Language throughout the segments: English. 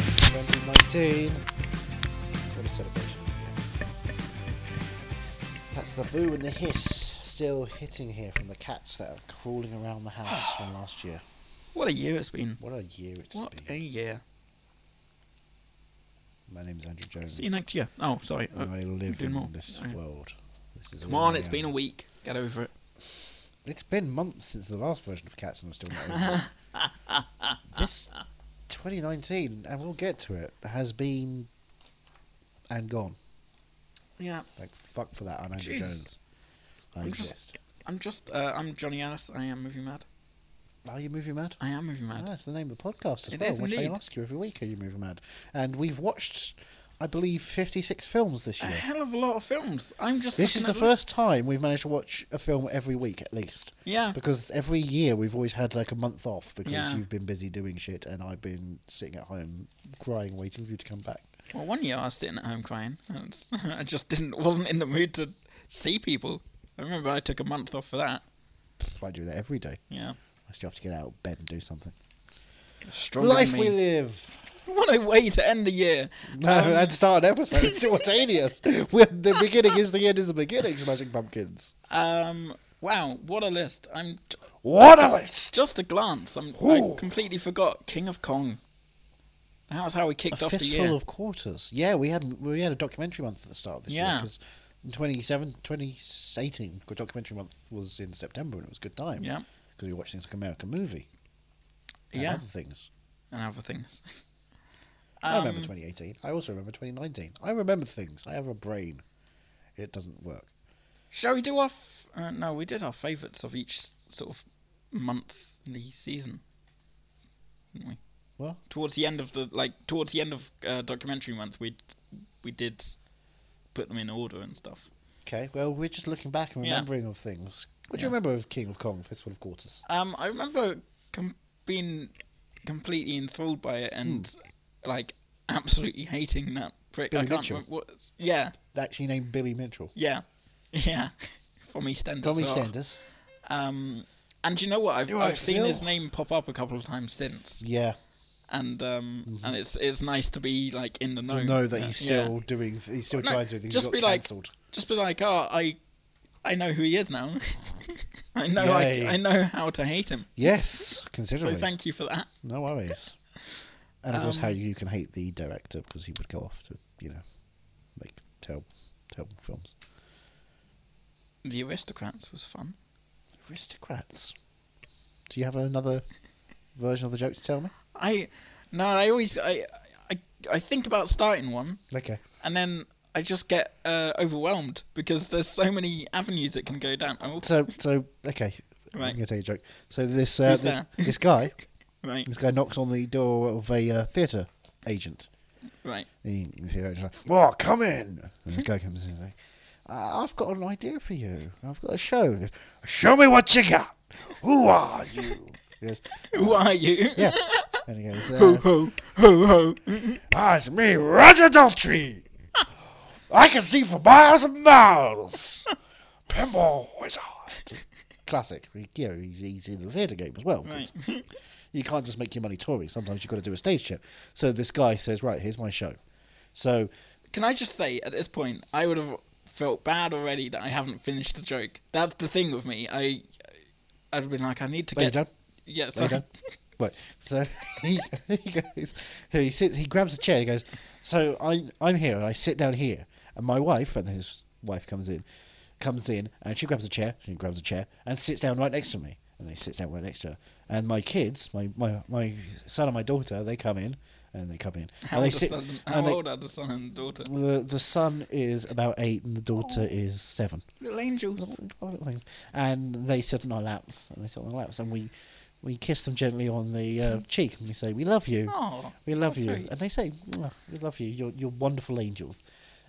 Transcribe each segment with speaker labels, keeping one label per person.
Speaker 1: 2019. What a celebration. That's the boo and the hiss still hitting here from the cats that are crawling around the house from last year.
Speaker 2: What a year it's been.
Speaker 1: What a year it's
Speaker 2: What a
Speaker 1: been.
Speaker 2: year.
Speaker 1: My name's Andrew Jones.
Speaker 2: See you next year. Oh, sorry.
Speaker 1: and I live
Speaker 2: doing
Speaker 1: in
Speaker 2: more.
Speaker 1: this
Speaker 2: Alright.
Speaker 1: world. This is
Speaker 2: Oh, Come
Speaker 1: all
Speaker 2: on,
Speaker 1: I
Speaker 2: it's
Speaker 1: am.
Speaker 2: been a week. Get over it.
Speaker 1: It's been months since the last version of Cats, and I'm still not over it. This 2019, and we'll get to it, has been and gone.
Speaker 2: Yeah.
Speaker 1: Like fuck for that. I'm Andrew
Speaker 2: Jeez.
Speaker 1: Jones. I
Speaker 2: I'm
Speaker 1: exist.
Speaker 2: just, I'm just, uh, I'm Johnny Alice. I am Movie Mad.
Speaker 1: Are you movie mad?
Speaker 2: I am Movie
Speaker 1: Ah,
Speaker 2: Mad.
Speaker 1: that's the name of the podcast as
Speaker 2: It
Speaker 1: well,
Speaker 2: is
Speaker 1: which I
Speaker 2: indeed.
Speaker 1: ask you every week. Are you movie mad? And we've watched, I believe, 56 films this
Speaker 2: A
Speaker 1: year.
Speaker 2: hell of a lot of films. I'm just.
Speaker 1: Ah, This
Speaker 2: looking
Speaker 1: is
Speaker 2: at
Speaker 1: the
Speaker 2: list.
Speaker 1: first time we've managed to watch a film every week at least.
Speaker 2: Yeah.
Speaker 1: Because every year we've always had like a month off because
Speaker 2: Yeah.
Speaker 1: you've been busy doing shit and I've been sitting at home crying, waiting for you to come back.
Speaker 2: Well, one year I was sitting at home crying. And I just didn't, wasn't in the mood to see people. I remember I took a month off for that.
Speaker 1: I do that every day.
Speaker 2: Yeah.
Speaker 1: I still have to get out of bed and do something.
Speaker 2: Stronger
Speaker 1: Life
Speaker 2: than
Speaker 1: we
Speaker 2: me.
Speaker 1: live.
Speaker 2: What a way to end the year.
Speaker 1: No,
Speaker 2: Um,
Speaker 1: and start an episode. It's simultaneous. We're, the beginning is the end is the beginning. Smashing Pumpkins.
Speaker 2: Um, wow, what a list. I'm t-
Speaker 1: What a list!
Speaker 2: just a glance. I'm
Speaker 1: Ooh.
Speaker 2: I completely forgot King of Kong. That was how we kicked
Speaker 1: A
Speaker 2: off the year.
Speaker 1: fistful of quarters. Yeah, we had we had a documentary month at the start of this year
Speaker 2: Yeah.
Speaker 1: because 27, 2018, good documentary month was in September and it was a good time.
Speaker 2: Yeah.
Speaker 1: because we watched things like American Movie. And
Speaker 2: Yeah.
Speaker 1: other things.
Speaker 2: and other things.
Speaker 1: I
Speaker 2: Um,
Speaker 1: remember 2018. I also remember 2019. I remember things. I have a brain. It doesn't work.
Speaker 2: Shall we do our? F- uh, no, we did our favourites of each s- sort of monthly season. Didn't we?
Speaker 1: Well,
Speaker 2: Towards the end of the like, towards the end of uh, documentary month, we we did s- put them in order and stuff.
Speaker 1: okay. Well, we're just looking back and
Speaker 2: Yeah.
Speaker 1: remembering of things. What do you
Speaker 2: Yeah.
Speaker 1: remember of King of Kong, Fistful of Quarters?
Speaker 2: Um, I remember com- being completely enthralled by it and like absolutely hating that prick.
Speaker 1: Hmm. Billy
Speaker 2: I can't
Speaker 1: Mitchell.
Speaker 2: remember what. Yeah,
Speaker 1: Actually named Billy Mitchell.
Speaker 2: yeah, yeah. From EastEnders.
Speaker 1: Tommy
Speaker 2: as well.
Speaker 1: Sanders.
Speaker 2: Um, and do you know what? I've,
Speaker 1: You
Speaker 2: I've
Speaker 1: are
Speaker 2: seen his
Speaker 1: Phil.
Speaker 2: name pop up a couple of times since,
Speaker 1: Yeah.
Speaker 2: and um, and it's it's nice to be like in the know.
Speaker 1: Mm-hmm. To know that he's
Speaker 2: Yeah.
Speaker 1: still doing, he's still
Speaker 2: No,
Speaker 1: trying to do things.
Speaker 2: just
Speaker 1: he got
Speaker 2: be like,
Speaker 1: cancelled.
Speaker 2: just be like, oh, I, I know who he is now. I know, I,
Speaker 1: Yay.
Speaker 2: I know how to hate him.
Speaker 1: Yes,
Speaker 2: So
Speaker 1: considerably.
Speaker 2: thank Um, you for that.
Speaker 1: no worries. And of course, how you can hate the director because he would go off to, you know, make terrible, terrible films.
Speaker 2: The Aristocrats was fun.
Speaker 1: Aristocrats. Do you have another version of the joke to tell me?
Speaker 2: I no, I always I I, I think about starting one
Speaker 1: Okay.
Speaker 2: and then I just get uh, overwhelmed because there's so many avenues it can go down. Oh,
Speaker 1: So, so okay.
Speaker 2: Right.
Speaker 1: I'm going to tell you a joke. So this uh,
Speaker 2: Who's
Speaker 1: this,
Speaker 2: there?
Speaker 1: this guy,
Speaker 2: right,
Speaker 1: this guy knocks on the door of a uh, theatre agent.
Speaker 2: right.
Speaker 1: He, the theatre agent's like, "Well, come in." And this guy comes in and he's like, "Uh, "I've got an idea for you. I've got a show. He goes, Show me what you got. Who are you?" He goes,
Speaker 2: Who are you?
Speaker 1: "Yeah." And he goes,
Speaker 2: ho
Speaker 1: uh,
Speaker 2: ho ho ho.
Speaker 1: Ah, it's me, Roger Daltrey. I can see for miles and miles. Pinball Wizard. Classic. You know, he's, he's in the theatre game as well. 'cause you can't just make your money touring. Sometimes you've got to do a stage show. So this guy says, right, here's my show. So,
Speaker 2: Can I just say at this point I would have felt bad already that I haven't finished the joke. That's the thing with me. I I'd have been like I need to
Speaker 1: there you
Speaker 2: get
Speaker 1: go.
Speaker 2: yeah.
Speaker 1: There
Speaker 2: Sorry.
Speaker 1: you go. Right. So he, he goes, he, sits, he grabs a chair. He goes, so I, I'm here and I sit down here. And my wife, and his wife comes in, comes in and she grabs a chair, she grabs a chair and sits down right next to me. And they sit down right next to her. And my kids, my, my, my son and my daughter, they come in and they come in.
Speaker 2: How
Speaker 1: and they
Speaker 2: old,
Speaker 1: sit,
Speaker 2: are the- how
Speaker 1: and they,
Speaker 2: old are the son and daughter?
Speaker 1: the, the son is about eight and the daughter is seven
Speaker 2: Little angels.
Speaker 1: little- little things. And they sit on our laps, and they sit on our laps, and we we kiss them gently on the uh, cheek, and we say, "We love you,
Speaker 2: Oh,
Speaker 1: we love
Speaker 2: how
Speaker 1: you,"
Speaker 2: sweet.
Speaker 1: and they say, "Mwah, "We love you, you're you're wonderful angels."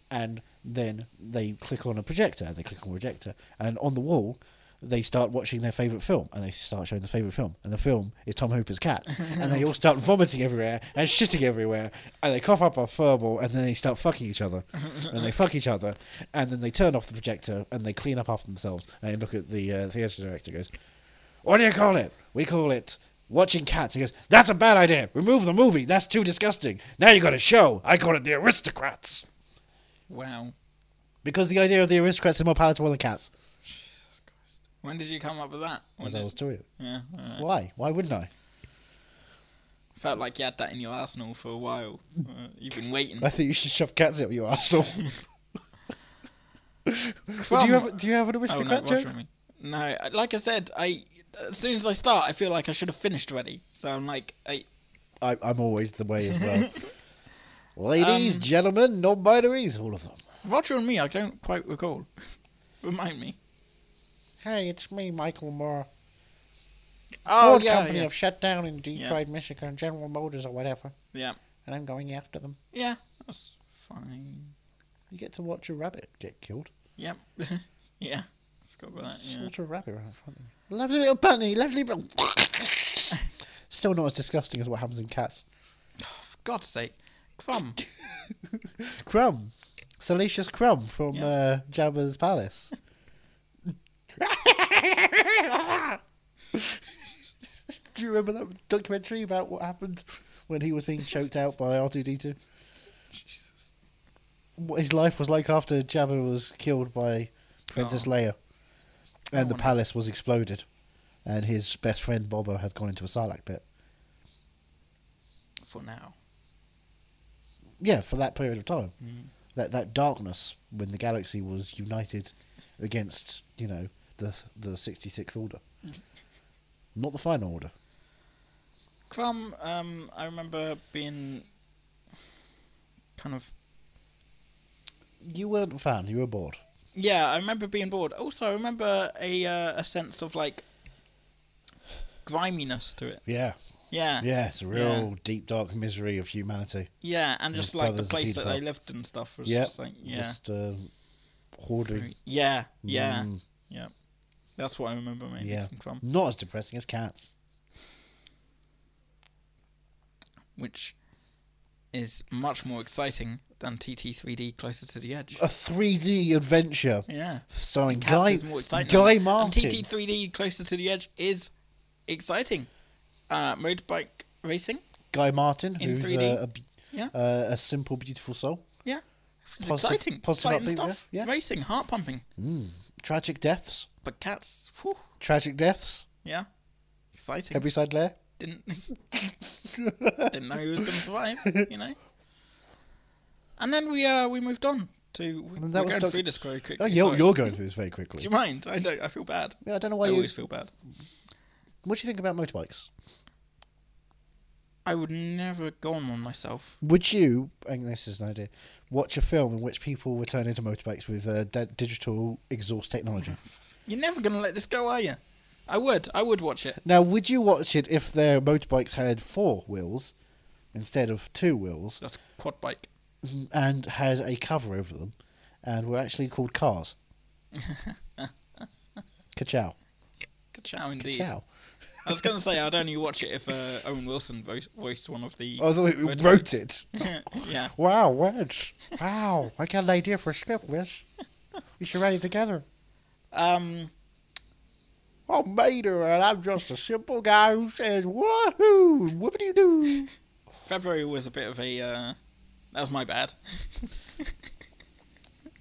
Speaker 1: And then they click on a projector, they click on a projector, and on the wall they start watching their favorite film and they start showing the favorite film and the film is Tom Hooper's Cats and they all start vomiting everywhere and shitting everywhere and they cough up a furball and then they start fucking each other and they fuck each other and then they turn off the projector and they clean up after themselves and they look at the uh, theatre director and goes what do you call it we call it watching cats he goes that's a bad idea remove the movie that's too disgusting now you got a show I call it the aristocrats
Speaker 2: Wow.
Speaker 1: because the idea of the aristocrats is more palatable than cats
Speaker 2: When did you come up with that? When
Speaker 1: as I
Speaker 2: did-
Speaker 1: was doing it
Speaker 2: Yeah. alright.
Speaker 1: why why wouldn't I
Speaker 2: Felt like you had that in your arsenal for a while. Uh, you've been waiting.
Speaker 1: I think you should shove cats up your arsenal. do
Speaker 2: Crumb.
Speaker 1: you have Do you have an
Speaker 2: Oh, no,
Speaker 1: aristocrat
Speaker 2: wash
Speaker 1: joke?
Speaker 2: on me. No, I- like I said, I as soon as I start, I feel like I should have finished already. So I'm like, I,
Speaker 1: I, I'm always the way as
Speaker 2: Um,
Speaker 1: well. Ladies, gentlemen, non-binaries, all of them.
Speaker 2: Roger and me, I don't quite recall. Remind me.
Speaker 1: Hey, it's me, Michael Moore.
Speaker 2: Oh
Speaker 1: Ford
Speaker 2: yeah,
Speaker 1: company
Speaker 2: yeah.
Speaker 1: have shut down in Detroit, Michigan, General Motors or whatever,
Speaker 2: yeah,
Speaker 1: and I'm going after them.
Speaker 2: yeah. That's fine.
Speaker 1: You get to watch a rabbit get killed.
Speaker 2: Yep. yeah. Forgot about that. Yeah.
Speaker 1: Slaughter a rabbit right in front of you. Lovely little bunny, lovely little. Still not as disgusting as what happens in cats.
Speaker 2: For God's sake, crumb.
Speaker 1: Crumb. Salacious Crumb from
Speaker 2: Yeah.
Speaker 1: uh, Jabba's Palace. Do you remember that documentary about what happened when he was being choked out by R2D2? What his life was like after Jabba was killed by Princess Leia and the
Speaker 2: Oh, no.
Speaker 1: palace was exploded, and his best friend Boba had gone into a Sarlacc pit.
Speaker 2: For now.
Speaker 1: yeah, for that period of time,
Speaker 2: Mm.
Speaker 1: that that darkness when the galaxy was united against you know the the sixty sixth order,
Speaker 2: Mm.
Speaker 1: not the final order.
Speaker 2: Crumb, um, I remember being kind of
Speaker 1: You weren't a fan. You were bored.
Speaker 2: yeah. I remember being bored. Also, I remember a uh, a sense of like griminess to it.
Speaker 1: Yeah,
Speaker 2: Yeah,
Speaker 1: yeah. It's a real deep dark misery of humanity.
Speaker 2: yeah, and
Speaker 1: His
Speaker 2: just like the
Speaker 1: brother's a
Speaker 2: place that they
Speaker 1: paedophile.
Speaker 2: lived and stuff was
Speaker 1: Yeah,
Speaker 2: just like yeah,
Speaker 1: just uh, hoarding.
Speaker 2: yeah, yeah,
Speaker 1: Mm.
Speaker 2: yeah. That's what I remember mainly
Speaker 1: Yeah,
Speaker 2: from Crumb.
Speaker 1: not as depressing as cats.
Speaker 2: which is much more exciting than TT3D Closer to the Edge.
Speaker 1: A three D adventure
Speaker 2: yeah.
Speaker 1: starring
Speaker 2: Cats
Speaker 1: Oh. Guy
Speaker 2: is more exciting.
Speaker 1: Guy
Speaker 2: And
Speaker 1: Martin.
Speaker 2: TT3D Closer to the Edge is exciting. Uh, motorbike racing.
Speaker 1: Guy Martin,
Speaker 2: in
Speaker 1: who's
Speaker 2: 3D.
Speaker 1: a, a be-
Speaker 2: Yeah.
Speaker 1: uh, a simple, beautiful soul.
Speaker 2: Yeah. It's
Speaker 1: Positive-
Speaker 2: exciting.
Speaker 1: positive
Speaker 2: exciting
Speaker 1: upbeat,
Speaker 2: stuff.
Speaker 1: yeah, yeah.
Speaker 2: Racing, heart pumping.
Speaker 1: Tragic deaths.
Speaker 2: But cats, whew,
Speaker 1: Tragic deaths.
Speaker 2: yeah. Exciting.
Speaker 1: Every side layer.
Speaker 2: Didn't didn't know he was gonna survive, you know. And then we uh we moved on to we,
Speaker 1: And
Speaker 2: we're
Speaker 1: that was
Speaker 2: going
Speaker 1: doc-
Speaker 2: through this very quickly.
Speaker 1: Oh, you're,
Speaker 2: sorry.
Speaker 1: you're going through this very
Speaker 2: Do
Speaker 1: quickly.
Speaker 2: you mind? I don't. I feel bad.
Speaker 1: Yeah, I don't know why
Speaker 2: I
Speaker 1: you.
Speaker 2: always feel bad.
Speaker 1: What do you think about motorbikes?
Speaker 2: I would never go on one myself.
Speaker 1: Would you, and this is an idea, watch a film in which people were turned into motorbikes with uh, di- digital exhaust technology?
Speaker 2: You're never gonna let this go, are you? I would. I would watch it.
Speaker 1: now, would you watch it if their motorbikes had four wheels instead of two wheels
Speaker 2: That's quad bike.
Speaker 1: and had a cover over them and were actually called cars? Ka-chow.
Speaker 2: Good show indeed.
Speaker 1: Ka-chow.
Speaker 2: I was gonna say I'd only watch it if uh, Owen Wilson voice, voiced one of the.
Speaker 1: Although it
Speaker 2: Motorbikes.
Speaker 1: wrote it.
Speaker 2: yeah.
Speaker 1: Wow, words. Wow, I got an idea for a script, Wiz. We should write it together.
Speaker 2: Um.
Speaker 1: I'm Oh, Mater, and I'm just a simple guy who says woohoo, whoopity doo.
Speaker 2: February was a bit of a. Uh, that was my bad.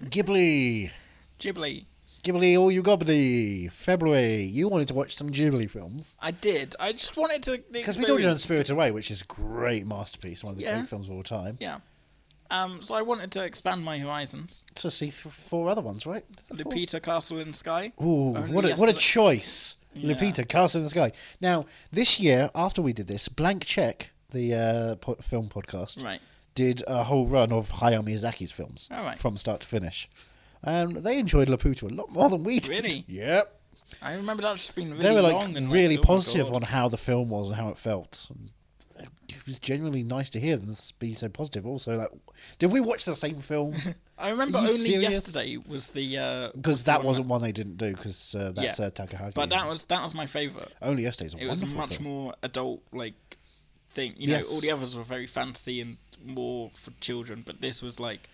Speaker 1: Ghibli,
Speaker 2: Ghibli.
Speaker 1: Ghibli, all you gobbly. February, you wanted to watch some Ghibli films
Speaker 2: I did. I just wanted to.
Speaker 1: because we'd already done
Speaker 2: experience-
Speaker 1: Spirit Away, which is a great masterpiece, one of the
Speaker 2: Yeah.
Speaker 1: great films of all time.
Speaker 2: Yeah. Um. So I wanted to expand my horizons.
Speaker 1: So see th- four other ones, right? Is that four?
Speaker 2: Lupita Castle in Sky.
Speaker 1: Ooh,
Speaker 2: Only
Speaker 1: what a, what a
Speaker 2: yesterday-
Speaker 1: choice.
Speaker 2: Yeah.
Speaker 1: Lupita, Castle in the Sky. Now, this year, after we did this, Blank Check, the uh, po- film podcast,
Speaker 2: Right.
Speaker 1: did a whole run of Hayao Miyazaki's films
Speaker 2: All right.
Speaker 1: from start to finish. And they enjoyed Laputa a lot more than we did.
Speaker 2: Really?
Speaker 1: Yep.
Speaker 2: I remember that just being really
Speaker 1: they were
Speaker 2: long
Speaker 1: like
Speaker 2: and oh
Speaker 1: really
Speaker 2: like, oh my
Speaker 1: positive
Speaker 2: God.
Speaker 1: on how the film was and how it felt. And was genuinely nice to hear them be so positive. Also, like, did we watch the same film?
Speaker 2: I remember
Speaker 1: Are you
Speaker 2: only
Speaker 1: serious?
Speaker 2: yesterday was the uh,
Speaker 1: Because
Speaker 2: was the
Speaker 1: that
Speaker 2: one
Speaker 1: wasn't one they didn't do. Because uh, that's
Speaker 2: Yeah.
Speaker 1: uh, Takahaki.
Speaker 2: But that was that was my favorite.
Speaker 1: only yesterday's a
Speaker 2: It was a
Speaker 1: wonderful
Speaker 2: much
Speaker 1: film.
Speaker 2: more adult like thing. You know,
Speaker 1: Yes.
Speaker 2: all the others were very fantasy and more for children, but this was like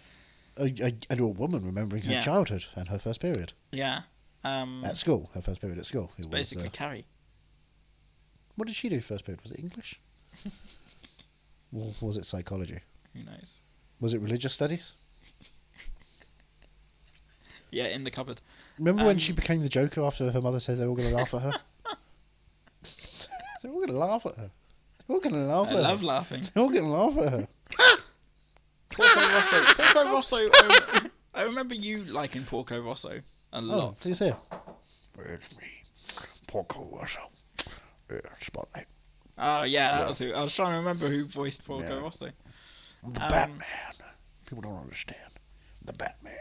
Speaker 1: A, a, a woman remembering her
Speaker 2: Yeah.
Speaker 1: childhood and her first period
Speaker 2: yeah, um,
Speaker 1: at school. Her first period at school. It was,
Speaker 2: basically
Speaker 1: uh,
Speaker 2: Carrie.
Speaker 1: what did she do first period? Was it English? or was it psychology?
Speaker 2: Who knows?
Speaker 1: Was it religious studies?
Speaker 2: Yeah, in the cupboard.
Speaker 1: Remember when
Speaker 2: Um,
Speaker 1: she became the Joker after her mother said they were going to laugh at her? they were all going to laugh at her. They were all going to laugh
Speaker 2: I
Speaker 1: at her.
Speaker 2: love laughing.
Speaker 1: they were all going to laugh at her.
Speaker 2: Porco Rosso. Porco Rosso. I, I remember you liking Porco Rosso a
Speaker 1: Oh,
Speaker 2: lot.
Speaker 1: do you see? It's me, Porco Rosso. Yeah, spotlight.
Speaker 2: Oh, yeah, that was who. I was trying to remember who voiced Porco
Speaker 1: Yeah.
Speaker 2: Rosso.
Speaker 1: I'm
Speaker 2: Um,
Speaker 1: the Batman. People don't understand. I'm the Batman.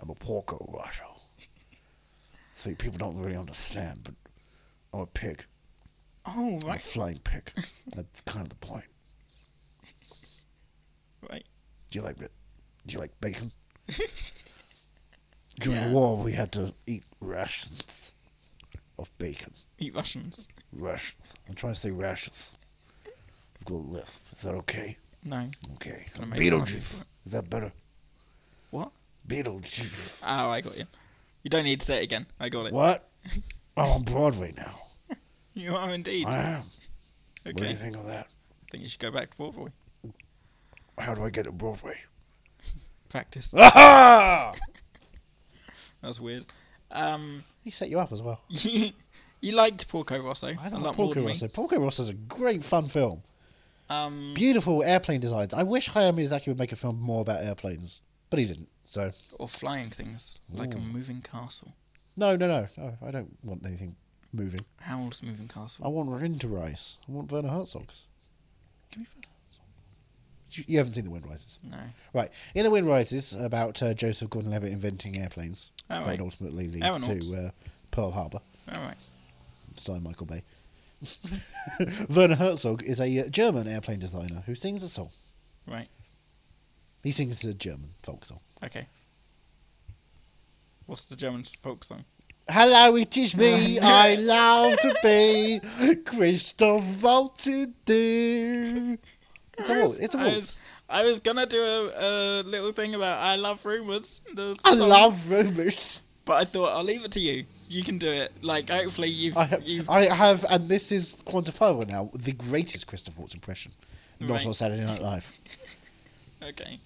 Speaker 1: I'm a Porco Rosso. See, people don't really understand, but I'm a pig.
Speaker 2: Oh,
Speaker 1: I'm a
Speaker 2: right,
Speaker 1: flying pig. That's kind of the point.
Speaker 2: right.
Speaker 1: Do you like it? Do you like bacon? During
Speaker 2: Yeah.
Speaker 1: the war, we had to eat rations of bacon.
Speaker 2: Eat Russians.
Speaker 1: Rations. I'm trying to say rations. I've got a lisp. Is that okay?
Speaker 2: No.
Speaker 1: Okay.
Speaker 2: Gonna make fun of you
Speaker 1: Beetlejuice. Is that better?
Speaker 2: What?
Speaker 1: Beetlejuice.
Speaker 2: Oh, I got you. You don't need to say it again. I got it.
Speaker 1: What? I'm on Broadway now.
Speaker 2: You are indeed.
Speaker 1: I am. What do
Speaker 2: okay.
Speaker 1: you think of that?
Speaker 2: I think you should go back to Broadway.
Speaker 1: How do I get to Broadway?
Speaker 2: Practice. That
Speaker 1: Aha!
Speaker 2: was weird. Um,
Speaker 1: He set you up as well.
Speaker 2: you, liked Porco Rosso.
Speaker 1: I
Speaker 2: a
Speaker 1: don't like
Speaker 2: lot more
Speaker 1: Porco
Speaker 2: than me.
Speaker 1: Rosso. Porco Rosso's a great fun film.
Speaker 2: Um,
Speaker 1: Beautiful airplane designs. I wish Hayao Miyazaki would make a film more about airplanes, but he didn't. So
Speaker 2: or flying things like a moving castle.
Speaker 1: no, no, no, no. I don't want anything moving.
Speaker 2: Howl's moving
Speaker 1: I
Speaker 2: castle.
Speaker 1: want Wind Rise. I want Werner Herzog's. Give me Werner Herzog. You, you haven't seen The Wind Rises,
Speaker 2: No.
Speaker 1: right? In The Wind Rises, about uh, Joseph Gordon-Levitt inventing airplanes
Speaker 2: Oh,
Speaker 1: that
Speaker 2: right.
Speaker 1: ultimately leads
Speaker 2: Aeronauts.
Speaker 1: to uh, Pearl Harbor,
Speaker 2: All right.
Speaker 1: starring Michael Bay. Werner Herzog is a uh, German airplane designer who sings a song.
Speaker 2: Right.
Speaker 1: He sings a German folk song.
Speaker 2: Okay. What's the German folk song?
Speaker 1: Hello, it is me. I love to be Christoph Walter. do. It's a waltz. It's a
Speaker 2: I
Speaker 1: waltz.
Speaker 2: was, I was gonna do a, a little thing about I love rumors. the
Speaker 1: I
Speaker 2: song,
Speaker 1: love rumours.
Speaker 2: but I thought I'll leave it to you. You can do it. Like hopefully you've,
Speaker 1: I,
Speaker 2: you've
Speaker 1: I have, and this is quantifiable now, the greatest Christoph Waltz impression. Not
Speaker 2: Right.
Speaker 1: on Saturday Night Live.
Speaker 2: okay.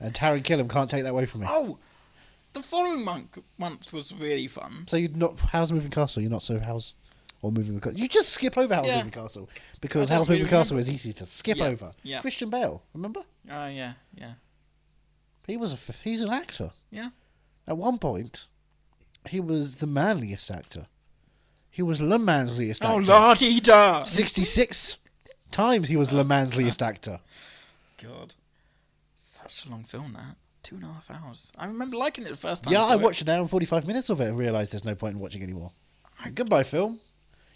Speaker 1: And Taryn Killam can't take that away from me.
Speaker 2: Oh, the following month month was really fun.
Speaker 1: So you're not How's Moving Castle? You're not so How's or Moving Castle. You just skip over How's
Speaker 2: Yeah.
Speaker 1: Moving Castle because
Speaker 2: I don't
Speaker 1: How's
Speaker 2: really
Speaker 1: Moving Castle is easy to skip
Speaker 2: Yeah,
Speaker 1: over.
Speaker 2: yeah.
Speaker 1: Christian Bale, remember?
Speaker 2: Oh yeah, yeah,
Speaker 1: He was a f- he's an actor.
Speaker 2: yeah.
Speaker 1: At one point, he was the manliest actor. He was Le Manliest
Speaker 2: Oh
Speaker 1: actor.
Speaker 2: lardy da.
Speaker 1: 66 times he was Le Manliest actor.
Speaker 2: God, such a long film that two and a half hours. I remember liking it the first time.
Speaker 1: Yeah,
Speaker 2: saw
Speaker 1: I
Speaker 2: it.
Speaker 1: watched an hour and 45 minutes of it and realised there's no point in watching anymore. Goodbye, film.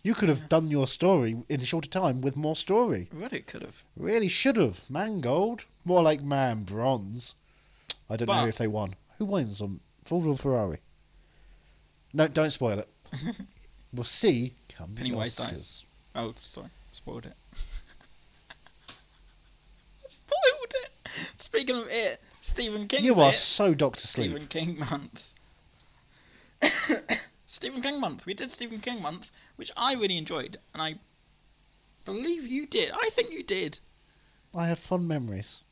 Speaker 1: You could have done your story in a shorter time with more story.
Speaker 2: Really could have.
Speaker 1: Really should have. Man gold. More like man bronze. I don't know
Speaker 2: But-
Speaker 1: if they won. Who wins on Ford or Ferrari? No, don't spoil it. we'll see. Come the
Speaker 2: Pennywise
Speaker 1: Oscars.
Speaker 2: dies. Oh, sorry, spoiled it. spoiled it. Speaking of it, Stephen King.
Speaker 1: You are
Speaker 2: it.
Speaker 1: so Doctor Sleep.
Speaker 2: Stephen King month. Stephen King month. We did Stephen King month, which I really enjoyed, and I believe you did. I think you did.
Speaker 1: I have fond memories.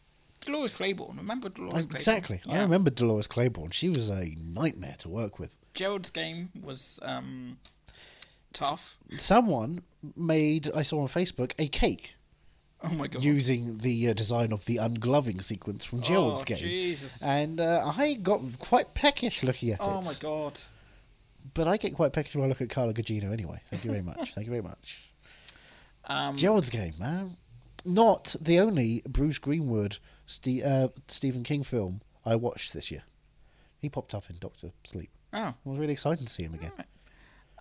Speaker 2: Dolores Claiborne. Remember Dolores Claiborne?
Speaker 1: exactly. I
Speaker 2: Yeah.
Speaker 1: remember Dolores Claiborne. She was a nightmare to work with.
Speaker 2: Gerald's game was um, tough.
Speaker 1: Someone made, I saw on Facebook, a cake
Speaker 2: Oh my god.
Speaker 1: using the uh, design of the ungloving sequence from Gerald's
Speaker 2: oh,
Speaker 1: game.
Speaker 2: Jesus.
Speaker 1: And uh, I got quite peckish looking at it.
Speaker 2: Oh my god.
Speaker 1: But I get quite peckish when I look at Carla Gugino anyway. Thank you very much. Thank you very much.
Speaker 2: Um,
Speaker 1: Gerald's game, man. Not the only Bruce Greenwood, Ste uh, Stephen King film I watched this year. He popped up in Doctor Sleep.
Speaker 2: oh.
Speaker 1: I was really excited to see him again.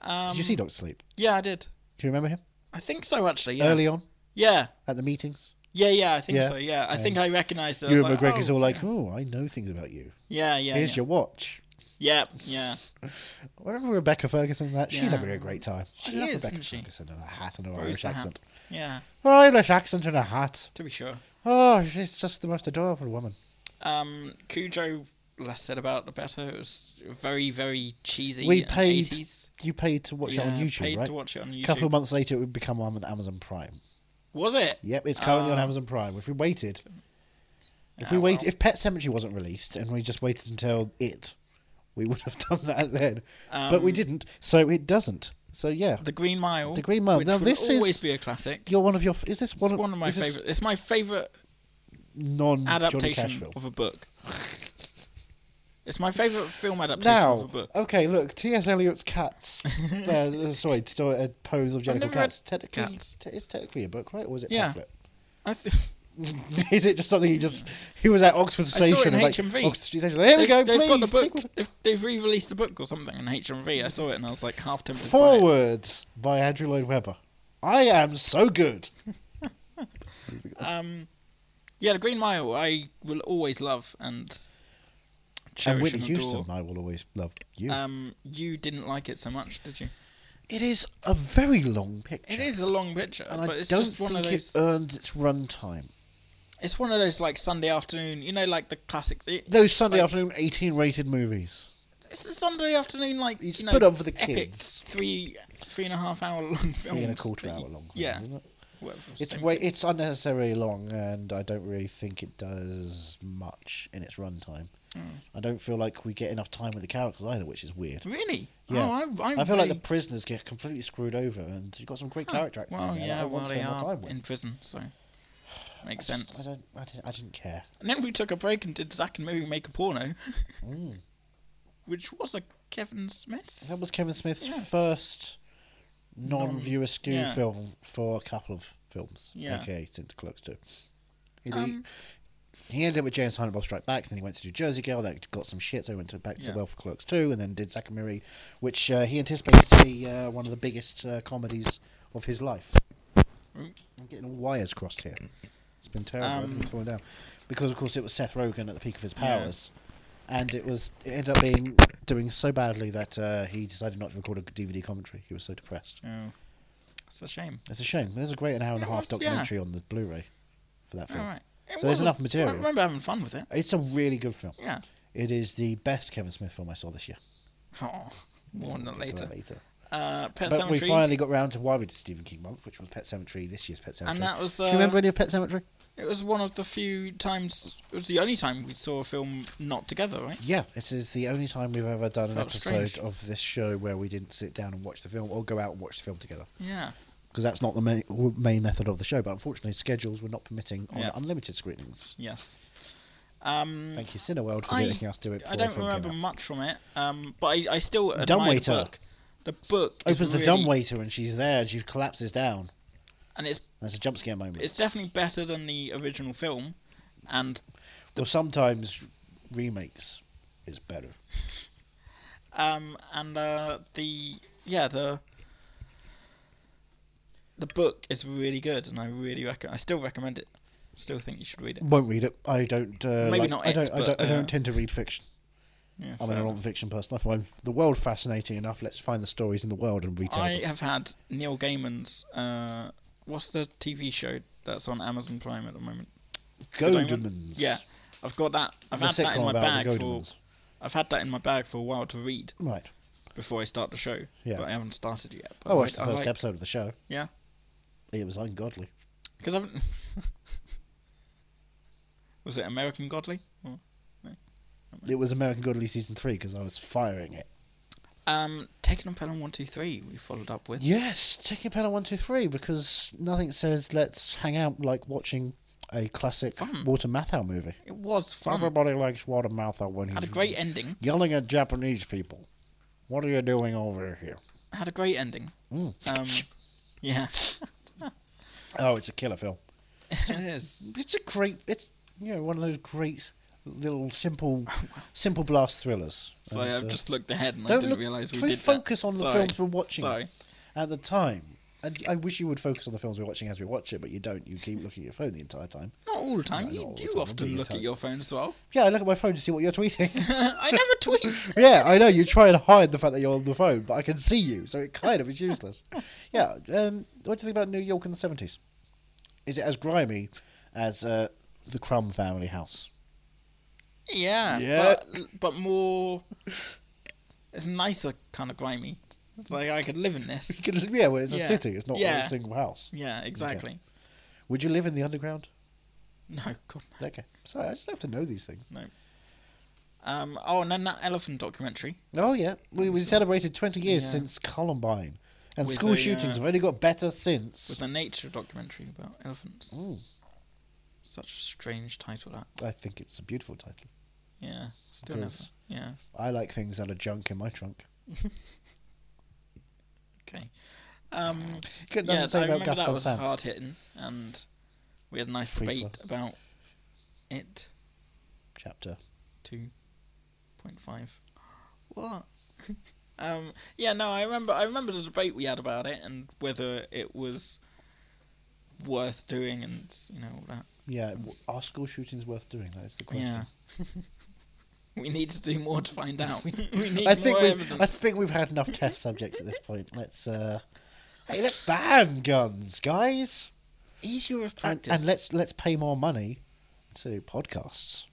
Speaker 2: Um,
Speaker 1: Did you see Doctor Sleep?
Speaker 2: Yeah, I did.
Speaker 1: Do you remember him?
Speaker 2: I think so, actually. Yeah.
Speaker 1: Early on?
Speaker 2: Yeah,
Speaker 1: at the meetings.
Speaker 2: yeah, yeah. I think
Speaker 1: Yeah.
Speaker 2: so. Yeah, I think I recognised it. I was
Speaker 1: Ewan
Speaker 2: like,
Speaker 1: McGregor's
Speaker 2: oh,
Speaker 1: all like, "Oh, I know things about you.
Speaker 2: Yeah, yeah.
Speaker 1: Here's
Speaker 2: yeah.
Speaker 1: your watch."
Speaker 2: yeah, yeah.
Speaker 1: I remember Rebecca Ferguson. That she's
Speaker 2: Yeah.
Speaker 1: having a great time.
Speaker 2: She
Speaker 1: I love
Speaker 2: is,
Speaker 1: Rebecca
Speaker 2: isn't she?
Speaker 1: Ferguson and a hat and her
Speaker 2: Rose
Speaker 1: Irish
Speaker 2: the hat.
Speaker 1: accent.
Speaker 2: Yeah,
Speaker 1: Her Irish accent and a hat.
Speaker 2: to be sure.
Speaker 1: Oh, she's just the most adorable woman.
Speaker 2: Um, Cujo, less said about the better. It was very, very cheesy.
Speaker 1: We
Speaker 2: and
Speaker 1: paid.
Speaker 2: 80s.
Speaker 1: You paid to watch it on
Speaker 2: Yeah,
Speaker 1: YouTube,
Speaker 2: paid
Speaker 1: right?
Speaker 2: to watch it on
Speaker 1: A couple
Speaker 2: YouTube.
Speaker 1: of months later, it would become on Amazon Prime.
Speaker 2: Was it?
Speaker 1: Yep, it's currently on
Speaker 2: Ah.
Speaker 1: Amazon Prime. If we waited, if we
Speaker 2: Ah,
Speaker 1: wait,
Speaker 2: well.
Speaker 1: if Pet Cemetery wasn't released and we just waited until it, we would have done that then. but we
Speaker 2: Um,
Speaker 1: didn't, so it doesn't. So yeah,
Speaker 2: The Green Mile.
Speaker 1: The Green Mile.
Speaker 2: Which
Speaker 1: Now,
Speaker 2: will
Speaker 1: this is-
Speaker 2: always be a classic.
Speaker 1: you're one of your. f- Is this one?
Speaker 2: It's one of my
Speaker 1: is this
Speaker 2: favorite. It's my favorite
Speaker 1: non Johnny Cash
Speaker 2: adaptation
Speaker 1: film.
Speaker 2: of a book. It's my favorite film adaptation of a
Speaker 1: Now,
Speaker 2: book.
Speaker 1: okay, look, T.S. Eliot's Cats. uh, sorry, sto- uh, Poe's of Jellicle
Speaker 2: never read
Speaker 1: Cats. Technically,
Speaker 2: Cats.
Speaker 1: T- it's technically a book, right? Or was it
Speaker 2: Yeah.
Speaker 1: pamphlet?
Speaker 2: I th-
Speaker 1: is it just something he just he was at Oxford
Speaker 2: saw it
Speaker 1: Station?
Speaker 2: in
Speaker 1: and, like,
Speaker 2: HMV.
Speaker 1: Oxford Station. Here we
Speaker 2: They've-
Speaker 1: go,
Speaker 2: they've
Speaker 1: please.
Speaker 2: got the
Speaker 1: take
Speaker 2: book.
Speaker 1: one-
Speaker 2: They've, they've re-released a book or something in HMV. I saw it and I was like half tempted. to buy it.
Speaker 1: Forwards by Andrew Lloyd Webber. I am so good.
Speaker 2: Um, yeah, the Green Mile. I will always love and cherish
Speaker 1: and Whitney
Speaker 2: and
Speaker 1: Houston,
Speaker 2: adore.
Speaker 1: I will always love you.
Speaker 2: Um, you didn't like it so much, did you?
Speaker 1: it is a very long picture.
Speaker 2: It is a long picture,
Speaker 1: and I
Speaker 2: but it's
Speaker 1: don't
Speaker 2: just one
Speaker 1: think
Speaker 2: of
Speaker 1: it uh,
Speaker 2: those.
Speaker 1: earned its runtime.
Speaker 2: It's one of those like Sunday afternoon, you know, like the classic. it-
Speaker 1: Those Sunday
Speaker 2: Like-
Speaker 1: afternoon 18 rated movies.
Speaker 2: It's a Sunday afternoon, like you
Speaker 1: It's
Speaker 2: know,
Speaker 1: put on for the
Speaker 2: epic
Speaker 1: kids.
Speaker 2: Three, three and a half hour long films.
Speaker 1: Three and a quarter
Speaker 2: that
Speaker 1: hour
Speaker 2: you-
Speaker 1: long. films,
Speaker 2: Oh, Yeah,
Speaker 1: Isn't it?
Speaker 2: whatever,
Speaker 1: It's
Speaker 2: same
Speaker 1: way,
Speaker 2: thing.
Speaker 1: it's unnecessarily long, and I don't really think it does much in its runtime.
Speaker 2: Hmm.
Speaker 1: I don't feel like we get enough time with the characters either, which is weird.
Speaker 2: Really?
Speaker 1: Yeah,
Speaker 2: Oh,
Speaker 1: I
Speaker 2: I, I,
Speaker 1: feel like
Speaker 2: really-
Speaker 1: the prisoners get completely screwed over, and you've got some great character actors. in
Speaker 2: Well,
Speaker 1: there that
Speaker 2: yeah,
Speaker 1: I want
Speaker 2: well
Speaker 1: to
Speaker 2: they
Speaker 1: spend my
Speaker 2: are
Speaker 1: time with.
Speaker 2: in prison, so makes
Speaker 1: I just-
Speaker 2: sense.
Speaker 1: I don't. I didn't, I didn't care.
Speaker 2: And then we took a break and did Zack and Mary make a porno,
Speaker 1: Mm.
Speaker 2: which was a Kevin Smith.
Speaker 1: That was Kevin Smith's
Speaker 2: Yeah.
Speaker 1: first non-view askew
Speaker 2: yeah.
Speaker 1: film for a couple of films,
Speaker 2: Yeah.
Speaker 1: aka since Clerks Two. He,
Speaker 2: Um,
Speaker 1: he ended up with James Silent Bob Strike Back, then he went to do Jersey Girl, that got some shit, so he went to back to
Speaker 2: Yeah.
Speaker 1: the well for Clerks Two, and then did Zack and Miri, which uh, he anticipated to be uh, one of the biggest uh, comedies of his life.
Speaker 2: Mm.
Speaker 1: I'm getting all wires crossed here. It's been terrible.
Speaker 2: Um,
Speaker 1: Everything's falling down. Because, of course, it was Seth Rogen at the peak of his
Speaker 2: Yeah.
Speaker 1: powers. And it was it ended up being doing so badly that uh, he decided not to record a DVD commentary. He was so depressed.
Speaker 2: Oh, it's a shame.
Speaker 1: It's a shame. There's a great an hour and a
Speaker 2: It
Speaker 1: half
Speaker 2: was- yeah.
Speaker 1: documentary on the Blu-ray for that
Speaker 2: All
Speaker 1: film.
Speaker 2: right. It
Speaker 1: So there's
Speaker 2: was a-
Speaker 1: enough material.
Speaker 2: I remember having fun with it.
Speaker 1: It's a really good film.
Speaker 2: Yeah.
Speaker 1: It is the best Kevin Smith film I saw this year.
Speaker 2: Oh, more on that
Speaker 1: We'll get to
Speaker 2: later.
Speaker 1: that later.
Speaker 2: Uh, Pet
Speaker 1: But we
Speaker 2: Cemetery.
Speaker 1: finally got round to why we did Stephen King month, which was Pet Cemetery this year's Pet Cemetery.
Speaker 2: And that was.
Speaker 1: Do
Speaker 2: Uh,
Speaker 1: you remember any of Pet Cemetery?
Speaker 2: It was one of the few times. It was the only time we saw a film not together, right?
Speaker 1: Yeah, it is the only time we've ever done an
Speaker 2: Felt
Speaker 1: episode
Speaker 2: strange.
Speaker 1: of this show where we didn't sit down and watch the film or go out and watch the film together.
Speaker 2: Yeah.
Speaker 1: Because that's not the main, w- main method of the show, but unfortunately, schedules were not permitting on
Speaker 2: Yeah.
Speaker 1: unlimited screenings.
Speaker 2: Yes. Um,
Speaker 1: Thank you, Cineworld, for
Speaker 2: I-
Speaker 1: letting us do it. before
Speaker 2: I
Speaker 1: the
Speaker 2: don't
Speaker 1: film came
Speaker 2: remember
Speaker 1: out.
Speaker 2: much from it, um, but I, I still admire
Speaker 1: Dumbwaiter.
Speaker 2: the book. The book is
Speaker 1: Opens the
Speaker 2: really-
Speaker 1: dumb waiter and she's there and she collapses down.
Speaker 2: and it's
Speaker 1: That's a jump scare moment.
Speaker 2: it's definitely better than the original film, and
Speaker 1: well, sometimes remakes is better.
Speaker 2: um and uh the yeah the the book is really good, and I really reckon I still recommend it. Still think you should read it.
Speaker 1: Won't read it. I don't. Uh,
Speaker 2: Maybe
Speaker 1: like-
Speaker 2: not
Speaker 1: I
Speaker 2: it,
Speaker 1: don't. I
Speaker 2: but,
Speaker 1: don't, I
Speaker 2: uh,
Speaker 1: don't tend to read fiction.
Speaker 2: Yeah,
Speaker 1: I'm
Speaker 2: fair
Speaker 1: an
Speaker 2: enough.
Speaker 1: non-fiction person. I find the world fascinating enough. Let's find the stories in the world and retell
Speaker 2: I
Speaker 1: them.
Speaker 2: have had Neil Gaiman's. Uh, what's the TV show that's on Amazon Prime at the moment? The Diamond-
Speaker 1: Godemans.
Speaker 2: Yeah, I've got that. I've
Speaker 1: The
Speaker 2: had that in
Speaker 1: sitcom
Speaker 2: my
Speaker 1: about
Speaker 2: bag
Speaker 1: the
Speaker 2: for.
Speaker 1: Godemans.
Speaker 2: I've had that in my bag for a while to read
Speaker 1: Right.
Speaker 2: before I start the show.
Speaker 1: Yeah. Oh,
Speaker 2: But I haven't started yet. But
Speaker 1: I watched the
Speaker 2: like-
Speaker 1: first
Speaker 2: like-
Speaker 1: episode of the show.
Speaker 2: Yeah,
Speaker 1: It was ungodly.
Speaker 2: because I haven't. Was it American Godly? Or-
Speaker 1: It was American Godly season three because I was firing it.
Speaker 2: Um, Taken on Pelham One Two Three. We followed up with.
Speaker 1: Yes, Chicken Panel one two three because nothing says let's hang out like watching a classic
Speaker 2: Fun.
Speaker 1: Walter Matthau movie.
Speaker 2: It was fun.
Speaker 1: Everybody likes Walter Matthau when
Speaker 2: Had a
Speaker 1: he's
Speaker 2: great ending.
Speaker 1: yelling at Japanese people. What are you doing over here?
Speaker 2: Had a great ending.
Speaker 1: Mm.
Speaker 2: Um, yeah,
Speaker 1: Oh, it's a killer film.
Speaker 2: it is.
Speaker 1: It's a great. It's you know one of those great little simple, simple blast thrillers.
Speaker 2: Sorry,
Speaker 1: And,
Speaker 2: I've
Speaker 1: uh,
Speaker 2: just looked ahead and I
Speaker 1: don't
Speaker 2: didn't
Speaker 1: look-
Speaker 2: realise we
Speaker 1: can we
Speaker 2: did that.
Speaker 1: focus on the
Speaker 2: Sorry.
Speaker 1: films we're watching?
Speaker 2: Sorry.
Speaker 1: at the time. And I wish you would focus on the films we're watching as we watch it, but you don't. You keep looking at your phone the entire time.
Speaker 2: Not all the time.
Speaker 1: No,
Speaker 2: you
Speaker 1: not all the
Speaker 2: do
Speaker 1: time, but
Speaker 2: often
Speaker 1: you
Speaker 2: look
Speaker 1: type-
Speaker 2: at your phone as well.
Speaker 1: Yeah, I look at my phone to see what you're tweeting.
Speaker 2: I never tweet.
Speaker 1: yeah, I know you try and hide the fact that you're on the phone, but I can see you, so it kind of is useless. yeah, um, what do you think about New York in the seventies? Is it as grimy as uh, the Crumb family house?
Speaker 2: Yeah.
Speaker 1: Yeah.
Speaker 2: But, but more. It's nicer, kind of grimy. It's like I could live in this.
Speaker 1: yeah, well, it's a
Speaker 2: Yeah.
Speaker 1: city. It's not
Speaker 2: Yeah.
Speaker 1: a single house.
Speaker 2: Yeah, exactly.
Speaker 1: Would you live in the underground?
Speaker 2: No, God,
Speaker 1: Okay, sorry, I just have to know these things.
Speaker 2: no. Um. Oh, and then that elephant documentary.
Speaker 1: Oh yeah, we, we celebrated twenty years
Speaker 2: Yeah.
Speaker 1: since Columbine, and
Speaker 2: With
Speaker 1: school
Speaker 2: the,
Speaker 1: shootings
Speaker 2: uh,
Speaker 1: have only got better since.
Speaker 2: with a nature documentary about elephants.
Speaker 1: Ooh.
Speaker 2: Such a strange title that.
Speaker 1: I think it's a beautiful title.
Speaker 2: Yeah. Still
Speaker 1: Because-
Speaker 2: never. Yeah.
Speaker 1: I like things that are junk in my trunk.
Speaker 2: Okay. Um
Speaker 1: You got nothing
Speaker 2: yeah,
Speaker 1: to
Speaker 2: I
Speaker 1: say about
Speaker 2: remember
Speaker 1: Gus
Speaker 2: that
Speaker 1: Van
Speaker 2: was
Speaker 1: Sant.
Speaker 2: hard hitting and we had a nice
Speaker 1: Free
Speaker 2: debate about it
Speaker 1: Chapter.
Speaker 2: two point five. What? um yeah, no, I remember I remember the debate we had about it and whether it was worth doing and you know all that.
Speaker 1: Yeah, w- are school shootings worth doing? That is the question.
Speaker 2: Yeah. we need to do more to find out. we need
Speaker 1: I think
Speaker 2: more
Speaker 1: we've,
Speaker 2: evidence.
Speaker 1: I think we've had enough test subjects at this point. Let's uh, hey, let's ban guns, guys,
Speaker 2: easier of
Speaker 1: and,
Speaker 2: practice.
Speaker 1: and let's let's pay more money to podcasts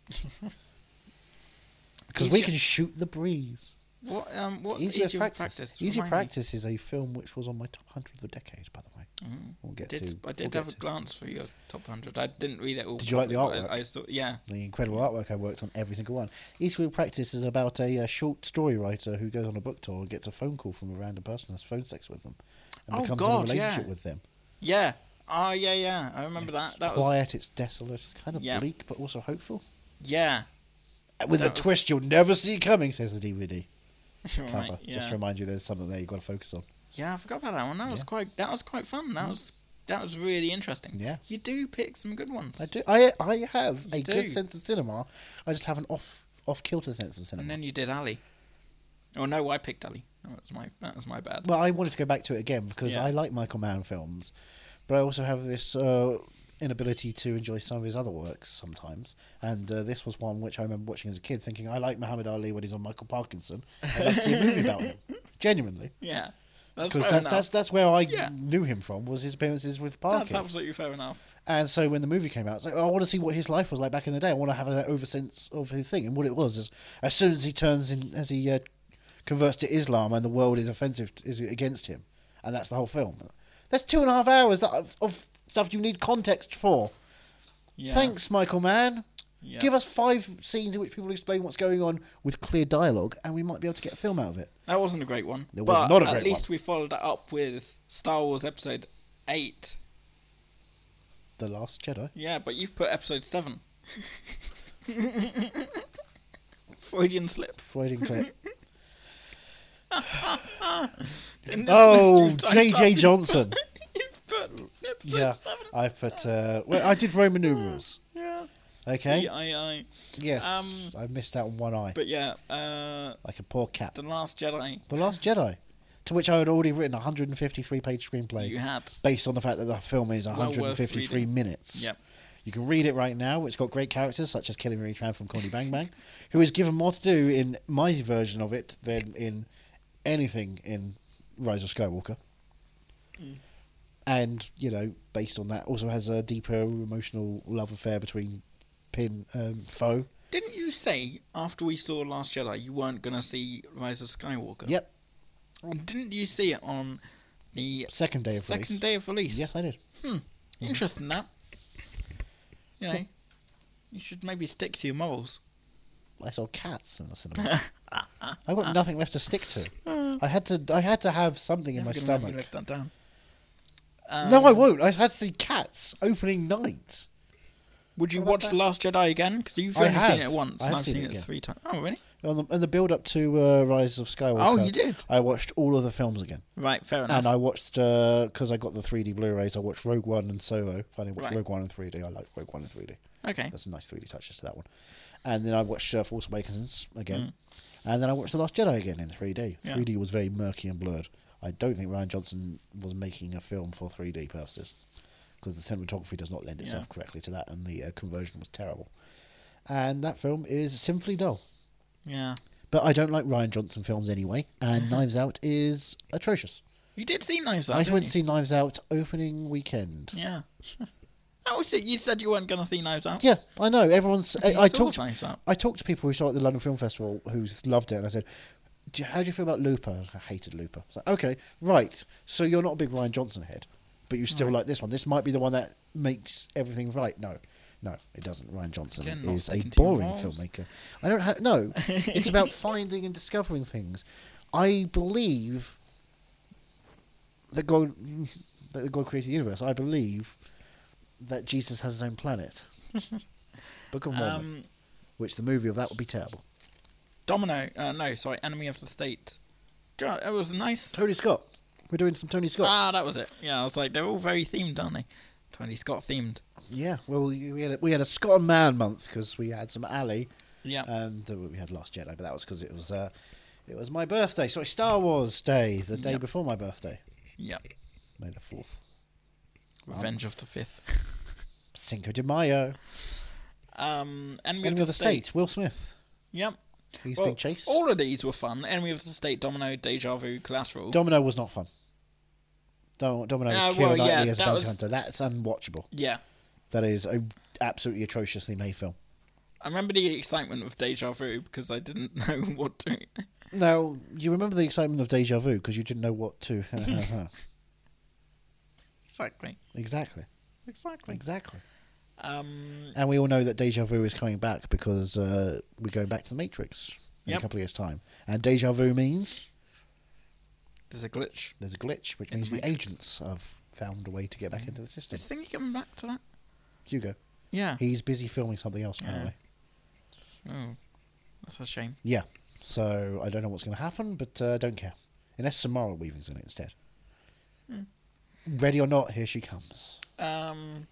Speaker 1: because we
Speaker 2: Easier-
Speaker 1: can shoot the breeze.
Speaker 2: what um what's
Speaker 1: Easier, practice. Easier
Speaker 2: Remind me.
Speaker 1: practice is a film which was on my top hundred of the decade. By the way,
Speaker 2: Mm.
Speaker 1: we'll get
Speaker 2: Did,
Speaker 1: to.
Speaker 2: I did
Speaker 1: we'll
Speaker 2: have
Speaker 1: get
Speaker 2: a glance through your top hundred. I didn't read it all.
Speaker 1: Did you like the
Speaker 2: properly,
Speaker 1: artwork?
Speaker 2: but I, I saw, yeah.
Speaker 1: to the incredible artwork I worked on every single one. Eastwood Practice is about a, uh short story writer who goes on a book tour and gets a phone call from a random person and has phone sex with them and
Speaker 2: Oh,
Speaker 1: becomes in a
Speaker 2: God,
Speaker 1: relationship
Speaker 2: yeah.
Speaker 1: with them.
Speaker 2: Yeah. Oh yeah, yeah. I remember
Speaker 1: It's
Speaker 2: that. That was
Speaker 1: quiet, it's desolate, it's kind of
Speaker 2: Yeah.
Speaker 1: bleak but also hopeful.
Speaker 2: yeah.
Speaker 1: With
Speaker 2: That
Speaker 1: a
Speaker 2: was-
Speaker 1: twist you'll never see coming, says the DVD
Speaker 2: You're right,
Speaker 1: cover.
Speaker 2: yeah.
Speaker 1: Just to remind you, there's something there you've got to focus on.
Speaker 2: yeah, I forgot about that one. That was
Speaker 1: Yeah. Mm.
Speaker 2: quite that was quite fun. That was that was really interesting.
Speaker 1: Yeah.
Speaker 2: You do pick some good ones.
Speaker 1: I do. I I have a
Speaker 2: You
Speaker 1: good
Speaker 2: do.
Speaker 1: sense of cinema. I just have an off off kilter sense of cinema.
Speaker 2: And then you did Ali. Oh no, I picked Ali. That was my that was my bad.
Speaker 1: Well, I wanted to go back to it again because
Speaker 2: Yeah.
Speaker 1: I like Michael Mann films, but I also have this uh, inability to enjoy some of his other works sometimes. And uh, this was one which I remember watching as a kid, thinking I like Muhammad Ali when he's on Michael Parkinson. I'd like to see a movie about him, genuinely,
Speaker 2: yeah. That's fair
Speaker 1: because that's,
Speaker 2: enough.
Speaker 1: that's that's where I
Speaker 2: Yeah.
Speaker 1: knew him from was his appearances with
Speaker 2: That's
Speaker 1: Parkin.
Speaker 2: absolutely fair enough.
Speaker 1: And so when the movie came out, it's like, oh, I want to see what his life was like back in the day. I want to have an oversense of his thing. And what it was is, as soon as he turns in, as he uh, converts to Islam and the world is offensive, is against him. And that's the whole film. That's two and a half hours that, of, of stuff you need context for.
Speaker 2: Yeah.
Speaker 1: Thanks, Michael Mann.
Speaker 2: Yeah.
Speaker 1: Give us five scenes in which people explain what's going on with clear dialogue, and we might be able to get a film out of it.
Speaker 2: That wasn't a great one.
Speaker 1: That was
Speaker 2: but
Speaker 1: not a
Speaker 2: at
Speaker 1: great
Speaker 2: least we followed that up with Star Wars Episode 8.
Speaker 1: The Last Jedi.
Speaker 2: Yeah, but you've put Episode 7. Freudian slip.
Speaker 1: Freudian clip.
Speaker 2: In this
Speaker 1: oh,
Speaker 2: list you've typed
Speaker 1: J.J.
Speaker 2: up,
Speaker 1: Johnson.
Speaker 2: You've put Episode
Speaker 1: Yeah,
Speaker 2: 7.
Speaker 1: I put. Uh, well, I did Roman numerals.
Speaker 2: Yeah.
Speaker 1: Okay.
Speaker 2: E I, I.
Speaker 1: Yes.
Speaker 2: Um,
Speaker 1: I missed out on one eye,
Speaker 2: But yeah, uh,
Speaker 1: like a poor cat.
Speaker 2: The Last Jedi
Speaker 1: The Last Jedi, to which I had already written a 153-page screenplay,
Speaker 2: you had.
Speaker 1: based on the fact that the film is
Speaker 2: worth
Speaker 1: 153
Speaker 2: reading.
Speaker 1: minutes.
Speaker 2: Yep.
Speaker 1: You can read it right now. It's got great characters such as Kelly Marie Tran from Corny Bang Bang, who is given more to do in my version of it than in anything in Rise of Skywalker.
Speaker 2: Mm.
Speaker 1: And you know, based on that, also has a deeper emotional love affair between Pin um, Foe.
Speaker 2: Didn't you say after we saw Last Jedi you weren't going to see Rise of Skywalker?
Speaker 1: Yep,
Speaker 2: And Didn't you see it on the
Speaker 1: second day of
Speaker 2: second
Speaker 1: release.
Speaker 2: day of release?
Speaker 1: Yes, I did.
Speaker 2: Interesting that. You know, you should maybe stick to your morals.
Speaker 1: I saw cats in the cinema. I got nothing left to stick to. I had to. I had to have something in my
Speaker 2: Oh. Never gonna remember
Speaker 1: stomach.
Speaker 2: to Write that down.
Speaker 1: no, I
Speaker 2: Oh.
Speaker 1: won't. I had to see cats opening night.
Speaker 2: Would you
Speaker 1: What about
Speaker 2: watch
Speaker 1: that?
Speaker 2: The Last Jedi again? Because you've
Speaker 1: I
Speaker 2: only seen
Speaker 1: have.
Speaker 2: it once,
Speaker 1: I
Speaker 2: and
Speaker 1: have
Speaker 2: I've
Speaker 1: seen
Speaker 2: seen,
Speaker 1: it
Speaker 2: it
Speaker 1: again.
Speaker 2: three times. Oh, really?
Speaker 1: On the, in the build up to uh, Rise of Skywalker.
Speaker 2: Oh, you did?
Speaker 1: I watched all of the films again,
Speaker 2: Right, fair enough.
Speaker 1: and I watched because I got the 3D Blu-rays. I watched Rogue One and Solo. Finally watched
Speaker 2: Right.
Speaker 1: Rogue One in 3D. I like Rogue One in 3D.
Speaker 2: okay.
Speaker 1: There's some nice 3D touches to that one. And then I watched uh, Force Awakens again. And then I watched The Last Jedi again in 3D.
Speaker 2: Mm. Yeah.
Speaker 1: 3D was very murky and blurred. I don't think Ryan Johnson was making a film for 3D purposes because the cinematography does not lend itself correctly to that, and the uh, conversion was terrible. And that film is sinfully dull.
Speaker 2: Yeah.
Speaker 1: But I don't like Ryan Johnson films anyway, and Knives Out is atrocious.
Speaker 2: You did see Knives Out.
Speaker 1: I
Speaker 2: didn't
Speaker 1: went
Speaker 2: you?
Speaker 1: to see Knives Out opening weekend.
Speaker 2: Oh, Yeah. Oh shit! You said you weren't gonna see Knives Out.
Speaker 1: Yeah, I know. Everyone's.
Speaker 2: You
Speaker 1: I, I
Speaker 2: saw
Speaker 1: talked.
Speaker 2: Knives Out.
Speaker 1: I talked to people who saw it at the London Film Festival who loved it, and I said, do you- "How do you feel about Looper?" I hated Looper. It's like, okay, right. So you're not a big Ryan Johnson head, but you still like this one. This might be the one that makes everything right. No, no, it doesn't. Ryan Johnson
Speaker 2: Again, not
Speaker 1: is a
Speaker 2: sticking to your
Speaker 1: boring
Speaker 2: roles.
Speaker 1: filmmaker. I don't have no. it's about finding and discovering things. I believe that God, that God created the universe. I believe that Jesus has his own planet. Book of Mormon
Speaker 2: Um,
Speaker 1: which the movie of that would be terrible.
Speaker 2: Domino. Uh, no, sorry. Enemy of the State. Do you know, It was nice.
Speaker 1: Tony Scott. We're doing some Tony Scott.
Speaker 2: Ah, that was it. Yeah, I was like, they're all very themed, aren't they? Tony Scott themed.
Speaker 1: yeah, well, we, we had a, we had a Scott and Man month because we had some Ali,
Speaker 2: Yeah.
Speaker 1: and uh, we had Last Jedi, but that was because it was uh, it was my birthday. Sorry, Star Wars Day, the day
Speaker 2: Yep.
Speaker 1: before my birthday,
Speaker 2: yeah.
Speaker 1: May the fourth,
Speaker 2: Revenge of the Fifth.
Speaker 1: Cinco de Mayo.
Speaker 2: Um, Enemy,
Speaker 1: Enemy of the State, Will Smith.
Speaker 2: Yep.
Speaker 1: He's
Speaker 2: Well,
Speaker 1: being chased.
Speaker 2: All of these were fun. Enemy of the State, Domino, Deja Vu, Collateral.
Speaker 1: Domino was not fun. Dom- Domino
Speaker 2: Yeah,
Speaker 1: is Keira
Speaker 2: Ah, well, yeah,
Speaker 1: Knightley as a
Speaker 2: that
Speaker 1: bounty
Speaker 2: was-
Speaker 1: hunter. That's unwatchable.
Speaker 2: yeah.
Speaker 1: That is a absolutely atrociously made film.
Speaker 2: I remember the excitement of Deja Vu because I didn't know what to.
Speaker 1: Now you remember the excitement of deja vu because you didn't know what to.
Speaker 2: Exactly.
Speaker 1: exactly,
Speaker 2: Exactly.
Speaker 1: exactly.
Speaker 2: Um,
Speaker 1: And we all know that deja vu is coming back because uh, we're going back to the Matrix in
Speaker 2: Yep.
Speaker 1: a couple of years' time. And deja vu means
Speaker 2: there's a glitch.
Speaker 1: there's a glitch, Mm-hmm. which
Speaker 2: In the
Speaker 1: means the
Speaker 2: Matrix.
Speaker 1: agents have found a way to get back into the system.
Speaker 2: Is Thingy coming back to that?
Speaker 1: Hugo,
Speaker 2: Yeah.
Speaker 1: he's busy filming something else apparently.
Speaker 2: Oh, that's a shame.
Speaker 1: Yeah. So I don't know what's going to happen, but uh, don't care. Unless Samara Weaving's in it instead. Mm. Ready or not, here she comes.
Speaker 2: Um,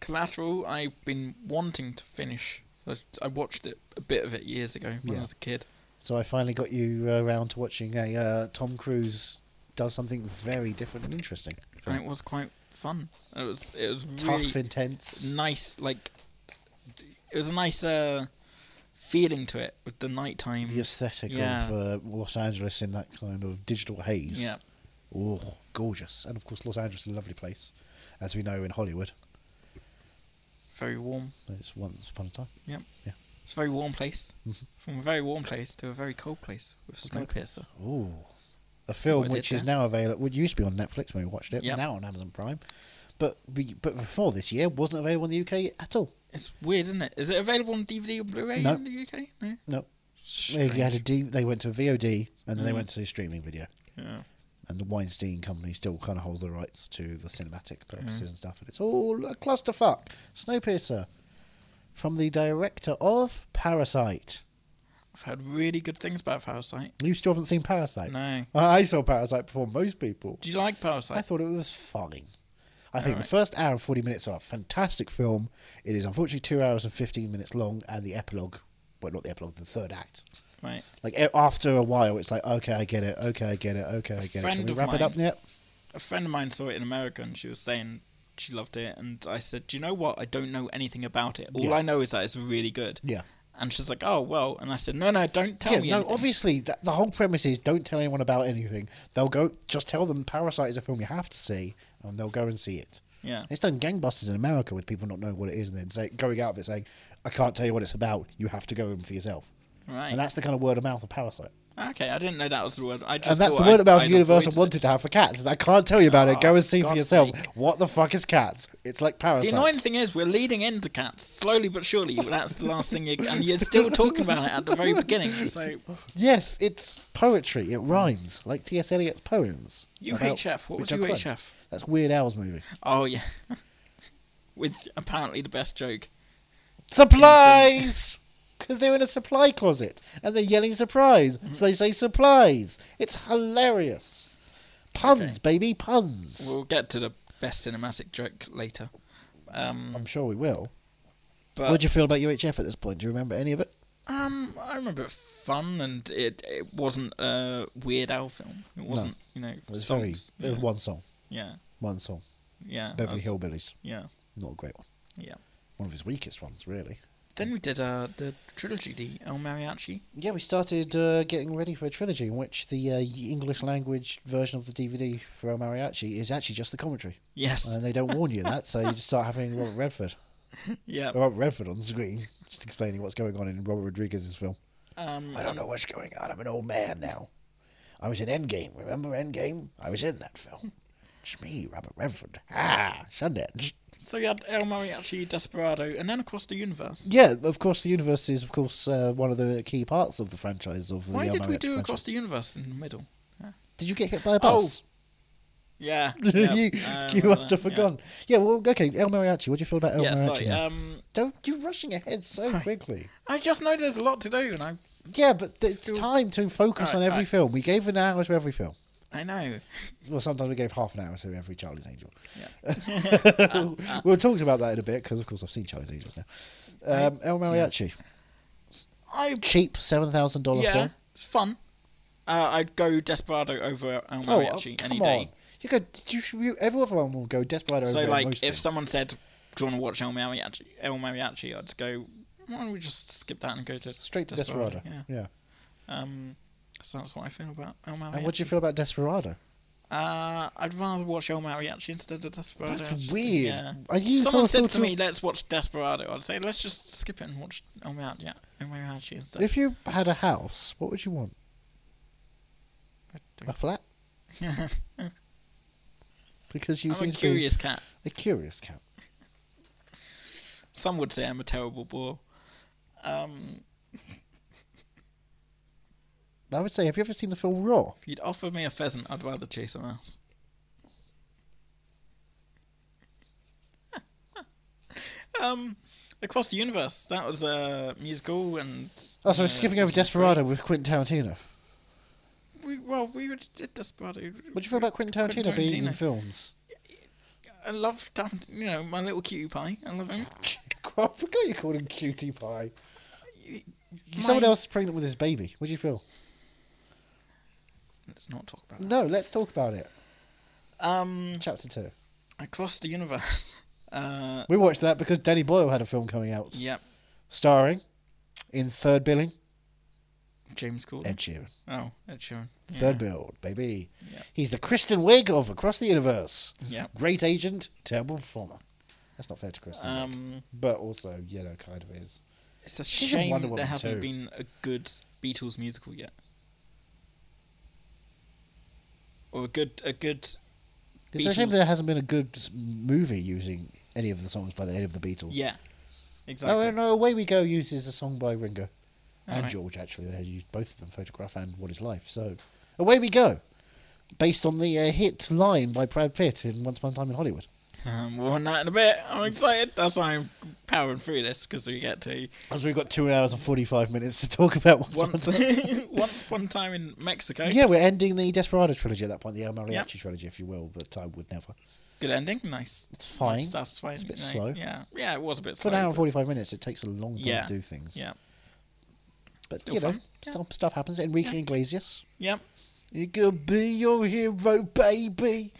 Speaker 2: Collateral. I've been wanting to finish. I, I watched it a bit of it years ago when
Speaker 1: Yeah.
Speaker 2: I was a kid.
Speaker 1: So I finally got you uh, around to watching a uh, Tom Cruise does something very different and interesting.
Speaker 2: And it was quite fun. It was it was
Speaker 1: Tough,
Speaker 2: really
Speaker 1: intense.
Speaker 2: nice. Like it was a nice uh, feeling to it with the nighttime.
Speaker 1: The aesthetic
Speaker 2: Yeah.
Speaker 1: of uh, Los Angeles in that kind of digital haze.
Speaker 2: Yeah.
Speaker 1: Oh, gorgeous. And of course, Los Angeles is a lovely place, as we know in Hollywood.
Speaker 2: Very warm.
Speaker 1: It's once upon a time.
Speaker 2: Yep.
Speaker 1: Yeah.
Speaker 2: It's a very warm place. From a very warm place to a very cold place with Snowpiercer.
Speaker 1: Oh. A film
Speaker 2: I did
Speaker 1: which is
Speaker 2: there.
Speaker 1: now available, which used to be on Netflix when we watched it,
Speaker 2: Yep.
Speaker 1: now on Amazon Prime. But we, but before this year, wasn't available in the UK at all.
Speaker 2: It's weird, isn't it? Is it available on DVD or Blu-ray
Speaker 1: No.
Speaker 2: in the UK? No.
Speaker 1: No. They,
Speaker 2: Strange.
Speaker 1: had a D, they went to VOD and then they
Speaker 2: Mm.
Speaker 1: went to streaming video.
Speaker 2: Yeah.
Speaker 1: and the Weinstein company still kind of holds the rights to the cinematic
Speaker 2: Mm.
Speaker 1: purposes and stuff, and it's all a clusterfuck. Snowpiercer, from the director of Parasite.
Speaker 2: I've heard really good things about Parasite.
Speaker 1: You still haven't seen Parasite?
Speaker 2: No.
Speaker 1: I I saw Parasite before most people.
Speaker 2: Do you like Parasite?
Speaker 1: I thought it was fine. I think
Speaker 2: Alright.
Speaker 1: the first hour and 40 minutes are a fantastic film. It is unfortunately two hours and 15 minutes long, and the epilogue, well, not the epilogue, the third act.
Speaker 2: right.
Speaker 1: Like, a- after a while, it's like, okay, I get it, okay, I get it, okay, I get it. Can
Speaker 2: friend
Speaker 1: we
Speaker 2: of
Speaker 1: wrap it up yet?
Speaker 2: A friend of mine saw it in America and she was saying she loved it. And I said, Do you know what? I don't know anything about it. All
Speaker 1: Yeah.
Speaker 2: I know is that it's really good.
Speaker 1: Yeah.
Speaker 2: And she's like, Oh, well. And I said, No, no, don't tell
Speaker 1: yeah,
Speaker 2: me.
Speaker 1: no,
Speaker 2: anything."
Speaker 1: obviously, that, the whole premise is don't tell anyone about anything. They'll go, just tell them Parasite is a film you have to see, and they'll go and see it.
Speaker 2: Yeah.
Speaker 1: It's done gangbusters in America with people not knowing what it is and then say, going out of it saying, I can't tell you what it's about, you have to go in for yourself. And
Speaker 2: Right.
Speaker 1: that's the kind of word of mouth of Parasite.
Speaker 2: Okay, I didn't know that was the word. I just
Speaker 1: And that's
Speaker 2: thought
Speaker 1: the word
Speaker 2: I'd-
Speaker 1: of mouth
Speaker 2: I'd
Speaker 1: Universal
Speaker 2: avoided it.
Speaker 1: wanted to have for cats. Is, I can't tell you about it, go
Speaker 2: Oh,
Speaker 1: and see for
Speaker 2: God's
Speaker 1: yourself.
Speaker 2: sake.
Speaker 1: What the fuck is cats? It's like Parasite.
Speaker 2: The annoying thing is, we're leading into cats slowly but surely. but That's the last thing, you, and you're still talking about it at the very beginning. So,
Speaker 1: Yes, it's poetry. It rhymes, like T.S. Eliot's poems. about
Speaker 2: UHF. What was
Speaker 1: Richard Crunch.
Speaker 2: UHF?
Speaker 1: That's Weird Al's movie.
Speaker 2: Oh yeah, with apparently the best joke.
Speaker 1: Supplies! Because they're in a supply closet and they're yelling surprise.
Speaker 2: Mm-hmm.
Speaker 1: So they say supplies. It's hilarious. Puns,
Speaker 2: Okay.
Speaker 1: baby, puns.
Speaker 2: We'll get to the best cinematic joke later. Um,
Speaker 1: I'm sure we will.
Speaker 2: but
Speaker 1: What do you feel about UHF at this point? Do you remember any of it?
Speaker 2: Um, I remember it fun, and it it wasn't a Weird Al film. It wasn't, you know,
Speaker 1: It was
Speaker 2: songs.
Speaker 1: very it was
Speaker 2: yeah.
Speaker 1: one song,
Speaker 2: yeah,
Speaker 1: one song.
Speaker 2: yeah,
Speaker 1: Beverly
Speaker 2: that's-
Speaker 1: Hillbillies,
Speaker 2: Yeah,
Speaker 1: not a great one.
Speaker 2: yeah.
Speaker 1: One of his weakest ones, really.
Speaker 2: Then we did uh the trilogy, the El Mariachi.
Speaker 1: Yeah, we started uh, getting ready for a trilogy in which the uh, English language version of the DVD for El Mariachi is actually just the commentary,
Speaker 2: Yes.
Speaker 1: and they don't warn you that, so you just start having Robert Redford,
Speaker 2: yeah.
Speaker 1: Robert Redford on screen, just explaining what's going on in Robert Rodriguez's film.
Speaker 2: Um.
Speaker 1: I don't know what's going on. I'm an old man now. I was in Endgame. Remember Endgame? I was in that film. It's me, Robert Redford. Ah, Sundance.
Speaker 2: So you had El Mariachi, Desperado, and then across the universe.
Speaker 1: Yeah, of course, the universe is, of course, uh, one of the key parts of the franchise of the.
Speaker 2: Why
Speaker 1: El
Speaker 2: did we
Speaker 1: Mariachi
Speaker 2: do
Speaker 1: franchise.
Speaker 2: across the universe in the middle?
Speaker 1: Did you get hit by a bus?
Speaker 2: Oh, Yeah. Uh,
Speaker 1: you you must have forgotten. Yeah. well, okay, El Mariachi. What do you feel about El
Speaker 2: Yeah,
Speaker 1: Mariachi?
Speaker 2: sorry.
Speaker 1: now?
Speaker 2: Um,
Speaker 1: Don't you're rushing ahead so
Speaker 2: Sorry.
Speaker 1: quickly.
Speaker 2: I just know there's a lot to do, and I
Speaker 1: Yeah, but th- it's
Speaker 2: Feel-
Speaker 1: time to focus
Speaker 2: Alright,
Speaker 1: on every
Speaker 2: alright.
Speaker 1: film. We gave an hour to every film.
Speaker 2: I know.
Speaker 1: Well, sometimes we gave half an hour to every Charlie's Angel.
Speaker 2: Yeah.
Speaker 1: we'll talk about that in a bit because, of course, I've seen Charlie's Angels now. Um, El Mariachi,
Speaker 2: I
Speaker 1: cheap seven thousand dollar
Speaker 2: yeah,
Speaker 1: film.
Speaker 2: it's fun. Uh, I'd go Desperado over El
Speaker 1: Oh,
Speaker 2: Mariachi
Speaker 1: come
Speaker 2: any
Speaker 1: on!
Speaker 2: day.
Speaker 1: You go. You, should- you, everyone will go Desperado.
Speaker 2: So
Speaker 1: over
Speaker 2: like, if
Speaker 1: most things.
Speaker 2: someone said, "Do you want to watch El Mariachi?" El Mariachi, I'd go. Why don't we just skip that and go to
Speaker 1: straight to Desperado. Yeah.
Speaker 2: Yeah. Oh, Um, so that's what I feel about El Mariachi.
Speaker 1: And what do you feel about Desperado?
Speaker 2: Uh, I'd rather watch El Mariachi instead of Desperado.
Speaker 1: That's
Speaker 2: I just-
Speaker 1: weird.
Speaker 2: Yeah.
Speaker 1: Are you
Speaker 2: Someone
Speaker 1: sort
Speaker 2: said
Speaker 1: of-
Speaker 2: to me, "Let's watch Desperado." I'd say, "Let's just skip it and watch El Mariachi, yeah, El Mariachi instead."
Speaker 1: If you had a house, what would you want?
Speaker 2: I don't-
Speaker 1: A flat? Because you
Speaker 2: I'm
Speaker 1: seem
Speaker 2: a
Speaker 1: to
Speaker 2: curious cat.
Speaker 1: be a curious cat.
Speaker 2: Some would say I'm a terrible bore. Um,
Speaker 1: I would say, have you ever seen the film Raw?
Speaker 2: if you'd offer me a pheasant, I'd rather chase a mouse. um, across the universe. That was a musical, and uh,
Speaker 1: Oh, so
Speaker 2: you
Speaker 1: we're
Speaker 2: know,
Speaker 1: skipping over
Speaker 2: it was great.
Speaker 1: Desperado with Quentin Tarantino.
Speaker 2: We, well, we were- did Desperado.
Speaker 1: What do you feel about Quentin Tarantino,
Speaker 2: Quentin
Speaker 1: being in
Speaker 2: Tarantino.
Speaker 1: films?
Speaker 2: I love, Tarant- you know, my little cutie pie. I love him.
Speaker 1: I forgot you called him Cutie Pie.
Speaker 2: My-
Speaker 1: Someone else is pregnant with his baby. What do you feel?
Speaker 2: Let's not talk about. It.
Speaker 1: No, let's talk about it.
Speaker 2: Um,
Speaker 1: Chapter two.
Speaker 2: across the universe. Uh,
Speaker 1: We watched that because Danny Boyle had a film coming out
Speaker 2: yep.
Speaker 1: starring in third billing
Speaker 2: James Corden.
Speaker 1: Ed Sheeran.
Speaker 2: Oh, Ed Sheeran. Yeah.
Speaker 1: Third build, baby.
Speaker 2: Yeah.
Speaker 1: He's the Kristen Wiig of Across the Universe.
Speaker 2: Yeah.
Speaker 1: Great agent, terrible performer. That's not fair to Kristen, Wiig,
Speaker 2: Um,
Speaker 1: but also, you know, kind of is.
Speaker 2: it's a
Speaker 1: She's in
Speaker 2: shame
Speaker 1: Wonder
Speaker 2: there
Speaker 1: Woman
Speaker 2: hasn't
Speaker 1: too.
Speaker 2: been a good Beatles musical yet, or a good a good.
Speaker 1: It's a shame
Speaker 2: Beatles-
Speaker 1: there hasn't been a good s- movie using any of the songs by the any of the Beatles.
Speaker 2: Yeah,
Speaker 1: No,
Speaker 2: exactly.
Speaker 1: no, no, Oh, uh, Away We Go uses a song by Ringo and
Speaker 2: Alright.
Speaker 1: George, actually. They used both of them, Photograph and What Is Life. So, Away We Go, based on the uh, hit line by Brad Pitt in Once Upon a Time in Hollywood.
Speaker 2: Um, well, not in a bit. I'm excited. That's why I'm powering through this because we get to
Speaker 1: As we've got two hours and 45 minutes to talk about Once Upon a
Speaker 2: once once upon a time in Mexico.
Speaker 1: Yeah, we're ending the Desperado trilogy at that point, the El Mariachi
Speaker 2: Yep.
Speaker 1: trilogy, if you will, but I would never.
Speaker 2: Good ending. Nice.
Speaker 1: It's fine.
Speaker 2: Nice satisfying.
Speaker 1: It's a bit
Speaker 2: night.
Speaker 1: slow.
Speaker 2: Yeah. Yeah, it was a bit
Speaker 1: For
Speaker 2: slow.
Speaker 1: an hour and
Speaker 2: but-
Speaker 1: 45 minutes, it takes a long time
Speaker 2: Yeah.
Speaker 1: to do things.
Speaker 2: Yeah.
Speaker 1: But,
Speaker 2: Still
Speaker 1: you know,
Speaker 2: fun. Yeah.
Speaker 1: stuff, stuff happens. Enrique Iglesias.
Speaker 2: Yep.
Speaker 1: You could be your hero, baby.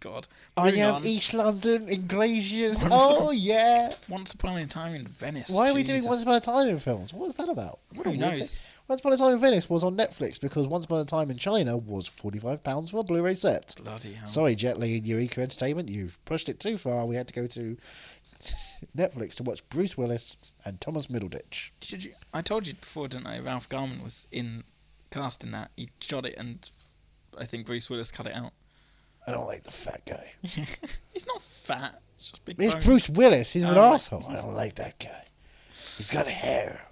Speaker 2: God.
Speaker 1: I
Speaker 2: Moving
Speaker 1: am e-
Speaker 2: on.
Speaker 1: East London Iglesias.
Speaker 2: Once-
Speaker 1: Oh, yeah.
Speaker 2: Once upon a time in Venice.
Speaker 1: Why are we doing
Speaker 2: Jesus.
Speaker 1: Once Upon a Time in films? What was that about? What a
Speaker 2: Who
Speaker 1: weird
Speaker 2: knows?
Speaker 1: thing. Once Upon a Time in Venice was on Netflix because Once Upon a Time in China was £45 for a Blu ray set.
Speaker 2: Bloody hell.
Speaker 1: Sorry, Jet Li and Eureka Entertainment, you've pushed it too far. We had to go to Netflix to watch Bruce Willis and Thomas Middleditch.
Speaker 2: Did you? I told you before, didn't I? Ralph Garman was in cast in that. He shot it, and I think Bruce Willis cut it out.
Speaker 1: I don't like the fat guy.
Speaker 2: He's not fat. He's just big.
Speaker 1: It's
Speaker 2: boned.
Speaker 1: Bruce Willis. He's an
Speaker 2: Oh, right.
Speaker 1: asshole. I don't like that guy. He's got hair.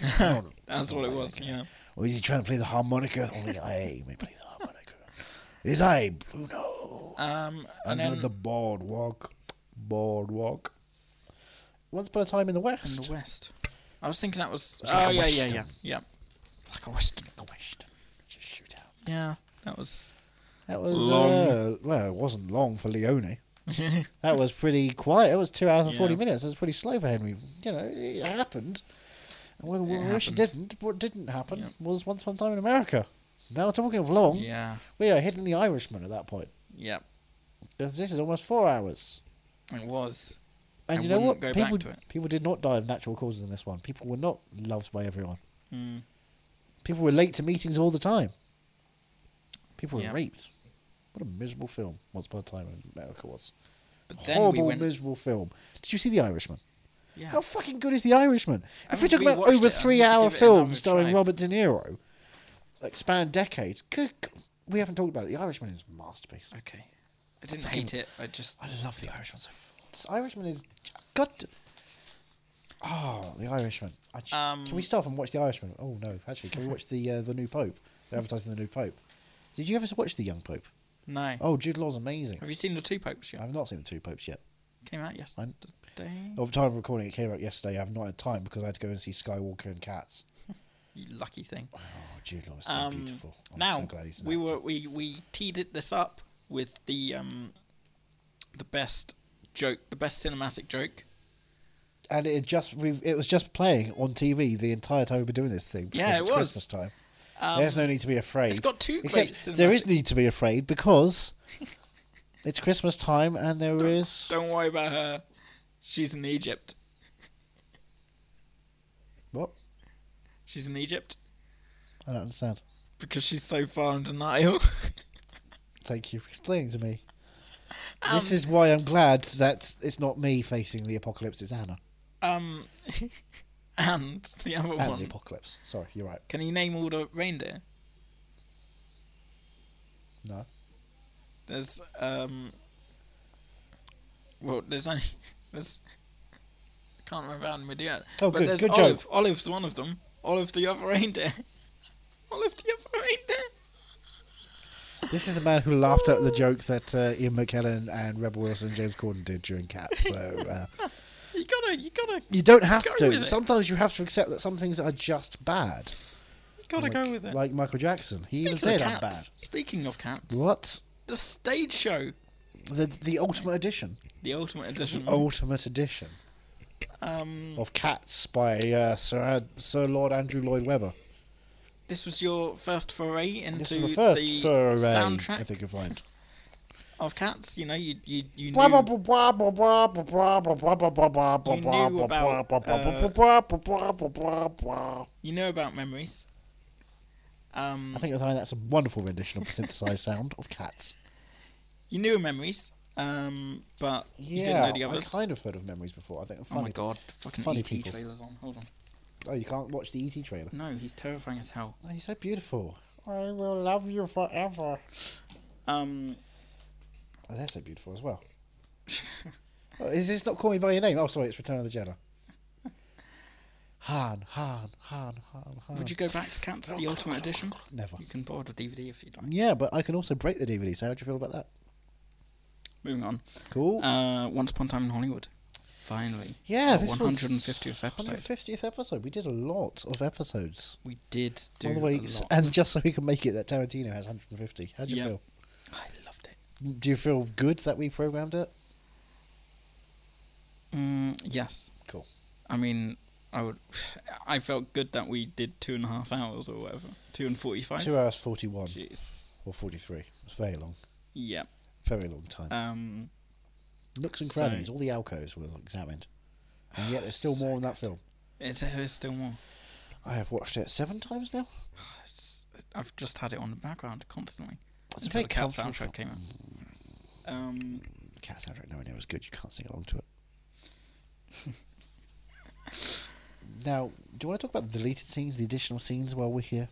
Speaker 1: I don't- I
Speaker 2: That's
Speaker 1: don't
Speaker 2: what it
Speaker 1: like
Speaker 2: was.
Speaker 1: that guy.
Speaker 2: Yeah.
Speaker 1: Or is he trying to play the harmonica? Only I may play the harmonica. Is I Bruno?
Speaker 2: Um. And
Speaker 1: Under
Speaker 2: then
Speaker 1: the boardwalk, boardwalk. Once upon a time in the
Speaker 2: in
Speaker 1: West.
Speaker 2: the West. I was thinking that was.
Speaker 1: was like
Speaker 2: oh
Speaker 1: a
Speaker 2: yeah, yeah, yeah,
Speaker 1: Western.
Speaker 2: yeah. Like a Western.
Speaker 1: The West. Just shoot out.
Speaker 2: Yeah. That was.
Speaker 1: That was
Speaker 2: Long.
Speaker 1: Uh, well, it wasn't long for Leone. That was pretty quiet. It was two hours and forty
Speaker 2: Yeah.
Speaker 1: minutes. It was pretty slow for Henry. You know, it happened. And where, where she
Speaker 2: happened.
Speaker 1: didn't, what didn't happen
Speaker 2: Yep.
Speaker 1: was once upon a time in America. Now talking of long,
Speaker 2: Yeah.
Speaker 1: we are hitting the Irishman at that point.
Speaker 2: Yep.
Speaker 1: This is almost four hours.
Speaker 2: It was.
Speaker 1: And,
Speaker 2: I
Speaker 1: you know what?
Speaker 2: wouldn't go back
Speaker 1: People,
Speaker 2: to it.
Speaker 1: people did not die of natural causes in this one. People were not loved by everyone.
Speaker 2: Mm.
Speaker 1: People were late to meetings all the time. People were
Speaker 2: Yeah.
Speaker 1: raped. What a miserable film Once Upon a Time in America was.
Speaker 2: But then
Speaker 1: Horrible,
Speaker 2: we went.
Speaker 1: miserable film. Did you see The Irishman?
Speaker 2: yeah.
Speaker 1: How fucking good is The Irishman? If
Speaker 2: I
Speaker 1: we're
Speaker 2: haven't
Speaker 1: talking about
Speaker 2: rewatched
Speaker 1: over
Speaker 2: it, I
Speaker 1: three
Speaker 2: need to
Speaker 1: hour
Speaker 2: give it another
Speaker 1: films starring
Speaker 2: try.
Speaker 1: Robert De Niro, like span decades, good. g- We haven't talked about it. The Irishman is a masterpiece.
Speaker 2: Okay. I didn't
Speaker 1: Fucking-
Speaker 2: hate it. I just.
Speaker 1: I love The Irishman so f- This Irishman is. God. Oh, The Irishman. I j-
Speaker 2: Um,
Speaker 1: can we stop and watch The Irishman? Oh, no. Actually, can we watch the uh, the new Pope? They're advertising the new Pope. Did you ever watch The Young Pope?
Speaker 2: No.
Speaker 1: Oh, Jude Law's amazing.
Speaker 2: Have you seen the two popes yet?
Speaker 1: I've not seen the two popes yet.
Speaker 2: Came out yesterday.
Speaker 1: Of time of recording, it came out yesterday. I've not had time because I had to go and see Skywalker and Cats.
Speaker 2: You lucky thing.
Speaker 1: Oh, Jude Law is so
Speaker 2: Um,
Speaker 1: beautiful. I'm
Speaker 2: now
Speaker 1: so glad he's an
Speaker 2: we
Speaker 1: actor.
Speaker 2: were we we teed it this up with the um the best joke, the best cinematic joke.
Speaker 1: and it had just we it was just playing on TV the entire time we've been doing this thing. because
Speaker 2: Yeah, it
Speaker 1: it's
Speaker 2: was. Um,
Speaker 1: Christmas time. There's no need to be afraid.
Speaker 2: it's got two great
Speaker 1: Except there is
Speaker 2: cinematic-
Speaker 1: need to be afraid because it's Christmas time and there is
Speaker 2: Don't worry about her. She's in Egypt.
Speaker 1: what
Speaker 2: She's in Egypt
Speaker 1: I don't understand.
Speaker 2: because she's so far in denial.
Speaker 1: Thank you for explaining to me. this
Speaker 2: Um,
Speaker 1: is why I'm glad that it's not me facing the apocalypse. It's Anna
Speaker 2: um, and the other
Speaker 1: and the
Speaker 2: one.
Speaker 1: apocalypse. Sorry, you're right.
Speaker 2: Can you name all the reindeer?
Speaker 1: No,
Speaker 2: There's um. Well, there's only there's. I can't remember how many yet.
Speaker 1: Oh,
Speaker 2: but
Speaker 1: good,
Speaker 2: There's
Speaker 1: good
Speaker 2: Olive.
Speaker 1: joke.
Speaker 2: Olive's one of them. Olive the other reindeer. Olive the other reindeer.
Speaker 1: this is the man who laughed at the joke that uh, Ian McKellen and Rebel Wilson and James Corden did during Cats. So. Uh,
Speaker 2: You gotta, you gotta,
Speaker 1: You don't have
Speaker 2: Go with
Speaker 1: to.
Speaker 2: it.
Speaker 1: Sometimes you have to accept that some things are just bad.
Speaker 2: you gotta
Speaker 1: like,
Speaker 2: go with it.
Speaker 1: Like Michael Jackson. He even
Speaker 2: Speaking of
Speaker 1: said I'm bad.
Speaker 2: cats. Speaking of cats.
Speaker 1: What?
Speaker 2: The stage show.
Speaker 1: The the ultimate edition.
Speaker 2: The Ultimate Edition.
Speaker 1: Oh. Ultimate edition
Speaker 2: Um,
Speaker 1: of Cats by uh, Sir, Ad- Sir Lord Andrew Lloyd Webber.
Speaker 2: this was your first foray into
Speaker 1: This is the first
Speaker 2: the
Speaker 1: for
Speaker 2: soundtrack
Speaker 1: I think you'll find.
Speaker 2: of Cats. You know, you you you
Speaker 1: Blah, blah,
Speaker 2: knew
Speaker 1: blah, blah, blah, blah, blah, blah, blah, blah, blah, blah, blah, blah,
Speaker 2: You
Speaker 1: blah,
Speaker 2: knew
Speaker 1: blah, blah,
Speaker 2: about,
Speaker 1: blah, blah,
Speaker 2: uh,
Speaker 1: blah, blah, blah, blah, blah, blah.
Speaker 2: you know about memories. Um,
Speaker 1: I think you'll find that's a wonderful rendition of the synthesized sound of Cats.
Speaker 2: you knew memories. Um, but you didn't
Speaker 1: Yeah,
Speaker 2: know the
Speaker 1: I
Speaker 2: others.
Speaker 1: kind of heard of memories before. I think I'm
Speaker 2: oh my
Speaker 1: funny.
Speaker 2: god! Fucking
Speaker 1: funny
Speaker 2: ET
Speaker 1: people.
Speaker 2: trailers on. Hold on.
Speaker 1: Oh, you can't watch the ET trailer.
Speaker 2: No, he's terrifying as hell.
Speaker 1: Oh, he's so beautiful. I will love you forever.
Speaker 2: Um,
Speaker 1: Oh, they're so beautiful as well. oh, is this not Call Me By Your Name? Oh, sorry, it's Return of the Jedi. Han, Han, Han, Han, Han.
Speaker 2: would you go back to Cats, the Ultimate Edition?
Speaker 1: Never.
Speaker 2: You can borrow the DVD if you'd like.
Speaker 1: Yeah, but I can also break the DVD, so how do you feel about that?
Speaker 2: Moving on.
Speaker 1: Cool.
Speaker 2: Uh, oh, Once upon a time in Hollywood. Finally.
Speaker 1: yeah,
Speaker 2: Our
Speaker 1: this
Speaker 2: 150th
Speaker 1: was
Speaker 2: episode.
Speaker 1: 150th episode. We did a lot of episodes.
Speaker 2: We did do
Speaker 1: All the
Speaker 2: a
Speaker 1: way,
Speaker 2: lot.
Speaker 1: and just so we can make it that Tarantino has 150. How do you
Speaker 2: Yeah.
Speaker 1: feel?
Speaker 2: I loved it.
Speaker 1: Do you feel good that we programmed it?
Speaker 2: Mm, yes.
Speaker 1: Cool.
Speaker 2: I mean, I would. I felt good that we did two and a half hours or whatever. Two and forty-five.
Speaker 1: Two hours 41
Speaker 2: Jesus.
Speaker 1: or 43. It's very long.
Speaker 2: Yeah.
Speaker 1: Very long time.
Speaker 2: Um.
Speaker 1: Nooks and
Speaker 2: So-
Speaker 1: crannies, all the alcoves were examined. And yet there's still more in that film.
Speaker 2: It's, there's still more.
Speaker 1: I have watched it seven times now.
Speaker 2: It's- I've just had it on the background constantly.
Speaker 1: It's a
Speaker 2: until
Speaker 1: very
Speaker 2: the cat
Speaker 1: comfortable
Speaker 2: soundtrack came out. Um.
Speaker 1: The cat soundtrack nowhere near as good, you can't sing along to it. now, do you want to talk about the deleted scenes, the additional scenes while we're here?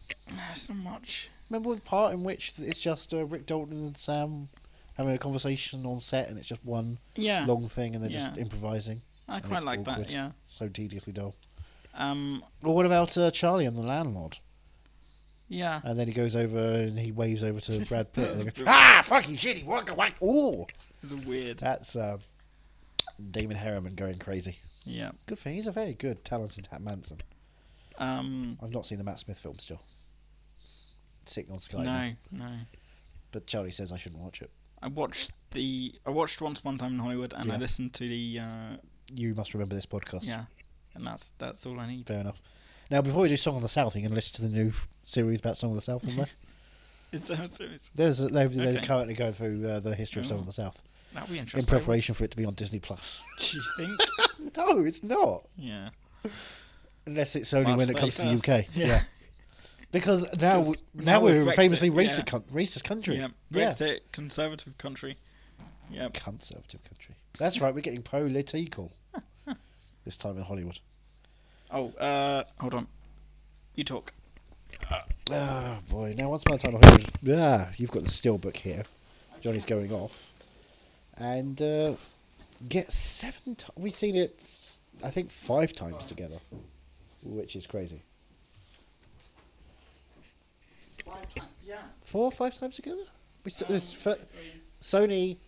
Speaker 2: So much.
Speaker 1: Remember the part in which it's just uh, Rick Dalton and Sam having a conversation on set and it's just one
Speaker 2: Yeah.
Speaker 1: long thing and they're just
Speaker 2: Yeah.
Speaker 1: improvising?
Speaker 2: I
Speaker 1: and
Speaker 2: quite
Speaker 1: it's
Speaker 2: like
Speaker 1: awkward.
Speaker 2: that. Yeah.
Speaker 1: So tediously dull.
Speaker 2: Um.
Speaker 1: Or what about uh, Charlie and the landlord?
Speaker 2: Yeah.
Speaker 1: And then he goes over and he waves over to Brad Pitt. and they
Speaker 2: That's
Speaker 1: go,
Speaker 2: brilliant.
Speaker 1: ah, fucking shit, he won't go whack. Ooh.
Speaker 2: It's weird.
Speaker 1: That's uh, Damon Harriman going crazy.
Speaker 2: Yeah.
Speaker 1: Good thing. He's a very good, talented ha- Manson.
Speaker 2: Um.
Speaker 1: I've not seen the Matt Smith film still. Sitting on Sky. now.
Speaker 2: No. No.
Speaker 1: But Charlie says I shouldn't watch it.
Speaker 2: I watched the I watched Once Upon a Time in Hollywood and
Speaker 1: Yeah.
Speaker 2: I listened to the uh,
Speaker 1: You must remember this podcast.
Speaker 2: yeah, and that's that's all I need.
Speaker 1: Fair enough. Now, before we do Song of the South, are you going to listen to the new f- series about Song of the South? From there?
Speaker 2: Is that what it is?
Speaker 1: There's, a- they're, they're
Speaker 2: Okay.
Speaker 1: currently going through uh, the history of Song
Speaker 2: Oh.
Speaker 1: of the South
Speaker 2: That'd be
Speaker 1: in
Speaker 2: interesting.
Speaker 1: preparation for it to be on Disney Plus.
Speaker 2: Do you think?
Speaker 1: no, it's not.
Speaker 2: yeah.
Speaker 1: Unless it's only
Speaker 2: March
Speaker 1: when it comes to the
Speaker 2: 31st.
Speaker 1: UK. Yeah. Because now,
Speaker 2: 'Cause
Speaker 1: now,
Speaker 2: now with
Speaker 1: we're a
Speaker 2: Brexit,
Speaker 1: famously racist,
Speaker 2: yeah.
Speaker 1: coun- racist country.
Speaker 2: Yeah. Brexit, conservative country. Yeah.
Speaker 1: Conservative country. That's right, we're getting political. this time in Hollywood.
Speaker 2: Oh, uh, hold on. You talk.
Speaker 1: Oh boy! Now once upon a time, I heard, yeah, you've got the steelbook here. Johnny's going off, and uh, get seven. T- we've seen it, I think, five times together, which is crazy.
Speaker 2: Yeah.
Speaker 1: Four, or five times together. We saw this fir- Sony,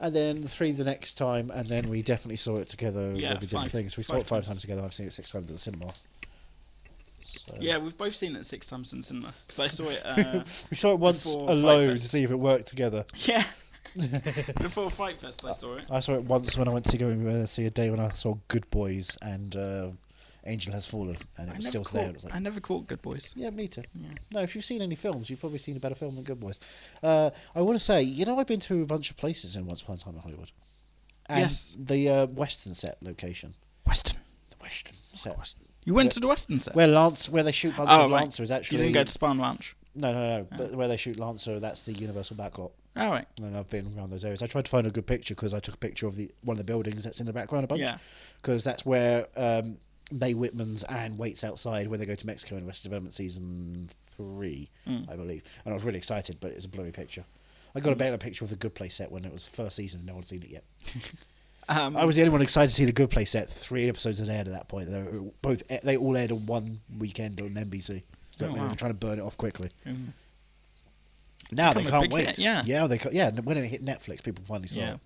Speaker 1: and then three the next time, and then we definitely saw it together
Speaker 2: Yeah,
Speaker 1: when we did the
Speaker 2: five-
Speaker 1: things. We saw
Speaker 2: five
Speaker 1: it five
Speaker 2: times.
Speaker 1: times together. I've seen it six times at the cinema. So.
Speaker 2: Yeah, we've both seen it six times in cinema because I saw it. Uh,
Speaker 1: we saw it once
Speaker 2: Before
Speaker 1: alone
Speaker 2: Fyfest.
Speaker 1: to see if it worked together.
Speaker 2: yeah. Before Fight Fest, I saw it.
Speaker 1: I saw it once when I went to go and uh, see a day when I saw Good Boys and uh, Angel Has Fallen, and it
Speaker 2: I
Speaker 1: was
Speaker 2: never,
Speaker 1: still
Speaker 2: caught,
Speaker 1: there. It was like,
Speaker 2: I never caught Good Boys.
Speaker 1: yeah, me too.
Speaker 2: Yeah.
Speaker 1: No, if you've seen any films, you've probably seen a better film than Good Boys. Uh, I want to say, you know, I've been to a bunch of places in Once Upon a Time in Hollywood. And
Speaker 2: Yes.
Speaker 1: The uh, Western set location.
Speaker 2: Western.
Speaker 1: The Western set.
Speaker 2: You went to the Western set.
Speaker 1: Where Lance, where they shoot Bunch
Speaker 2: Oh,
Speaker 1: of
Speaker 2: right.
Speaker 1: Lancer is actually
Speaker 2: you didn't go to Spam Ranch.
Speaker 1: no, no, no. But where they shoot Lancer, that's the Universal backlot.
Speaker 2: All right.
Speaker 1: and I've been around those areas. I tried to find a good picture because I took a picture of the one of the buildings that's in the background a bunch.
Speaker 2: Yeah.
Speaker 1: Because that's where um, May Whitman's and Waits Outside, where they go to Mexico in West Development season three,
Speaker 2: Hmm.
Speaker 1: I believe. And I was really excited, but it was a blurry picture. I got a better picture of the Good Place set when it was first season and no one's seen it yet.
Speaker 2: Um,
Speaker 1: I was the only one excited to see the Good Place set. Three episodes had aired at that point. They were both they all aired on one weekend on NBC. So
Speaker 2: Oh,
Speaker 1: They
Speaker 2: wow.
Speaker 1: were trying to burn it off quickly.
Speaker 2: Mm.
Speaker 1: Now they
Speaker 2: Become a
Speaker 1: can't
Speaker 2: big
Speaker 1: wait.
Speaker 2: hit, yeah.
Speaker 1: yeah, they ca- yeah. When it hit Netflix, people finally saw
Speaker 2: yeah.
Speaker 1: it.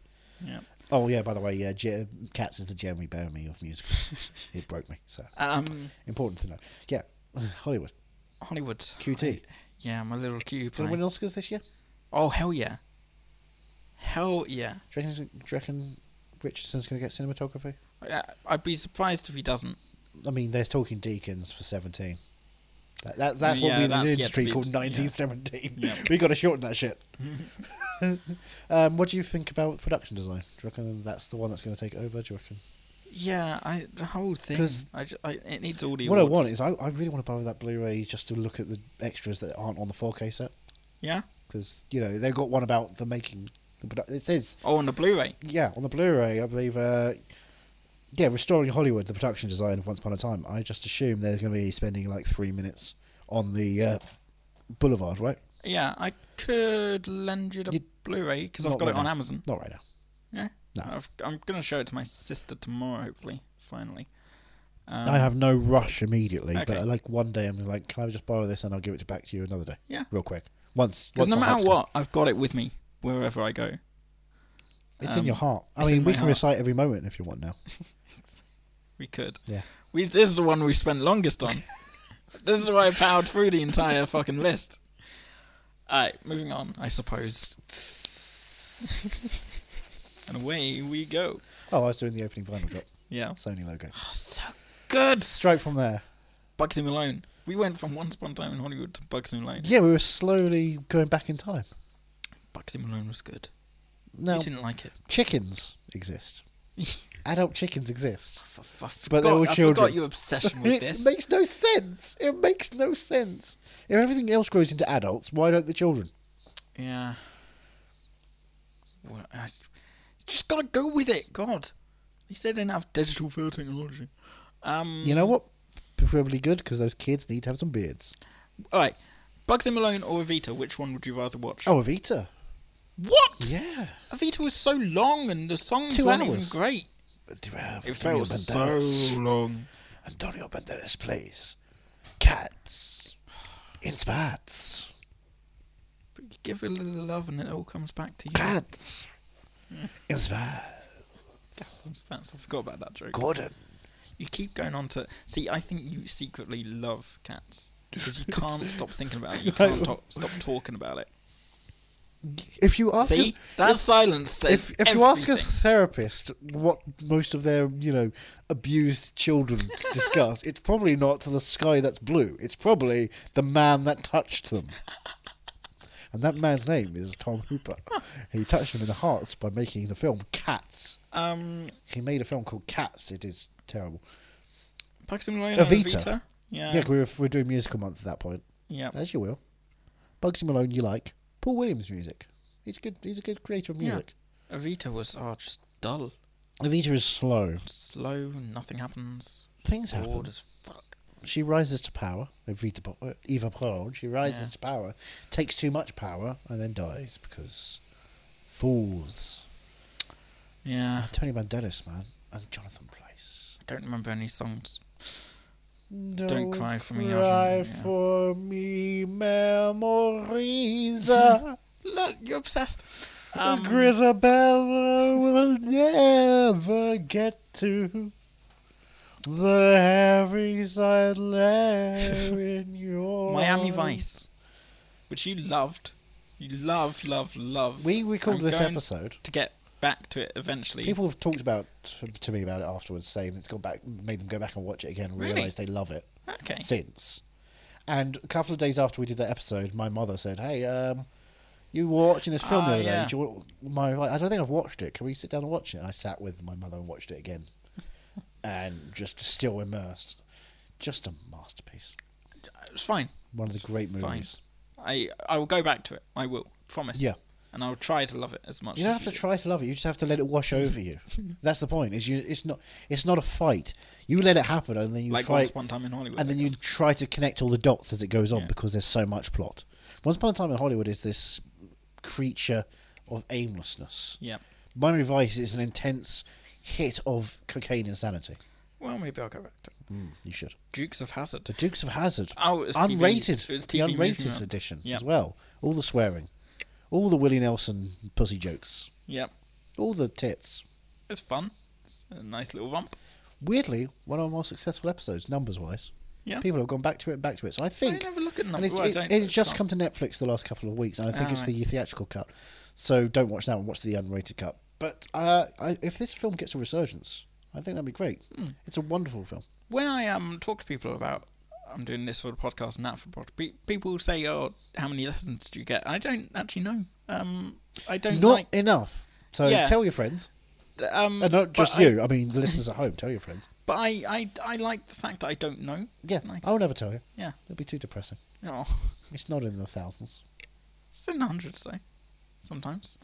Speaker 2: Yeah.
Speaker 1: Oh yeah, by the way, yeah, Je- Cats is the Jeremy Bellamy of musicals. it broke me, so
Speaker 2: Um,
Speaker 1: important to know. Yeah, Hollywood.
Speaker 2: Hollywood.
Speaker 1: QT.
Speaker 2: Yeah, my little Q
Speaker 1: Did I win
Speaker 2: plane.
Speaker 1: Oscars this year?
Speaker 2: Oh hell yeah. Hell yeah.
Speaker 1: Do you reckon, do you reckon Richardson's going to get cinematography?
Speaker 2: I, Uh, I'd be surprised if he doesn't.
Speaker 1: I mean, they're talking Deacons for seventeen. That, that, that's what
Speaker 2: Yeah,
Speaker 1: we in
Speaker 2: that's
Speaker 1: the
Speaker 2: yet
Speaker 1: industry
Speaker 2: to be-
Speaker 1: called
Speaker 2: yeah.
Speaker 1: 1917.
Speaker 2: Yep.
Speaker 1: we got to shorten that shit. um, what do you think about production design? Do you reckon that's the one that's going to take over? Do you reckon?
Speaker 2: Yeah, I the whole thing.
Speaker 1: 'Cause
Speaker 2: I, ju- I, it needs all the.
Speaker 1: What I
Speaker 2: awards.
Speaker 1: want is I, I really want to borrow that Blu-ray just to look at the extras that aren't on the 4K set.
Speaker 2: Yeah.
Speaker 1: because you know they've got one about the making. The produ- it says
Speaker 2: Oh, on the Blu-ray.
Speaker 1: yeah on the Blu-ray, I believe. Uh, yeah, restoring Hollywood, the production design of Once Upon a Time. I just assume they're going to be spending like three minutes on the uh, boulevard, right?
Speaker 2: Yeah, I could lend you the
Speaker 1: You-
Speaker 2: Blu-ray because I've
Speaker 1: Not
Speaker 2: got
Speaker 1: right
Speaker 2: it on
Speaker 1: now.
Speaker 2: Amazon.
Speaker 1: Not right now.
Speaker 2: Yeah.
Speaker 1: No.
Speaker 2: I've, I'm gonna show it to my sister tomorrow, hopefully, finally. Um,
Speaker 1: I have no rush immediately,
Speaker 2: Okay.
Speaker 1: but like one day I'm like, can I just borrow this and I'll give it back to you another day?
Speaker 2: Yeah.
Speaker 1: real quick. Once,
Speaker 2: Because
Speaker 1: once
Speaker 2: no
Speaker 1: the
Speaker 2: matter
Speaker 1: hype's
Speaker 2: what, I've got it with me wherever I go.
Speaker 1: gone. it's in your heart. I
Speaker 2: um, it's in
Speaker 1: mean, we
Speaker 2: my
Speaker 1: can
Speaker 2: heart.
Speaker 1: recite every moment if you want now.
Speaker 2: We could.
Speaker 1: Yeah.
Speaker 2: We this is the one we spent longest on. this is why I powered through the entire fucking list. Alright, moving on, I suppose. and away we go.
Speaker 1: Oh, I was doing the opening vinyl drop.
Speaker 2: Yeah.
Speaker 1: Sony logo.
Speaker 2: so good.
Speaker 1: Straight from there.
Speaker 2: Bugsy Malone. We went from Once Upon a Time in Hollywood to Bugsy Malone.
Speaker 1: Yeah, we were slowly going back in time.
Speaker 2: Bugsy Malone was good.
Speaker 1: Now,
Speaker 2: You didn't like it.
Speaker 1: chickens exist. Adult chickens exist.
Speaker 2: F- f- I forgot,
Speaker 1: But they were
Speaker 2: I
Speaker 1: children.
Speaker 2: forgot your obsession with
Speaker 1: It
Speaker 2: this.
Speaker 1: makes no sense. It makes no sense. If everything else grows into adults, why don't the children?
Speaker 2: Yeah. Well, I you just gotta go with it. God, they said they didn't have digital film technology. Um,
Speaker 1: You know what? Preferably good because those kids need to have some beards.
Speaker 2: all right, Bugsy Malone or Evita? Which one would you rather watch?
Speaker 1: Oh, Evita.
Speaker 2: what?
Speaker 1: Yeah.
Speaker 2: Avita was so long, and the songs
Speaker 1: Two
Speaker 2: weren't
Speaker 1: hours.
Speaker 2: even great.
Speaker 1: Do we have
Speaker 2: It felt so long.
Speaker 1: Antonio Banderas plays cats in spats.
Speaker 2: But you give it a little love, and it all comes back to you.
Speaker 1: Cats in spats.
Speaker 2: Cats and Spats. I forgot about that joke.
Speaker 1: Gordon.
Speaker 2: You keep going on to see. I think you secretly love cats because you can't stop thinking about it. You can't to- stop talking about it.
Speaker 1: if you ask
Speaker 2: See,
Speaker 1: a-
Speaker 2: that silence says
Speaker 1: if if you ask a
Speaker 2: everything.
Speaker 1: therapist what most of their you know abused children discuss, it's probably not the sky that's blue. It's probably the man that touched them. And that man's name is Tom Hooper. He touched them in the hearts by making the film Cats.
Speaker 2: um,
Speaker 1: He made a film called Cats. It is terrible.
Speaker 2: Pax Simulator and
Speaker 1: Evita.
Speaker 2: Evita. Yeah,
Speaker 1: yeah,
Speaker 2: yeah,
Speaker 1: 'cause we were, we we're doing musical month at that point.
Speaker 2: yeah.
Speaker 1: As you will. Bugsy Malone, you like Paul Williams music. He's good. He's a good creator of
Speaker 2: Yeah.
Speaker 1: music.
Speaker 2: Evita was oh just dull,
Speaker 1: Evita is slow.
Speaker 2: slow, nothing happens,
Speaker 1: Things happen.
Speaker 2: bored as fuck.
Speaker 1: She rises to power. Evita, Bo- uh, Eva Peron. She rises
Speaker 2: Yeah.
Speaker 1: to power, takes too much power, and then dies because fools.
Speaker 2: Yeah,
Speaker 1: Tony Banderas, man, and Jonathan Place.
Speaker 2: I don't remember any songs.
Speaker 1: Don't,
Speaker 2: Cry for Me,
Speaker 1: Cry
Speaker 2: Argentina.
Speaker 1: for me, memories.
Speaker 2: Look, you're obsessed. Um,
Speaker 1: Grisabella will never get to the heavy side layer in your
Speaker 2: Miami Vice, which you loved, you love, love, love.
Speaker 1: We recorded
Speaker 2: I'm
Speaker 1: this
Speaker 2: going
Speaker 1: episode.
Speaker 2: to get back to it eventually.
Speaker 1: People have talked about to me about it afterwards, saying it's gone back, made them go back and watch it again, and
Speaker 2: Really?
Speaker 1: realize they love it
Speaker 2: okay.
Speaker 1: since. And a couple of days after we did that episode, my mother said, "Hey, um, you were watching this film
Speaker 2: Ah,
Speaker 1: the other
Speaker 2: yeah.
Speaker 1: day. Do you want, my, I don't think I've watched it. Can we sit down and watch it?" And I sat with my mother and watched it again, and just still immersed. Just a masterpiece.
Speaker 2: It's fine.
Speaker 1: One of the great movies.
Speaker 2: Fine. I I will go back to it. I will promise.
Speaker 1: Yeah.
Speaker 2: And I'll try to love it as much.
Speaker 1: You don't
Speaker 2: as
Speaker 1: have to
Speaker 2: do.
Speaker 1: try to love it. You just have to let it wash over you. That's the point. Is you? It's not. It's not a fight. You let it happen, and then you
Speaker 2: Like
Speaker 1: try.
Speaker 2: once upon a time in Hollywood.
Speaker 1: and
Speaker 2: I
Speaker 1: then you
Speaker 2: guess.
Speaker 1: try to connect all the dots as it goes on
Speaker 2: Yeah.
Speaker 1: because there's so much plot. Once upon a time in Hollywood is this creature of aimlessness.
Speaker 2: Yeah.
Speaker 1: Miami Vice is an intense hit of cocaine insanity.
Speaker 2: Well, maybe I'll go back to it.
Speaker 1: You should.
Speaker 2: Dukes of Hazard.
Speaker 1: The Dukes of Hazard.
Speaker 2: Hmm. Oh, it was TV
Speaker 1: unrated.
Speaker 2: It was
Speaker 1: the
Speaker 2: TV movie
Speaker 1: unrated
Speaker 2: night.
Speaker 1: edition
Speaker 2: Yeah.
Speaker 1: as well. All the swearing, all the Willie Nelson pussy jokes,
Speaker 2: Yep.
Speaker 1: all the tits.
Speaker 2: It's fun. It's a nice little romp.
Speaker 1: Weirdly, one of our more successful episodes, numbers wise.
Speaker 2: Yeah.
Speaker 1: People have gone back to it, back to it. So I
Speaker 2: I
Speaker 1: think
Speaker 2: never look at
Speaker 1: And
Speaker 2: numbers.
Speaker 1: it's,
Speaker 2: Well, I
Speaker 1: it,
Speaker 2: don't,
Speaker 1: it's just
Speaker 2: can't.
Speaker 1: come to Netflix the last couple of weeks, and I think
Speaker 2: Ah,
Speaker 1: it's
Speaker 2: right.
Speaker 1: the theatrical cut. So don't watch that one. Watch the unrated cut. But uh, I, if this film gets a resurgence, I think that'd be great.
Speaker 2: Hmm.
Speaker 1: It's a wonderful film.
Speaker 2: When I um talk to people about I'm doing this for the podcast and that for the podcast, pe- people say, "Oh, how many lessons did you get?" I don't actually know. Um, I don't
Speaker 1: Not
Speaker 2: like.
Speaker 1: enough. So
Speaker 2: Yeah.
Speaker 1: tell your friends,
Speaker 2: Um,
Speaker 1: and not
Speaker 2: but
Speaker 1: just
Speaker 2: I-
Speaker 1: you. I, mean, the listeners at home. Tell your friends.
Speaker 2: But I, I, I like the fact that I don't know.
Speaker 1: Yeah,
Speaker 2: It's nice.
Speaker 1: I'll never tell you.
Speaker 2: Yeah.
Speaker 1: It'd be too depressing.
Speaker 2: Oh,
Speaker 1: It's not in the thousands.
Speaker 2: it's in the hundreds though. Sometimes.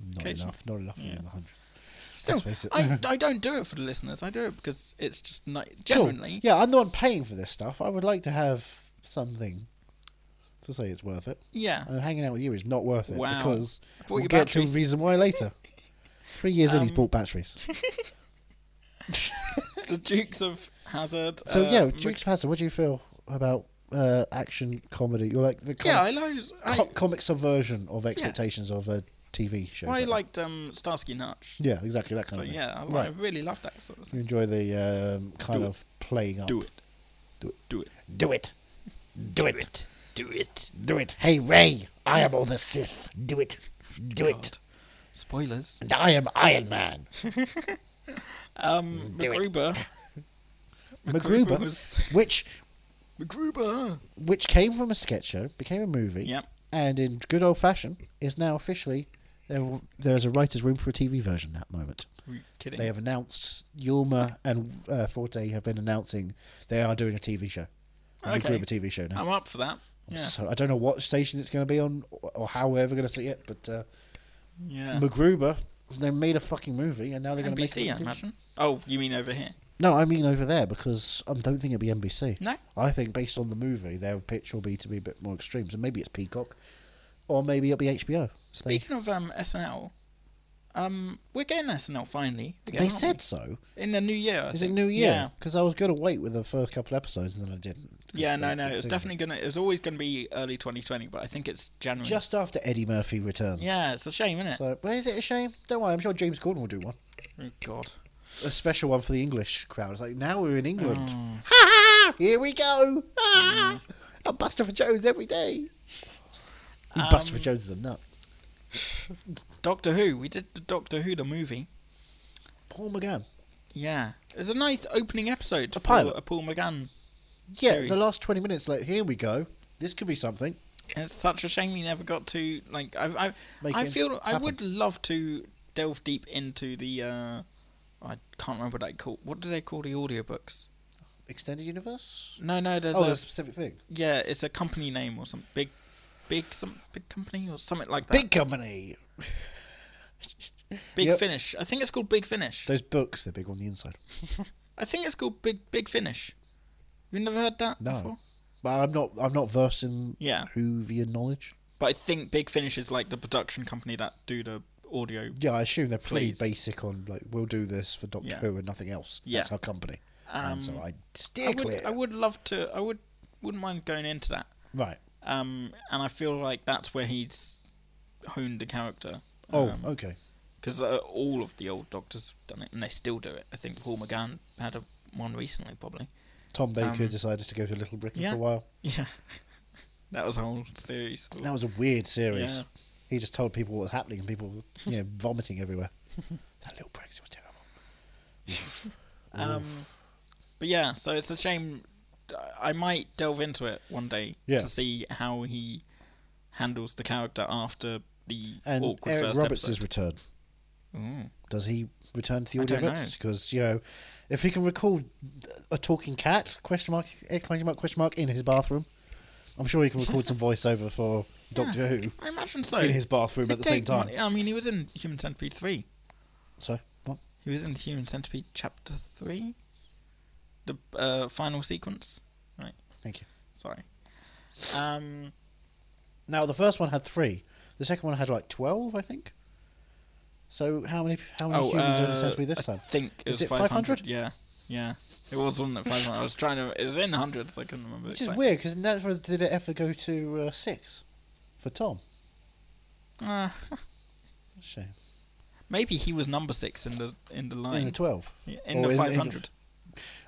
Speaker 1: Not
Speaker 2: Occasional.
Speaker 1: enough. Not enough
Speaker 2: Yeah.
Speaker 1: in the hundreds.
Speaker 2: Still,
Speaker 1: face it.
Speaker 2: I, I don't do it for the listeners. I do it because it's just not
Speaker 1: Cool.
Speaker 2: genuinely.
Speaker 1: Yeah, I'm not paying for this stuff. I would like to have something to say it's worth it.
Speaker 2: Yeah.
Speaker 1: and hanging out with you is not worth it
Speaker 2: Wow.
Speaker 1: because
Speaker 2: I bought
Speaker 1: we'll
Speaker 2: you
Speaker 1: get to
Speaker 2: batteries.
Speaker 1: a reason why later. Three years in, he's
Speaker 2: Um,
Speaker 1: bought batteries.
Speaker 2: The Dukes of Hazard.
Speaker 1: Uh, So
Speaker 2: uh,
Speaker 1: yeah,
Speaker 2: Mc-
Speaker 1: Jukes Passer, what do you feel about uh, action comedy? You're like the com-
Speaker 2: Yeah, I like. I,
Speaker 1: co- comic subversion of expectations of a TV show.
Speaker 2: well, I liked um, Starsky and Hutch.
Speaker 1: Yeah, exactly that kind
Speaker 2: So
Speaker 1: of thing.
Speaker 2: yeah, I, I
Speaker 1: right.
Speaker 2: really love that sort of
Speaker 1: You
Speaker 2: thing.
Speaker 1: enjoy the um, kind
Speaker 2: Do it.
Speaker 1: of playing up.
Speaker 2: Do it.
Speaker 1: Do it.
Speaker 2: Do it.
Speaker 1: Do it. Do it.
Speaker 2: Do it.
Speaker 1: Do it. Hey Ray, I am all the Sith. Do it. Do it.
Speaker 2: God. Spoilers.
Speaker 1: And I am Iron Man.
Speaker 2: Um,
Speaker 1: Mm. Do it.
Speaker 2: MacGruber.
Speaker 1: MacGruber,
Speaker 2: was
Speaker 1: which
Speaker 2: MacGruber.
Speaker 1: which came from a sketch show, became a movie,
Speaker 2: Yep.
Speaker 1: and in good old fashion is now officially there. There's a writers' room for a TV version at the moment.
Speaker 2: Are you kidding?
Speaker 1: They have announced Yulma and uh, Forte have been announcing they are doing a TV show, a
Speaker 2: Okay.
Speaker 1: MacGruber TV show now.
Speaker 2: I'm up for that. Yeah.
Speaker 1: So I don't know what station it's going to be on or, or how we're ever going to see it, but uh,
Speaker 2: Yeah.
Speaker 1: MacGruber. They made a fucking movie, and now they're going to make
Speaker 2: NBC,
Speaker 1: it.
Speaker 2: I imagine. Oh, you mean over here?
Speaker 1: No, I mean over there because I don't think it'd be NBC.
Speaker 2: No.
Speaker 1: I think based on the movie, their pitch will be to be a bit more extreme. So maybe it's Peacock, or maybe it'll be HBO. So they
Speaker 2: Speaking of um, SNL, um, we're getting SNL finally. again,
Speaker 1: they
Speaker 2: aren't
Speaker 1: said so.
Speaker 2: we? in the new year. I
Speaker 1: Is it
Speaker 2: think.
Speaker 1: New Year?
Speaker 2: Yeah.
Speaker 1: Because I was going to wait with the first couple episodes, and then I didn't. 'cause
Speaker 2: Yeah,
Speaker 1: they
Speaker 2: no, no.
Speaker 1: kept
Speaker 2: It's
Speaker 1: saying
Speaker 2: definitely gonna. It was always gonna be early 2020, but I think it's January.
Speaker 1: just after Eddie Murphy returns.
Speaker 2: yeah, it's a shame, isn't it?
Speaker 1: So, but is it a shame? Don't worry, I'm sure James Corden will do one,
Speaker 2: oh God.
Speaker 1: a special one for the English crowd. It's like now we're in England.
Speaker 2: Mm.
Speaker 1: Ha ha! Here we go! Ah! A Buster for Jones every day. He Buster
Speaker 2: Um,
Speaker 1: Jones is a nut.
Speaker 2: Doctor Who. We did the Doctor Who the movie.
Speaker 1: Paul McGann.
Speaker 2: Yeah, it was a nice opening episode.
Speaker 1: A
Speaker 2: for
Speaker 1: pilot.
Speaker 2: A Paul McGann.
Speaker 1: Yeah,
Speaker 2: series.
Speaker 1: the last twenty minutes. Like, here we go. This could be something.
Speaker 2: It's such a shame we never got to like. I I,
Speaker 1: Make
Speaker 2: I
Speaker 1: it
Speaker 2: feel I
Speaker 1: happen.
Speaker 2: would love to delve deep into the. uh I can't remember what they call. What do they call the audiobooks?
Speaker 1: Extended universe.
Speaker 2: No, no. There's
Speaker 1: oh,
Speaker 2: a
Speaker 1: a specific thing.
Speaker 2: yeah. It's a company name or some big, big some big company or something like that.
Speaker 1: Big company.
Speaker 2: Big
Speaker 1: Yep.
Speaker 2: Finish. I think it's called Big Finish.
Speaker 1: Those books, they're big on the inside.
Speaker 2: I think it's called Big Big Finish. You never heard that
Speaker 1: No.
Speaker 2: before?
Speaker 1: But I'm not. I'm not versed in
Speaker 2: Yeah.
Speaker 1: Hoovian knowledge.
Speaker 2: But I think Big Finish is like the production company that do the audio.
Speaker 1: Yeah, I assume they're pretty
Speaker 2: Please.
Speaker 1: basic on like we'll do this for Doctor
Speaker 2: Yeah.
Speaker 1: Who and nothing else.
Speaker 2: Yeah.
Speaker 1: That's our company. and so
Speaker 2: Um,
Speaker 1: I
Speaker 2: I
Speaker 1: steer clear.
Speaker 2: would, I would love to. I would wouldn't mind going into that.
Speaker 1: Right.
Speaker 2: Um, and I feel like that's where he's honed the character.
Speaker 1: Oh, okay.
Speaker 2: because uh, all of the old Doctors have done it, and they still do it. I think Paul McGann had a, one recently, probably.
Speaker 1: Tom Baker
Speaker 2: um,
Speaker 1: decided to go to Little Britain
Speaker 2: yeah.
Speaker 1: for a while.
Speaker 2: Yeah, that was a whole series.
Speaker 1: That was a weird series.
Speaker 2: Yeah.
Speaker 1: He just told people what was happening and people were you know, vomiting everywhere. that little Brexit was terrible.
Speaker 2: Um, but yeah, so it's a shame. uh, I might delve into it one day
Speaker 1: Yeah.
Speaker 2: to see how he handles the character after the
Speaker 1: And
Speaker 2: awkward
Speaker 1: Eric
Speaker 2: first
Speaker 1: Roberts'
Speaker 2: episode.
Speaker 1: return.
Speaker 2: Mm.
Speaker 1: Does he return to the
Speaker 2: I don't
Speaker 1: audiobooks? Because, you know, if he can recall a talking cat, question mark, exclamation mark, question mark, in his bathroom, I'm sure he can record some voiceover for Doctor Who
Speaker 2: I imagine so.
Speaker 1: in his bathroom at
Speaker 2: It'd
Speaker 1: the same
Speaker 2: take
Speaker 1: time.
Speaker 2: money- I mean, he was in Human Centipede three.
Speaker 1: So, what?
Speaker 2: He was in Human Centipede Chapter Three, the uh, final sequence. Right,
Speaker 1: Thank you.
Speaker 2: sorry. Um,
Speaker 1: Now, the first one had three. The second one had like 12, I think. So, how many how many
Speaker 2: oh,
Speaker 1: humans are in
Speaker 2: uh,
Speaker 1: the centipede this
Speaker 2: I
Speaker 1: time?
Speaker 2: think it
Speaker 1: Is
Speaker 2: was
Speaker 1: it
Speaker 2: 500?
Speaker 1: 500?
Speaker 2: Yeah, yeah. It was one at 500. I was trying to. It was in hundreds. I couldn't remember.
Speaker 1: Which is
Speaker 2: exactly.
Speaker 1: weird because never did it ever go to uh, six for Tom.
Speaker 2: Uh,
Speaker 1: Shame.
Speaker 2: maybe he was number six in the in the
Speaker 1: In
Speaker 2: line
Speaker 1: the twelve.
Speaker 2: Yeah, in
Speaker 1: or
Speaker 2: the
Speaker 1: in- in the-
Speaker 2: five hundred.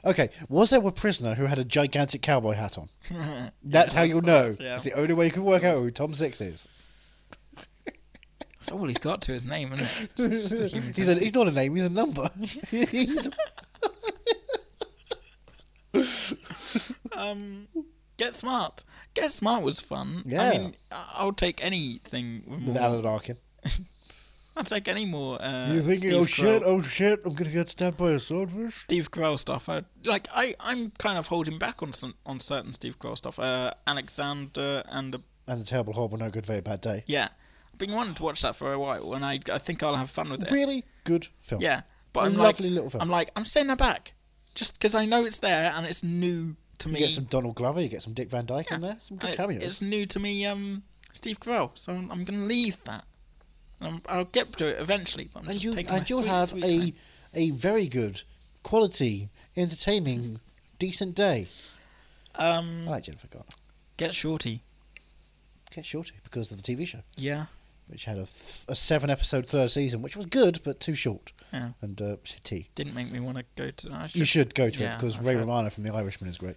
Speaker 1: Okay, was there a prisoner who had a gigantic cowboy hat on? That's how you'll know.
Speaker 2: Yeah.
Speaker 1: It's the only way you can work out who Tom Six is.
Speaker 2: That's all he's got to his name, isn't it? It's just a human
Speaker 1: he's, a, he's not a name. He's a number. He's-
Speaker 2: um, Get Smart. Get Smart was fun.
Speaker 1: Yeah.
Speaker 2: I mean, I- I'll take anything with more.
Speaker 1: with Alan Arkin.
Speaker 2: I'll take any more. Uh,
Speaker 1: you thinking,
Speaker 2: Steve
Speaker 1: oh
Speaker 2: Carell-
Speaker 1: shit, oh shit, I'm gonna get stabbed by a swordfish?
Speaker 2: Steve Carell stuff. I, like I, I'm kind of holding back on some, on certain Steve Carell stuff. Uh, Alexander and the
Speaker 1: And the terrible, horrible, no good, very bad day.
Speaker 2: yeah, I've been wanting to watch that for a while, and I, I think I'll have fun with it.
Speaker 1: Really good film.
Speaker 2: Yeah, but
Speaker 1: A
Speaker 2: I'm
Speaker 1: lovely
Speaker 2: like,
Speaker 1: little film.
Speaker 2: I'm like, I'm sending that back, just because I know it's there and it's new to
Speaker 1: You
Speaker 2: me.
Speaker 1: get some Donald Glover, you get some Dick Van Dyke in there, some
Speaker 2: and
Speaker 1: good
Speaker 2: Oh, it's,
Speaker 1: cameos.
Speaker 2: it's new to me, um, Steve Carell. So I'm, I'm gonna leave that. Um, I'll get to it eventually, but I'm
Speaker 1: and
Speaker 2: just
Speaker 1: you
Speaker 2: taking my
Speaker 1: and you'll
Speaker 2: sweet,
Speaker 1: have
Speaker 2: sweet
Speaker 1: a
Speaker 2: time.
Speaker 1: a very good quality, entertaining, decent day.
Speaker 2: um,
Speaker 1: I like Jennifer Garner.
Speaker 2: get shorty.
Speaker 1: Get shorty because of the TV show,
Speaker 2: Yeah,
Speaker 1: which had a, th- a seven episode third season, which was good but too short.
Speaker 2: yeah.
Speaker 1: And uh, T.
Speaker 2: Didn't make me want to go to. I
Speaker 1: You
Speaker 2: should.
Speaker 1: should go to
Speaker 2: yeah,
Speaker 1: it because
Speaker 2: I've
Speaker 1: Ray
Speaker 2: heard.
Speaker 1: Romano from The Irishman is great.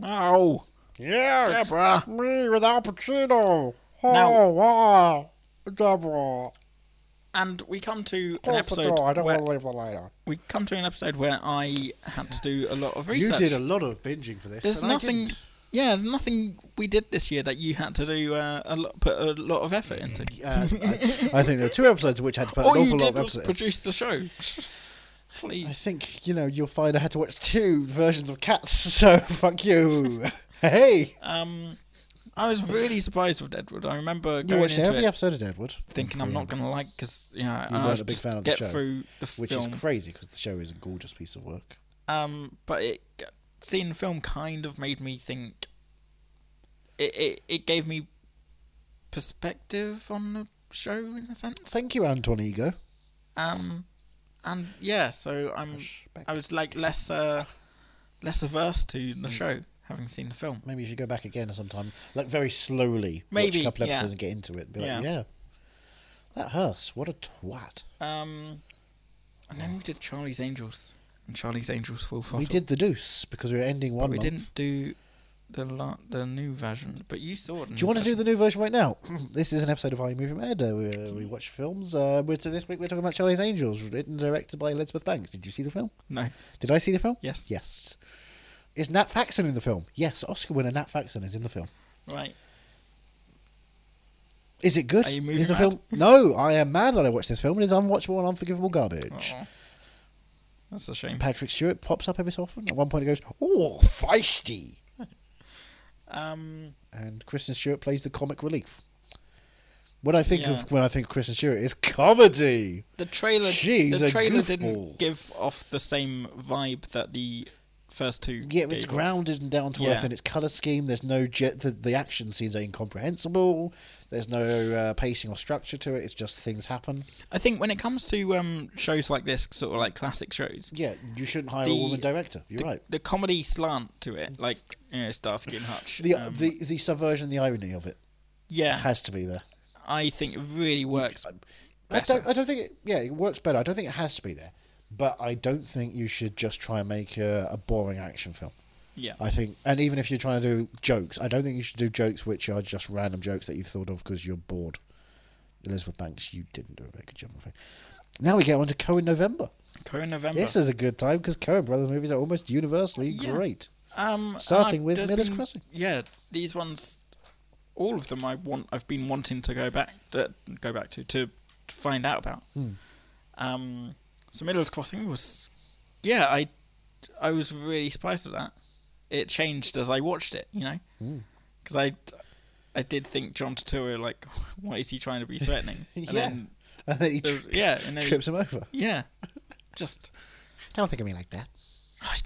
Speaker 2: No,
Speaker 1: Yeah,
Speaker 2: Deborah.
Speaker 1: me with Al Pacino. Oh,
Speaker 2: Now-
Speaker 1: wow, Deborah.
Speaker 2: And we come to an episode where
Speaker 1: leave the light on.
Speaker 2: we come to an episode where I had to do a lot of
Speaker 1: You
Speaker 2: research.
Speaker 1: did a lot of binging for this.
Speaker 2: There's
Speaker 1: and I
Speaker 2: nothing.
Speaker 1: didn't.
Speaker 2: Yeah, there's nothing we did this year that you had to do uh, a lot, put a lot of effort into.
Speaker 1: Uh, I, I think there were two episodes which had to put an
Speaker 2: All you
Speaker 1: awful lot
Speaker 2: did
Speaker 1: of
Speaker 2: was
Speaker 1: episodes.
Speaker 2: produce the show.
Speaker 1: I
Speaker 2: Please.
Speaker 1: think you know you'll find I had to watch two versions of Cats. So fuck you. hey,
Speaker 2: Um, I was really surprised with Deadwood. I remember
Speaker 1: you
Speaker 2: going
Speaker 1: watched
Speaker 2: into
Speaker 1: every
Speaker 2: it
Speaker 1: episode of Deadwood,
Speaker 2: thinking I'm not going to like because you know and
Speaker 1: weren't
Speaker 2: I
Speaker 1: a big
Speaker 2: just
Speaker 1: fan of the
Speaker 2: get
Speaker 1: show,
Speaker 2: through the
Speaker 1: which
Speaker 2: film.
Speaker 1: is crazy because the show is a gorgeous piece of work.
Speaker 2: Um, but it seeing the film kind of made me think. It it, it gave me perspective on the show in a sense.
Speaker 1: Thank you, Anton Ego.
Speaker 2: Um, and yeah, so I'm I was like less uh, less averse to
Speaker 1: Hmm.
Speaker 2: the show having seen the film.
Speaker 1: Maybe you should go back again sometime, like very slowly, watch
Speaker 2: Maybe,
Speaker 1: a couple
Speaker 2: yeah.
Speaker 1: episodes and get into it. Be like,
Speaker 2: Yeah.
Speaker 1: yeah. that Hearst, what a twat.
Speaker 2: Um, and then we did Charlie's Angels and Charlie's Angels Full Throttle.
Speaker 1: We did the Deuce because we were ending one.
Speaker 2: But we
Speaker 1: month.
Speaker 2: didn't do the la- the new version, but you saw it.
Speaker 1: Do you want to do the new version right now? this is an episode of How You Movie Mad. Uh, we, we watch films. Uh, we're, so this week we're talking about Charlie's Angels, written and directed by Elizabeth Banks. Did you see the film?
Speaker 2: No.
Speaker 1: Did I see the film?
Speaker 2: Yes.
Speaker 1: Yes. Is Nat Faxon in the film? Yes, Oscar winner Nat Faxon is in the film.
Speaker 2: Right.
Speaker 1: Is it good?
Speaker 2: Are you movie
Speaker 1: is the
Speaker 2: mad?
Speaker 1: film? No, I am mad that I watched this film. It is unwatchable and unforgivable garbage.
Speaker 2: Aw. That's a shame.
Speaker 1: Patrick Stewart pops up every so often. At one point, he goes, "Oh, feisty,"
Speaker 2: Um.
Speaker 1: and Kristen Stewart plays the comic relief. When I think
Speaker 2: Yeah.
Speaker 1: of when I think of Kristen Stewart, it's comedy.
Speaker 2: The trailer.
Speaker 1: She's
Speaker 2: the
Speaker 1: a
Speaker 2: trailer
Speaker 1: goofball.
Speaker 2: didn't give off the same vibe that the first two.
Speaker 1: Yeah, it's
Speaker 2: gave off.
Speaker 1: grounded and down to
Speaker 2: Yeah.
Speaker 1: earth in its color scheme. There's no jet. The, the action scenes are incomprehensible. There's no uh, pacing or structure to it. It's just things happen.
Speaker 2: I think when it comes to um shows like this, sort of like classic shows,
Speaker 1: Yeah, you shouldn't hire a
Speaker 2: The-
Speaker 1: woman director. You're right.
Speaker 2: the comedy slant to it, like you know, Starsky and Hutch.
Speaker 1: The, uh,
Speaker 2: um,
Speaker 1: the the subversion, the irony of it
Speaker 2: yeah,
Speaker 1: has to be there.
Speaker 2: I think it really works.
Speaker 1: I
Speaker 2: Better.
Speaker 1: don't, I don't think it. Yeah, it works better. I don't think it has to be there, but I don't think you should just try and make a, a boring action film.
Speaker 2: Yeah,
Speaker 1: I think, and even if you're trying to do jokes, I don't think you should do jokes which are just random jokes that you've thought of because you're bored. Elizabeth Banks, you didn't do a very good job. I think. Now we get on to Cohen November.
Speaker 2: Cohen November.
Speaker 1: This is a good time because Cohen Brothers movies are almost universally
Speaker 2: Yeah.
Speaker 1: great.
Speaker 2: Um, and
Speaker 1: Starting
Speaker 2: I've-
Speaker 1: with
Speaker 2: there's
Speaker 1: Miller's
Speaker 2: been-
Speaker 1: Crossing.
Speaker 2: Yeah, these ones, all of them. I want. I've been wanting to go back, to, go back to, to to find out about.
Speaker 1: Hmm.
Speaker 2: Um, so Miller's Crossing was, yeah, I, I was really surprised at that. It changed as I watched it, you know,
Speaker 1: Hmm.
Speaker 2: because I, I did think John Turturro like, why is he trying to be threatening? And
Speaker 1: Yeah.
Speaker 2: then,
Speaker 1: And then he
Speaker 2: there-
Speaker 1: tri-
Speaker 2: yeah, and then he-
Speaker 1: trips him over.
Speaker 2: yeah, just,
Speaker 1: Don't think of me like that.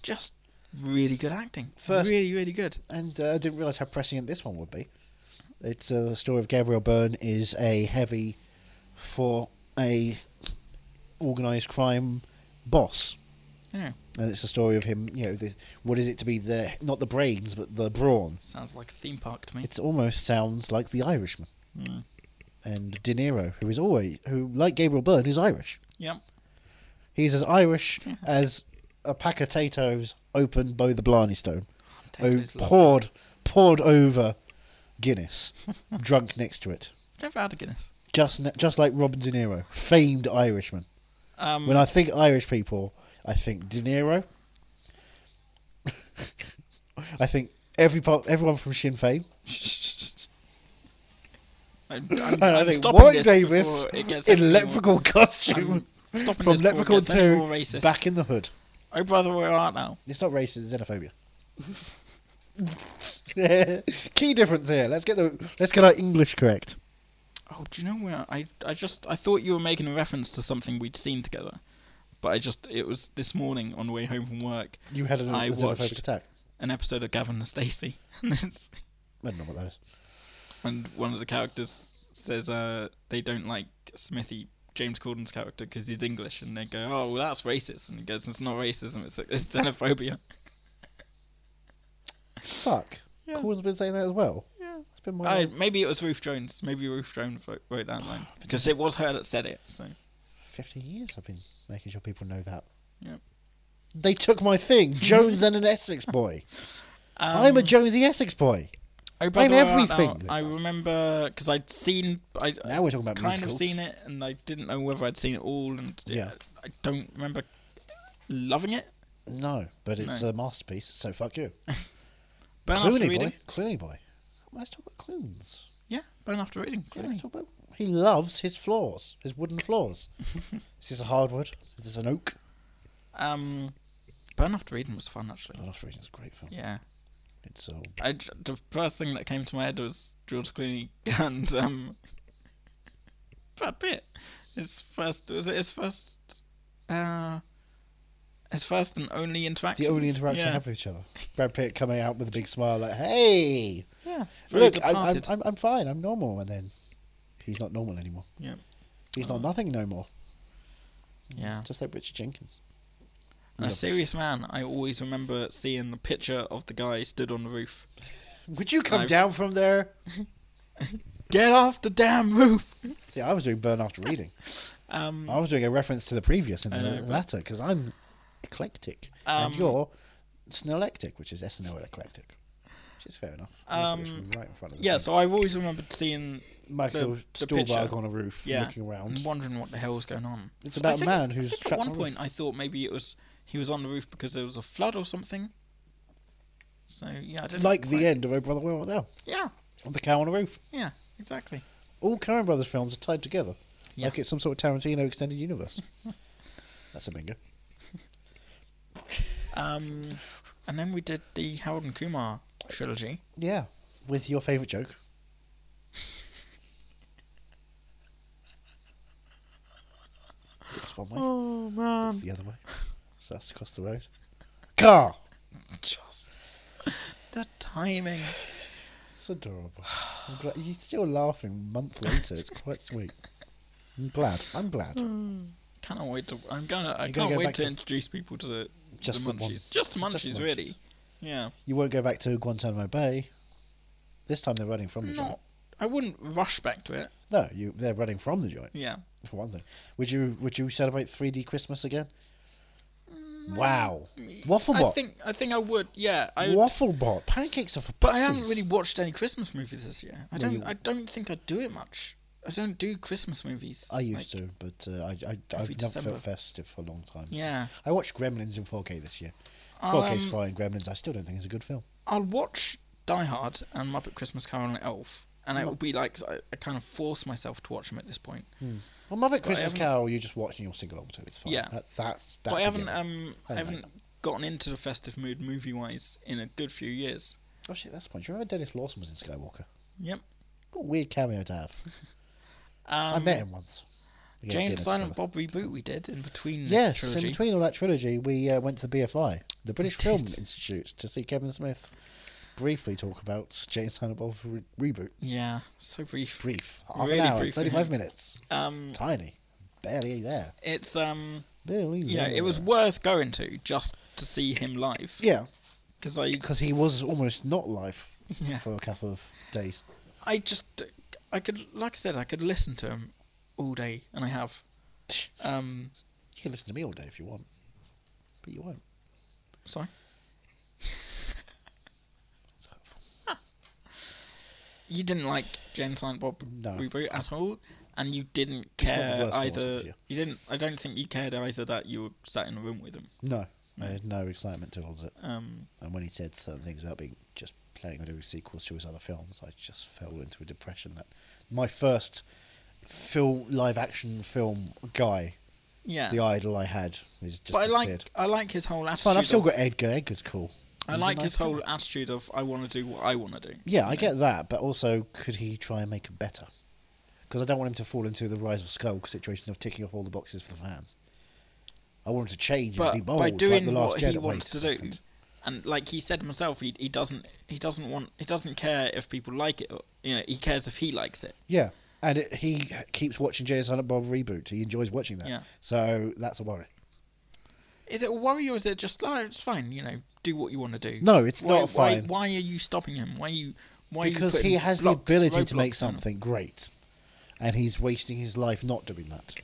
Speaker 2: just really good acting.
Speaker 1: First-
Speaker 2: really, really good.
Speaker 1: and uh, I didn't realize how prescient this one would be. It's uh, the story of Gabriel Byrne is a heavy for a organized crime boss,
Speaker 2: Yeah,
Speaker 1: and it's the story of him. You know, the, what is it to be the not the brains but the brawn?
Speaker 2: sounds like a theme park to me.
Speaker 1: It almost sounds like The Irishman and De Niro, who is always who like Gabriel Byrne, who's Irish.
Speaker 2: Yep.
Speaker 1: He's as Irish as a pack of potatoes opened by the Blarney Stone. who
Speaker 2: Potatoes love-
Speaker 1: Oh, poured poured over Guinness, drunk next to it.
Speaker 2: Never had a Guinness.
Speaker 1: Just ne- just like Robin De Niro, famed Irishman.
Speaker 2: Um,
Speaker 1: When I think Irish people, I think De Niro. I think every part, everyone from Sinn Féin.
Speaker 2: I, am
Speaker 1: And i think Warwick Davis in leprechaun costume from Leprechaun 2
Speaker 2: Racist.
Speaker 1: back in the hood.
Speaker 2: Oh brother, where art now?
Speaker 1: It's not racist, it's xenophobia. Key difference here. Let's get the let's get our English correct.
Speaker 2: Oh, do you know where I? I just I thought you were making a reference to something we'd seen together, but I just it was this morning on the way home from work
Speaker 1: You had an,
Speaker 2: I
Speaker 1: a xenophobic
Speaker 2: watched-
Speaker 1: attack.
Speaker 2: an episode of Gavin and Stacey, and, it's-
Speaker 1: I don't know what that is.
Speaker 2: and one of the characters says uh they don't like Smithy. James Corden's character because he's English, and they go, "Oh, well, that's racist," and he goes, "It's not racism, it's, it's xenophobia."
Speaker 1: Fuck. Corden's been saying that as well. Yeah. It's been my
Speaker 2: I, maybe it was Ruth Jones. Maybe Ruth Jones wrote, wrote that line because it was her that said it. So,
Speaker 1: 15 years I've been making sure people know that.
Speaker 2: yeah.
Speaker 1: They took my thing. Jones and an Essex boy.
Speaker 2: Um,
Speaker 1: I'm a Jonesy Essex boy.
Speaker 2: I
Speaker 1: Blame
Speaker 2: remember-
Speaker 1: everything.
Speaker 2: I remember because I'd seen. I
Speaker 1: Now we're talking about
Speaker 2: kind
Speaker 1: musicals.
Speaker 2: of seen it, and I didn't know whether I'd seen it all, and
Speaker 1: Yeah.
Speaker 2: I don't remember loving it.
Speaker 1: No, but it's
Speaker 2: No.
Speaker 1: a masterpiece, so fuck you.
Speaker 2: Burn after
Speaker 1: Clooney
Speaker 2: reading.
Speaker 1: boy. Clooney boy. Let's talk about Clunes.
Speaker 2: Yeah, burn after reading.
Speaker 1: Yeah, let's talk about- He loves his floors, his wooden floors. is this a hardwood? Is this an oak?
Speaker 2: Um, burn after reading was fun actually.
Speaker 1: Blood Off Reading is a great film.
Speaker 2: Yeah,
Speaker 1: It's um, so.
Speaker 2: I j- the first thing that came to my head was George Clooney and um, Brad Pitt. His first was it his first, uh, his first and only interaction.
Speaker 1: The only interaction they
Speaker 2: Yeah,
Speaker 1: have with each other. Brad Pitt coming out with a big smile, like, hey!
Speaker 2: yeah. Very
Speaker 1: Look, I'm, I'm,
Speaker 2: departed.
Speaker 1: I'm, I'm fine. I'm normal. And then he's not normal anymore.
Speaker 2: yeah, Oh.
Speaker 1: He's not nothing no more.
Speaker 2: yeah.
Speaker 1: Just like Richard Jenkins.
Speaker 2: And a serious man. I always remember seeing the picture of the guy stood on the roof.
Speaker 1: Would you come
Speaker 2: I've-
Speaker 1: down from there?
Speaker 2: Get off the damn roof.
Speaker 1: See, I was doing burn after reading.
Speaker 2: Um,
Speaker 1: I was doing a reference to the previous and
Speaker 2: I know,
Speaker 1: the
Speaker 2: but-
Speaker 1: latter because I'm eclectic and
Speaker 2: Um,
Speaker 1: you're snolectic, which is S N O L eclectic. which is fair enough. Look
Speaker 2: Um,
Speaker 1: at this from right in front of the
Speaker 2: Yeah,
Speaker 1: thing.
Speaker 2: so I've always remembered seeing
Speaker 1: Michael
Speaker 2: the- the
Speaker 1: Stuhlbarg
Speaker 2: picture.
Speaker 1: on a roof,
Speaker 2: Yeah.
Speaker 1: looking
Speaker 2: and
Speaker 1: around.
Speaker 2: wondering what the hell was going on.
Speaker 1: It's
Speaker 2: I
Speaker 1: about
Speaker 2: think-
Speaker 1: a man
Speaker 2: I
Speaker 1: who's
Speaker 2: think
Speaker 1: trapped
Speaker 2: at one
Speaker 1: on a
Speaker 2: point
Speaker 1: roof.
Speaker 2: I thought maybe it was he was on the roof because there was a flood or something. So yeah, I didn't
Speaker 1: like
Speaker 2: quite-
Speaker 1: the end of Oh Brother Where Art Thou,
Speaker 2: Yeah,
Speaker 1: on the cow on a roof.
Speaker 2: yeah, exactly.
Speaker 1: All Coen Brothers films are tied together,
Speaker 2: Yes.
Speaker 1: like it's some sort of Tarantino extended universe. That's a bingo.
Speaker 2: Um, and then we did the Harold and Kumar trilogy.
Speaker 1: Yeah, with your favourite joke. It's one way.
Speaker 2: Oh man,
Speaker 1: It's the other way. So that's across the road. Car.
Speaker 2: just the timing.
Speaker 1: It's adorable. I'm glad you're still laughing a month later. It's quite sweet. I'm glad. I'm glad.
Speaker 2: Cannot wait to. I'm gonna. I
Speaker 1: You're gonna
Speaker 2: can't
Speaker 1: go
Speaker 2: wait
Speaker 1: back
Speaker 2: to,
Speaker 1: to-
Speaker 2: introduce people to the,
Speaker 1: Just
Speaker 2: the
Speaker 1: the
Speaker 2: munchies.
Speaker 1: one.
Speaker 2: Just the munchies,
Speaker 1: Just the munchies.
Speaker 2: really. Yeah.
Speaker 1: You won't go back to Guantanamo Bay. This time they're running from the
Speaker 2: Not.
Speaker 1: joint.
Speaker 2: I wouldn't rush back to it.
Speaker 1: No, you they're running from the joint
Speaker 2: Yeah.
Speaker 1: for one thing. Would you would you celebrate 3D Christmas again? Wow. Waffle
Speaker 2: Mm, I
Speaker 1: bot.
Speaker 2: think. I think I would. Yeah. I.
Speaker 1: Waffle bot. Pancakes are for
Speaker 2: But I haven't
Speaker 1: pussies.
Speaker 2: really watched any Christmas movies this year. I don't.
Speaker 1: you-
Speaker 2: I don't think I do it much. I don't do Christmas movies.
Speaker 1: I used to, but uh, I, I,
Speaker 2: every
Speaker 1: I've never
Speaker 2: December.
Speaker 1: felt festive for a long time. so.
Speaker 2: Yeah.
Speaker 1: I watched Gremlins in 4K this year.
Speaker 2: I'll,
Speaker 1: 4K's
Speaker 2: um,
Speaker 1: fine. Gremlins, I still don't think it's a good film.
Speaker 2: I'll watch Die Hard and Muppet Christmas Carol and Elf, and it will be like I, I kind of force myself to watch them at this point.
Speaker 1: Well, Muppet Christmas
Speaker 2: haven't-
Speaker 1: Carol, you're just watching your sing along to. It's fine.
Speaker 2: Yeah.
Speaker 1: That, that's, that's
Speaker 2: But I
Speaker 1: a
Speaker 2: haven't.
Speaker 1: given.
Speaker 2: Um. I
Speaker 1: I like
Speaker 2: haven't gotten into the festive mood movie wise in a good few years.
Speaker 1: Oh, shit, that's fine. Do you remember Dennis Lawson was in Skywalker?
Speaker 2: Yep.
Speaker 1: What a weird cameo to have.
Speaker 2: Um,
Speaker 1: I met him once. We had
Speaker 2: Jane
Speaker 1: dinner
Speaker 2: Silent
Speaker 1: together.
Speaker 2: Bob reboot we did in between this
Speaker 1: Yes,
Speaker 2: trilogy.
Speaker 1: in between all that trilogy, we uh, went to the BFI, the British
Speaker 2: did.
Speaker 1: Film Institute, to see Kevin Smith briefly talk about Jane Silent Bob re- reboot.
Speaker 2: Yeah, so brief.
Speaker 1: Brief. Half
Speaker 2: Really
Speaker 1: an hour,
Speaker 2: brief,
Speaker 1: 35
Speaker 2: yeah.
Speaker 1: minutes.
Speaker 2: Um,
Speaker 1: Tiny. Barely there.
Speaker 2: it's um,
Speaker 1: Barely
Speaker 2: you know, it was
Speaker 1: there.
Speaker 2: worth going to just to see him live.
Speaker 1: Yeah,
Speaker 2: because I,
Speaker 1: because he was almost not live
Speaker 2: Yeah.
Speaker 1: for a couple of days.
Speaker 2: I just, I could, like I said, I could listen to him all day, and I have. Um,
Speaker 1: You can listen to me all day if you want, but you won't.
Speaker 2: sorry.
Speaker 1: It's hurtful.
Speaker 2: You didn't like Jane Silent Bob
Speaker 1: No.
Speaker 2: reboot at all, and you didn't
Speaker 1: It's not the
Speaker 2: care
Speaker 1: worst one,
Speaker 2: either.
Speaker 1: is it?
Speaker 2: You didn't. I don't think you cared either that you were sat in a room with him.
Speaker 1: No, I had no excitement towards it.
Speaker 2: Um,
Speaker 1: And when he said certain things about being just planning on doing sequels to his other films, I just fell into a depression. That my first film, live action film guy,
Speaker 2: yeah.
Speaker 1: the idol I had, is just
Speaker 2: but I like
Speaker 1: disappeared.
Speaker 2: I like his whole attitude.
Speaker 1: It's fine. I've still
Speaker 2: of-
Speaker 1: got Edgar. Edgar's cool.
Speaker 2: I
Speaker 1: He's a
Speaker 2: like
Speaker 1: nice
Speaker 2: his
Speaker 1: guy.
Speaker 2: whole attitude of I want to do what I want to do.
Speaker 1: Yeah,
Speaker 2: you
Speaker 1: I
Speaker 2: know?
Speaker 1: get that, but also could he try and make it better? Because I don't want him to fall into the Rise of Skull situation of ticking off all the boxes for the fans. I want him to change
Speaker 2: But
Speaker 1: and be bold,
Speaker 2: by
Speaker 1: like
Speaker 2: doing
Speaker 1: the last
Speaker 2: what
Speaker 1: Jedi.
Speaker 2: he wants
Speaker 1: Wait
Speaker 2: to
Speaker 1: a
Speaker 2: do,
Speaker 1: second.
Speaker 2: and like he said himself, he he doesn't he doesn't want he doesn't care if people like it. Or, you know, he cares if he likes it.
Speaker 1: Yeah, and it, he keeps watching Jay and Silent Bob reboot. He enjoys watching that.
Speaker 2: Yeah.
Speaker 1: So that's a worry.
Speaker 2: Is it a worry or is it just like it's fine? You know, do what you want to do.
Speaker 1: No, it's
Speaker 2: why,
Speaker 1: not
Speaker 2: why,
Speaker 1: fine.
Speaker 2: Why are you stopping him? Why are you? Why are you
Speaker 1: because
Speaker 2: putting
Speaker 1: he has the
Speaker 2: blocks,
Speaker 1: ability to
Speaker 2: roadblocks
Speaker 1: make
Speaker 2: on him?
Speaker 1: something great, and he's wasting his life not doing that.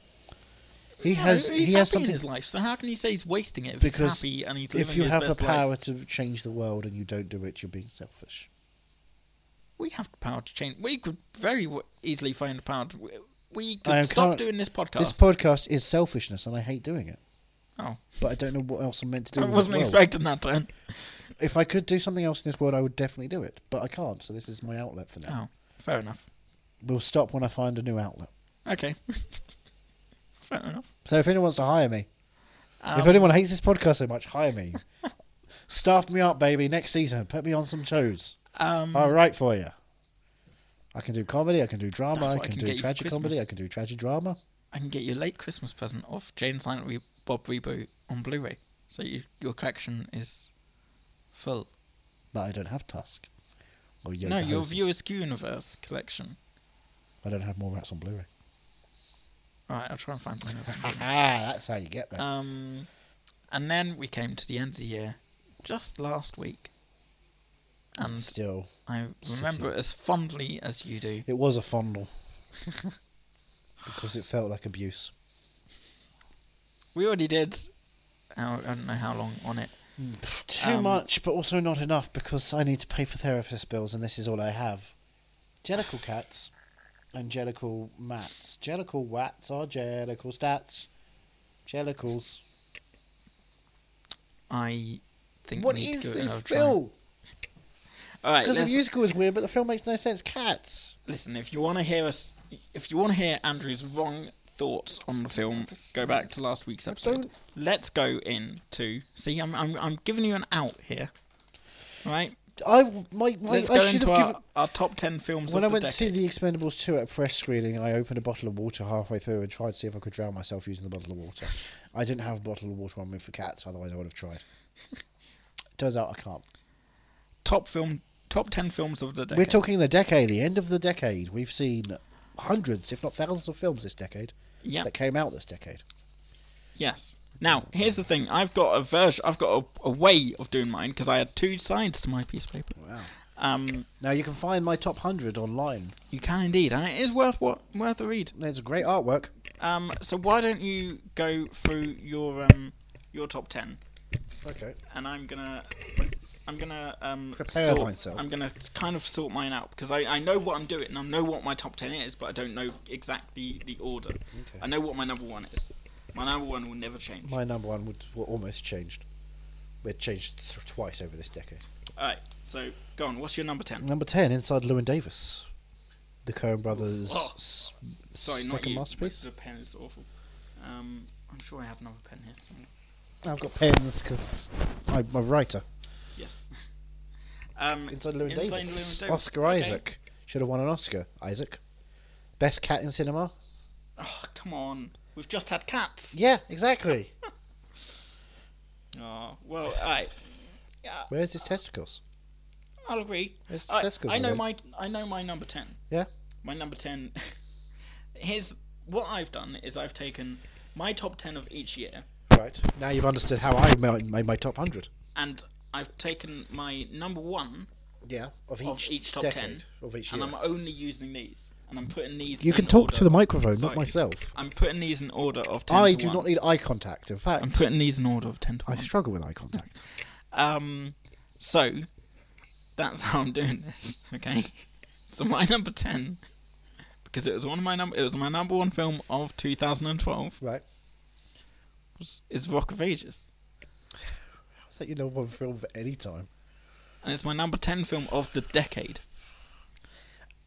Speaker 1: He
Speaker 2: No,
Speaker 1: has.
Speaker 2: he's
Speaker 1: He
Speaker 2: happy
Speaker 1: has
Speaker 2: in
Speaker 1: something
Speaker 2: his life. So how can you say he's wasting it if
Speaker 1: because
Speaker 2: he's happy and he's living
Speaker 1: if you
Speaker 2: his
Speaker 1: have the
Speaker 2: best
Speaker 1: power
Speaker 2: life?
Speaker 1: to change the world and you don't do it, you're being selfish.
Speaker 2: we have the power to change. We could very w- easily find the power. To, we- we could
Speaker 1: am
Speaker 2: stop
Speaker 1: current-
Speaker 2: doing this podcast.
Speaker 1: This podcast is selfishness, and I hate doing it.
Speaker 2: oh,
Speaker 1: But I don't know what else I'm meant to do.
Speaker 2: I
Speaker 1: with this
Speaker 2: wasn't
Speaker 1: world.
Speaker 2: expecting that turn.
Speaker 1: If I could do something else in this world, I would definitely do it. But I can't, so this is my outlet for now.
Speaker 2: Oh, fair enough.
Speaker 1: We'll stop when I find a new outlet.
Speaker 2: Okay, fair enough.
Speaker 1: So if anyone wants to hire me, if
Speaker 2: Um,
Speaker 1: anyone hates this podcast so much, hire me. Staff me up, baby. Next season, put me on some shows.
Speaker 2: Um,
Speaker 1: All right for you. I can do comedy. I can do drama.
Speaker 2: That's
Speaker 1: I
Speaker 2: what I
Speaker 1: can,
Speaker 2: can
Speaker 1: do
Speaker 2: get you for
Speaker 1: tragic comedy.
Speaker 2: Christmas.
Speaker 1: I can do tragic drama.
Speaker 2: I can get you a late Christmas present of Jane Silent Re- Bob reboot on Blu-ray, so you, your collection is full.
Speaker 1: But I don't have Tusk. Or Yoga
Speaker 2: no, your
Speaker 1: Hoses.
Speaker 2: Viewers Q Universe collection.
Speaker 1: I don't have more rats on Blu-ray.
Speaker 2: All right, I'll try and find one else.
Speaker 1: Ah, that's how you get there.
Speaker 2: um, and then we came to the end of the year, just last week, and
Speaker 1: Still,
Speaker 2: I remember it as fondly as you do.
Speaker 1: it was a fondle because it felt like abuse.
Speaker 2: We already did. How, I don't know how long on it.
Speaker 1: Too
Speaker 2: Um,
Speaker 1: much, but also not enough because I need to pay for therapist bills, and this is all I have. Jellicle cats, and jellicle mats. Jellicle wats are jellicle stats. Jellicles.
Speaker 2: I think.
Speaker 1: What
Speaker 2: we need
Speaker 1: is
Speaker 2: to give it
Speaker 1: this
Speaker 2: another try.
Speaker 1: film?
Speaker 2: All right,
Speaker 1: Because the
Speaker 2: let's,
Speaker 1: musical is weird, but the film makes no sense. Cats.
Speaker 2: listen. If you want to hear us, if you want to hear Andrew's wrong thoughts on the film, go back to last week's episode.
Speaker 1: don't-
Speaker 2: Let's go into. See, I'm I'm I'm giving you an out here. Right.
Speaker 1: I my, my
Speaker 2: Let's
Speaker 1: I
Speaker 2: go
Speaker 1: should
Speaker 2: into
Speaker 1: have
Speaker 2: our,
Speaker 1: given.
Speaker 2: our top ten films
Speaker 1: When I
Speaker 2: of the
Speaker 1: went to see
Speaker 2: decade.
Speaker 1: The Expendables 2 at a press screening, I opened a bottle of water halfway through and tried to see if I could drown myself using the bottle of water. I didn't have a bottle of water on me for cats, otherwise I would have tried. Turns out I can't.
Speaker 2: top film, top ten films of the decade.
Speaker 1: We're talking the decade, the end of the decade. We've seen hundreds, if not thousands, of films this decade
Speaker 2: Yeah.
Speaker 1: that came out this decade.
Speaker 2: Yes. Now, here's the thing. I've got a version. I've got a, a way of doing mine because I had two sides to my piece of paper.
Speaker 1: Wow.
Speaker 2: Um,
Speaker 1: Now you can find my top 100 online.
Speaker 2: you can indeed, and it is worth what worth a read.
Speaker 1: There's great artwork.
Speaker 2: Um, so why don't you go through your um your top ten,
Speaker 1: Okay.
Speaker 2: and I'm gonna. I'm gonna um,
Speaker 1: Prepare
Speaker 2: sort,
Speaker 1: myself.
Speaker 2: I'm gonna kind of sort mine out because I, I know what I'm doing and I know what my top ten is, but I don't know exactly the order.
Speaker 1: Okay.
Speaker 2: I know what my number one is. My number one will never change.
Speaker 1: My number one would, were almost changed. It changed th- twice over this decade.
Speaker 2: All right, so go on. What's your number ten?
Speaker 1: Number 10, Inside Lewin Davis. The Coen Brothers'
Speaker 2: Oh.
Speaker 1: s-
Speaker 2: Sorry,
Speaker 1: second
Speaker 2: not you.
Speaker 1: masterpiece.
Speaker 2: The pen is awful. Um, I'm sure I have another pen here. somewhere.
Speaker 1: I've got pens because I'm a writer.
Speaker 2: Yes. Um,
Speaker 1: Inside Lewin
Speaker 2: Inside
Speaker 1: Davis.
Speaker 2: Llewyn Davis,
Speaker 1: Oscar
Speaker 2: okay.
Speaker 1: Isaac. Should have won an Oscar, Isaac. Best cat in cinema?
Speaker 2: Oh come on! We've just had cats.
Speaker 1: Yeah, exactly.
Speaker 2: Oh well, I. Yeah,
Speaker 1: Where's his testicles?
Speaker 2: I'll agree.
Speaker 1: That's-
Speaker 2: I,
Speaker 1: that's good,
Speaker 2: I know
Speaker 1: Lloyd.
Speaker 2: my I know my number ten.
Speaker 1: Yeah?
Speaker 2: My number ten. Here's what I've done is I've taken my top ten of each year
Speaker 1: Right. Now you've understood how I ma- made my top 100.
Speaker 2: and I've taken my number one
Speaker 1: Yeah, of each,
Speaker 2: of each top
Speaker 1: decade,
Speaker 2: ten,
Speaker 1: Of each
Speaker 2: and
Speaker 1: year.
Speaker 2: I'm only using these, and I'm putting these.
Speaker 1: you
Speaker 2: in
Speaker 1: can talk
Speaker 2: order.
Speaker 1: to the microphone,
Speaker 2: Sorry.
Speaker 1: not myself.
Speaker 2: I'm putting these in order of ten.
Speaker 1: I
Speaker 2: to
Speaker 1: do
Speaker 2: one.
Speaker 1: not need eye contact. In fact,
Speaker 2: I'm putting these in order of ten to
Speaker 1: I
Speaker 2: one.
Speaker 1: struggle with eye contact.
Speaker 2: Um, so that's how I'm doing this. Okay. So my number ten, because it was one of my number, it was my number one film of 2012,
Speaker 1: right.
Speaker 2: was- is Rock of Ages,
Speaker 1: How's that your number one film at any time?
Speaker 2: and it's my number ten film of the decade.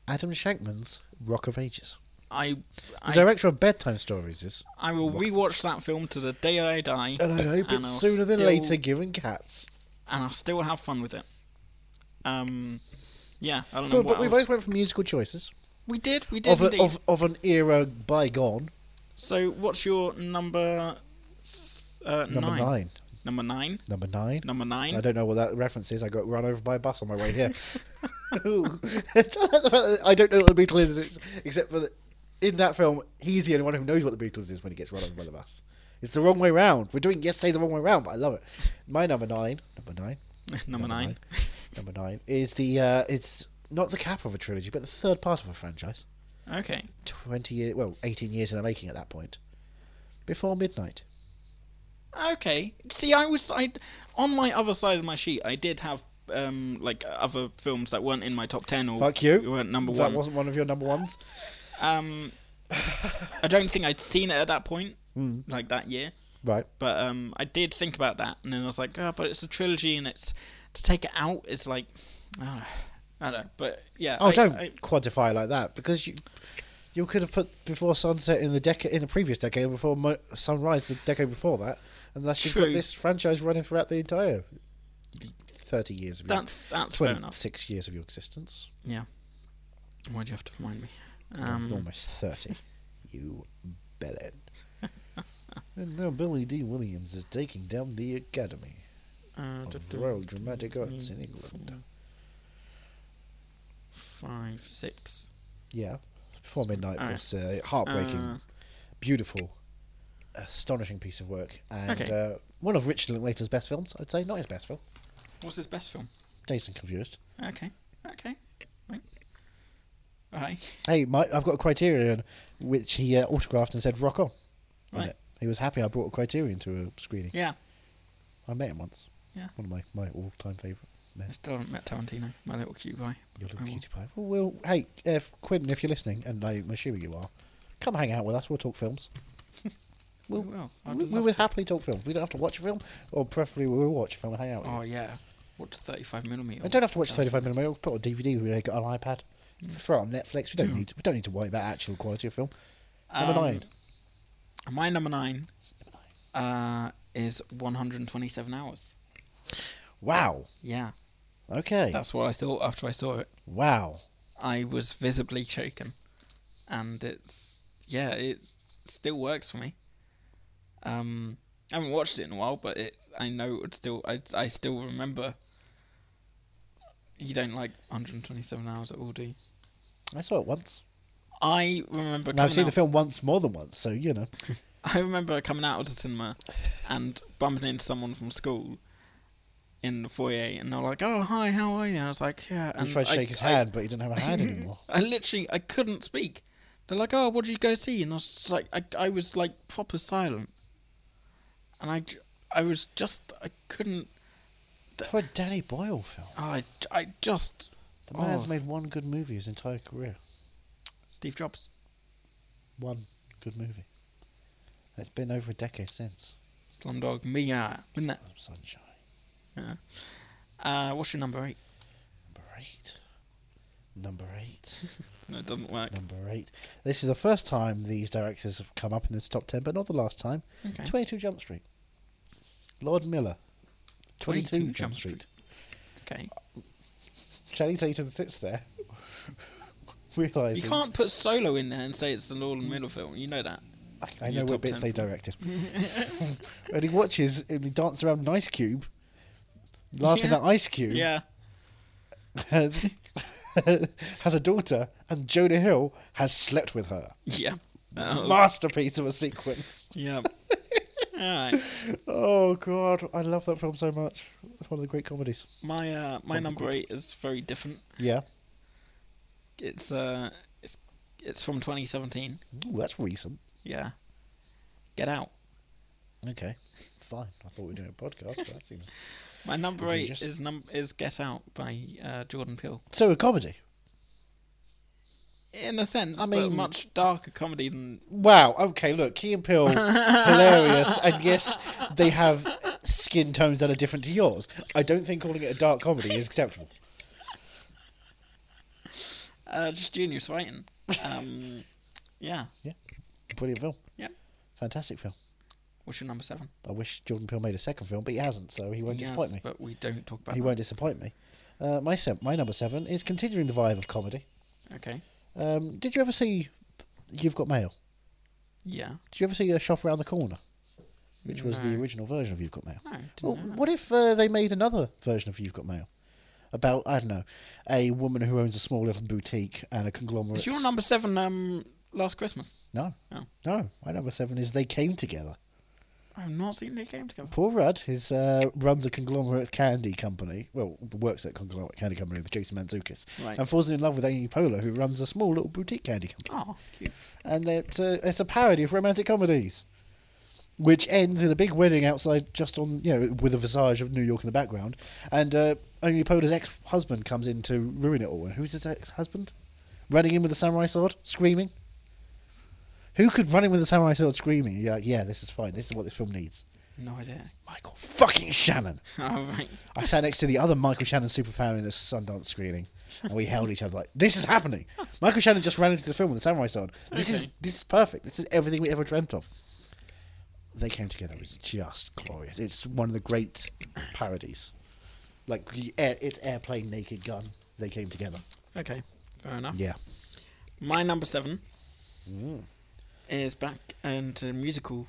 Speaker 1: Adam Shankman's Rock of Ages.
Speaker 2: I,
Speaker 1: The
Speaker 2: I,
Speaker 1: director of Bedtime Stories is.
Speaker 2: I will rewatch that film to the day I die,
Speaker 1: And I hope
Speaker 2: And
Speaker 1: it's
Speaker 2: I'll
Speaker 1: sooner than
Speaker 2: still-
Speaker 1: later, given cats.
Speaker 2: and I'll still have fun with it. Um, yeah, I don't know
Speaker 1: But,
Speaker 2: what
Speaker 1: but we
Speaker 2: else.
Speaker 1: both went for musical choices
Speaker 2: We did, we did
Speaker 1: of,
Speaker 2: indeed.
Speaker 1: a, of, of an era bygone.
Speaker 2: So what's your number? Uh,
Speaker 1: Number nine.
Speaker 2: nine. Number nine.
Speaker 1: Number nine.
Speaker 2: Number nine.
Speaker 1: I don't know what that reference is. I got run over by a bus on my way here. Ooh. I don't know what the Beatles is, except for that in that film, he's the only one who knows what the Beatles is when he gets run over by the bus. It's the wrong way round. We're doing yes, say the wrong way round, but I love it. My number nine, number nine,
Speaker 2: number nine.
Speaker 1: number nine is the uh, it's not the cap of a trilogy, but the third part of a franchise.
Speaker 2: Okay.
Speaker 1: 20 years, well, 18 years in the making at that point. Before midnight.
Speaker 2: Okay. See, I was I on my other side of my sheet. I did have um like other films that weren't in my top ten or
Speaker 1: Fuck you.
Speaker 2: weren't number
Speaker 1: that
Speaker 2: one.
Speaker 1: wasn't one of your number ones.
Speaker 2: Um, I don't think I'd seen it at that point,
Speaker 1: Mm.
Speaker 2: like that year.
Speaker 1: Right.
Speaker 2: But um, I did think about that, and then I was like, oh, but it's a trilogy, and it's to take it out. It's like, I don't know. I don't know. But yeah.
Speaker 1: Oh,
Speaker 2: I,
Speaker 1: don't
Speaker 2: I-
Speaker 1: quantify like that because you you could have put before sunset in the decade in the previous decade before mo- sunrise the decade before that, and thus you've got
Speaker 2: True.
Speaker 1: this franchise running throughout the entire thirty years of your
Speaker 2: that's that's fair
Speaker 1: twenty
Speaker 2: enough.
Speaker 1: six years of your existence.
Speaker 2: Yeah. Why'd you have to remind me?
Speaker 1: I'm
Speaker 2: Um,
Speaker 1: almost thirty, you bellend. and now Billy D. Williams is taking down the Academy
Speaker 2: uh, duh,
Speaker 1: of
Speaker 2: duh,
Speaker 1: Royal Dramatic
Speaker 2: duh,
Speaker 1: Arts
Speaker 2: duh,
Speaker 1: in England.
Speaker 2: Five, six.
Speaker 1: Yeah, before midnight
Speaker 2: Alright.
Speaker 1: was a heartbreaking
Speaker 2: Uh,
Speaker 1: beautiful, astonishing piece of work, and
Speaker 2: Okay.
Speaker 1: uh, one of Richard Linklater's best films. I'd say not his best film.
Speaker 2: what's his best film?
Speaker 1: Dazed and confused.
Speaker 2: Okay, okay. Right. Okay.
Speaker 1: Hey, my, I've got a Criterion, which he uh, autographed and said "Rock on." on
Speaker 2: Right.
Speaker 1: it. He was happy I brought a Criterion to a screening.
Speaker 2: Yeah.
Speaker 1: I met him once.
Speaker 2: Yeah.
Speaker 1: One of my, my all time favourite.
Speaker 2: I still haven't met Tarantino, my little cutie pie.
Speaker 1: Your little
Speaker 2: I will.
Speaker 1: cutie pie. Well, we'll hey, if Quentin, if you're listening, and I'm assuming you are, come hang out with us. We'll talk films.
Speaker 2: We
Speaker 1: We'll,
Speaker 2: will. I'd
Speaker 1: we, we
Speaker 2: love
Speaker 1: would happily talk films. We don't have to watch a film, or preferably we will watch a film and hang out.
Speaker 2: to-
Speaker 1: With
Speaker 2: Oh
Speaker 1: you.
Speaker 2: yeah. Watch 35 millimeter.
Speaker 1: I don't have to watch 35 mm. We'll put on DVD. We got an iPad. Throw it on Netflix. We don't
Speaker 2: Yeah.
Speaker 1: need. We don't need to worry about actual quality of film.
Speaker 2: Um,
Speaker 1: Number nine.
Speaker 2: My number nine, uh, is 127 hours.
Speaker 1: Wow.
Speaker 2: Yeah,
Speaker 1: Okay.
Speaker 2: that's what I thought after I saw it.
Speaker 1: wow.
Speaker 2: I was visibly shaken, and it's yeah, it still works for me. Um, I haven't watched it in a while, but it I know it would still I I still remember. You don't like 127 hours at all, do you?
Speaker 1: I saw it once.
Speaker 2: I remember.
Speaker 1: And I've
Speaker 2: coming
Speaker 1: seen the
Speaker 2: out-
Speaker 1: film once more than once, so you know.
Speaker 2: I remember coming out of the cinema and bumping into someone from school in the foyer, and they're like, "Oh, hi, how are you?" And I was like, "Yeah." And
Speaker 1: He tried to
Speaker 2: I-
Speaker 1: shake his
Speaker 2: I-
Speaker 1: hand, but he didn't have a hand anymore.
Speaker 2: I literally, I couldn't speak. They're like, "Oh, what did you go see?" And I was just like, I, I was like proper silent, and I, j- I was just, I couldn't. oh,
Speaker 1: For a Danny Boyle film,
Speaker 2: I, I just.
Speaker 1: the man's
Speaker 2: Oh.
Speaker 1: made one good movie his entire career.
Speaker 2: Steve Jobs.
Speaker 1: one good movie. And it's been over a decade since.
Speaker 2: Slumdog Millionaire. Isn't uh, that?
Speaker 1: Sunshine.
Speaker 2: Yeah. Uh, what's your number eight?
Speaker 1: Number eight. Number eight.
Speaker 2: No, it doesn't work.
Speaker 1: Number eight. This is the first time these directors have come up in this top ten, but not the last time.
Speaker 2: Okay.
Speaker 1: 22 Jump Street. Lord Miller. 22, Jump, Street.
Speaker 2: Okay.
Speaker 1: Channing Tatum sits there,
Speaker 2: You
Speaker 1: realizing.
Speaker 2: can't put Solo in there and say it's the Lord and Middle film. You know that.
Speaker 1: I, I
Speaker 2: in
Speaker 1: know
Speaker 2: your
Speaker 1: what
Speaker 2: top
Speaker 1: bits
Speaker 2: 10.
Speaker 1: they directed. and he watches him dance around an ice cube, laughing
Speaker 2: Yeah.
Speaker 1: at Ice Cube.
Speaker 2: Yeah.
Speaker 1: has has a daughter, and Jonah Hill has slept with her.
Speaker 2: Yeah. Oh,
Speaker 1: Masterpiece of a sequence.
Speaker 2: yeah. Alright.
Speaker 1: Oh God, I love that film so much. It's one of the great comedies.
Speaker 2: My uh, my number eight is very different.
Speaker 1: Yeah,
Speaker 2: It's uh, it's it's from 2017.
Speaker 1: Ooh, that's recent.
Speaker 2: Yeah. Get out.
Speaker 1: Okay, fine. I thought we were doing a podcast, but that seems
Speaker 2: My number
Speaker 1: Okay,
Speaker 2: eight
Speaker 1: just-
Speaker 2: is num is Get Out by uh, Jordan Peele.
Speaker 1: so a comedy.
Speaker 2: In a sense,
Speaker 1: I
Speaker 2: I mean,
Speaker 1: mean-
Speaker 2: much darker comedy than
Speaker 1: Wow. Okay, look, Key and Peele, hilarious, and yes, they have skin tones that are different to yours. I don't think calling it a dark comedy is acceptable.
Speaker 2: uh, just Junior Swain. Um, yeah.
Speaker 1: Yeah, brilliant film,
Speaker 2: Yeah.
Speaker 1: fantastic film.
Speaker 2: What's your number seven?
Speaker 1: I wish Jordan Peele made a second film, but he hasn't, so he won't
Speaker 2: Yes,
Speaker 1: disappoint me.
Speaker 2: but we don't talk about.
Speaker 1: He
Speaker 2: that.
Speaker 1: won't disappoint me. Uh, my se- my number seven is continuing the vibe of comedy.
Speaker 2: Okay.
Speaker 1: Um, did you ever see You've Got Mail?
Speaker 2: Yeah.
Speaker 1: Did you ever see a Shop Around the Corner, which was the
Speaker 2: No. Oh.
Speaker 1: original version of You've Got Mail?
Speaker 2: No, didn't
Speaker 1: Well,
Speaker 2: know that.
Speaker 1: what if uh, they made another version of You've Got Mail about I don't know a woman who owns a small little boutique and a conglomerate?
Speaker 2: Is your number seven um last Christmas?
Speaker 1: no,
Speaker 2: Oh.
Speaker 1: no. My number seven is They Came Together.
Speaker 2: I've not seen they came together.
Speaker 1: Paul Rudd is, uh, runs a conglomerate candy company. Well, works at a conglomerate candy company with Jason Mantzoukas,
Speaker 2: Right.
Speaker 1: and falls in love with Amy Poehler, who runs a small little boutique candy company.
Speaker 2: Oh, cute.
Speaker 1: And it's a, it's a parody of romantic comedies, which ends in a big wedding outside, just on you know, with a visage of New York in the background. And uh, Amy Poehler's ex-husband comes in to ruin it all. And who's his ex-husband? Running in with a samurai sword, screaming. Who could run in with a samurai sword, screaming? You're like, yeah, this is fine. This is what this film needs.
Speaker 2: No idea.
Speaker 1: Michael fucking Shannon.
Speaker 2: All right.
Speaker 1: I sat next to the other Michael Shannon superfan in a Sundance screening, and we held each other like, "This is happening." Michael Shannon just ran into the film with the samurai sword. This is
Speaker 2: Okay.
Speaker 1: this is perfect. This is everything we ever dreamt of. They came together. It was just glorious. It's one of the great parodies. Like the air, it's airplane naked gun. They came together.
Speaker 2: Okay. Fair enough.
Speaker 1: Yeah. Mm.
Speaker 2: My number seven is back into musical.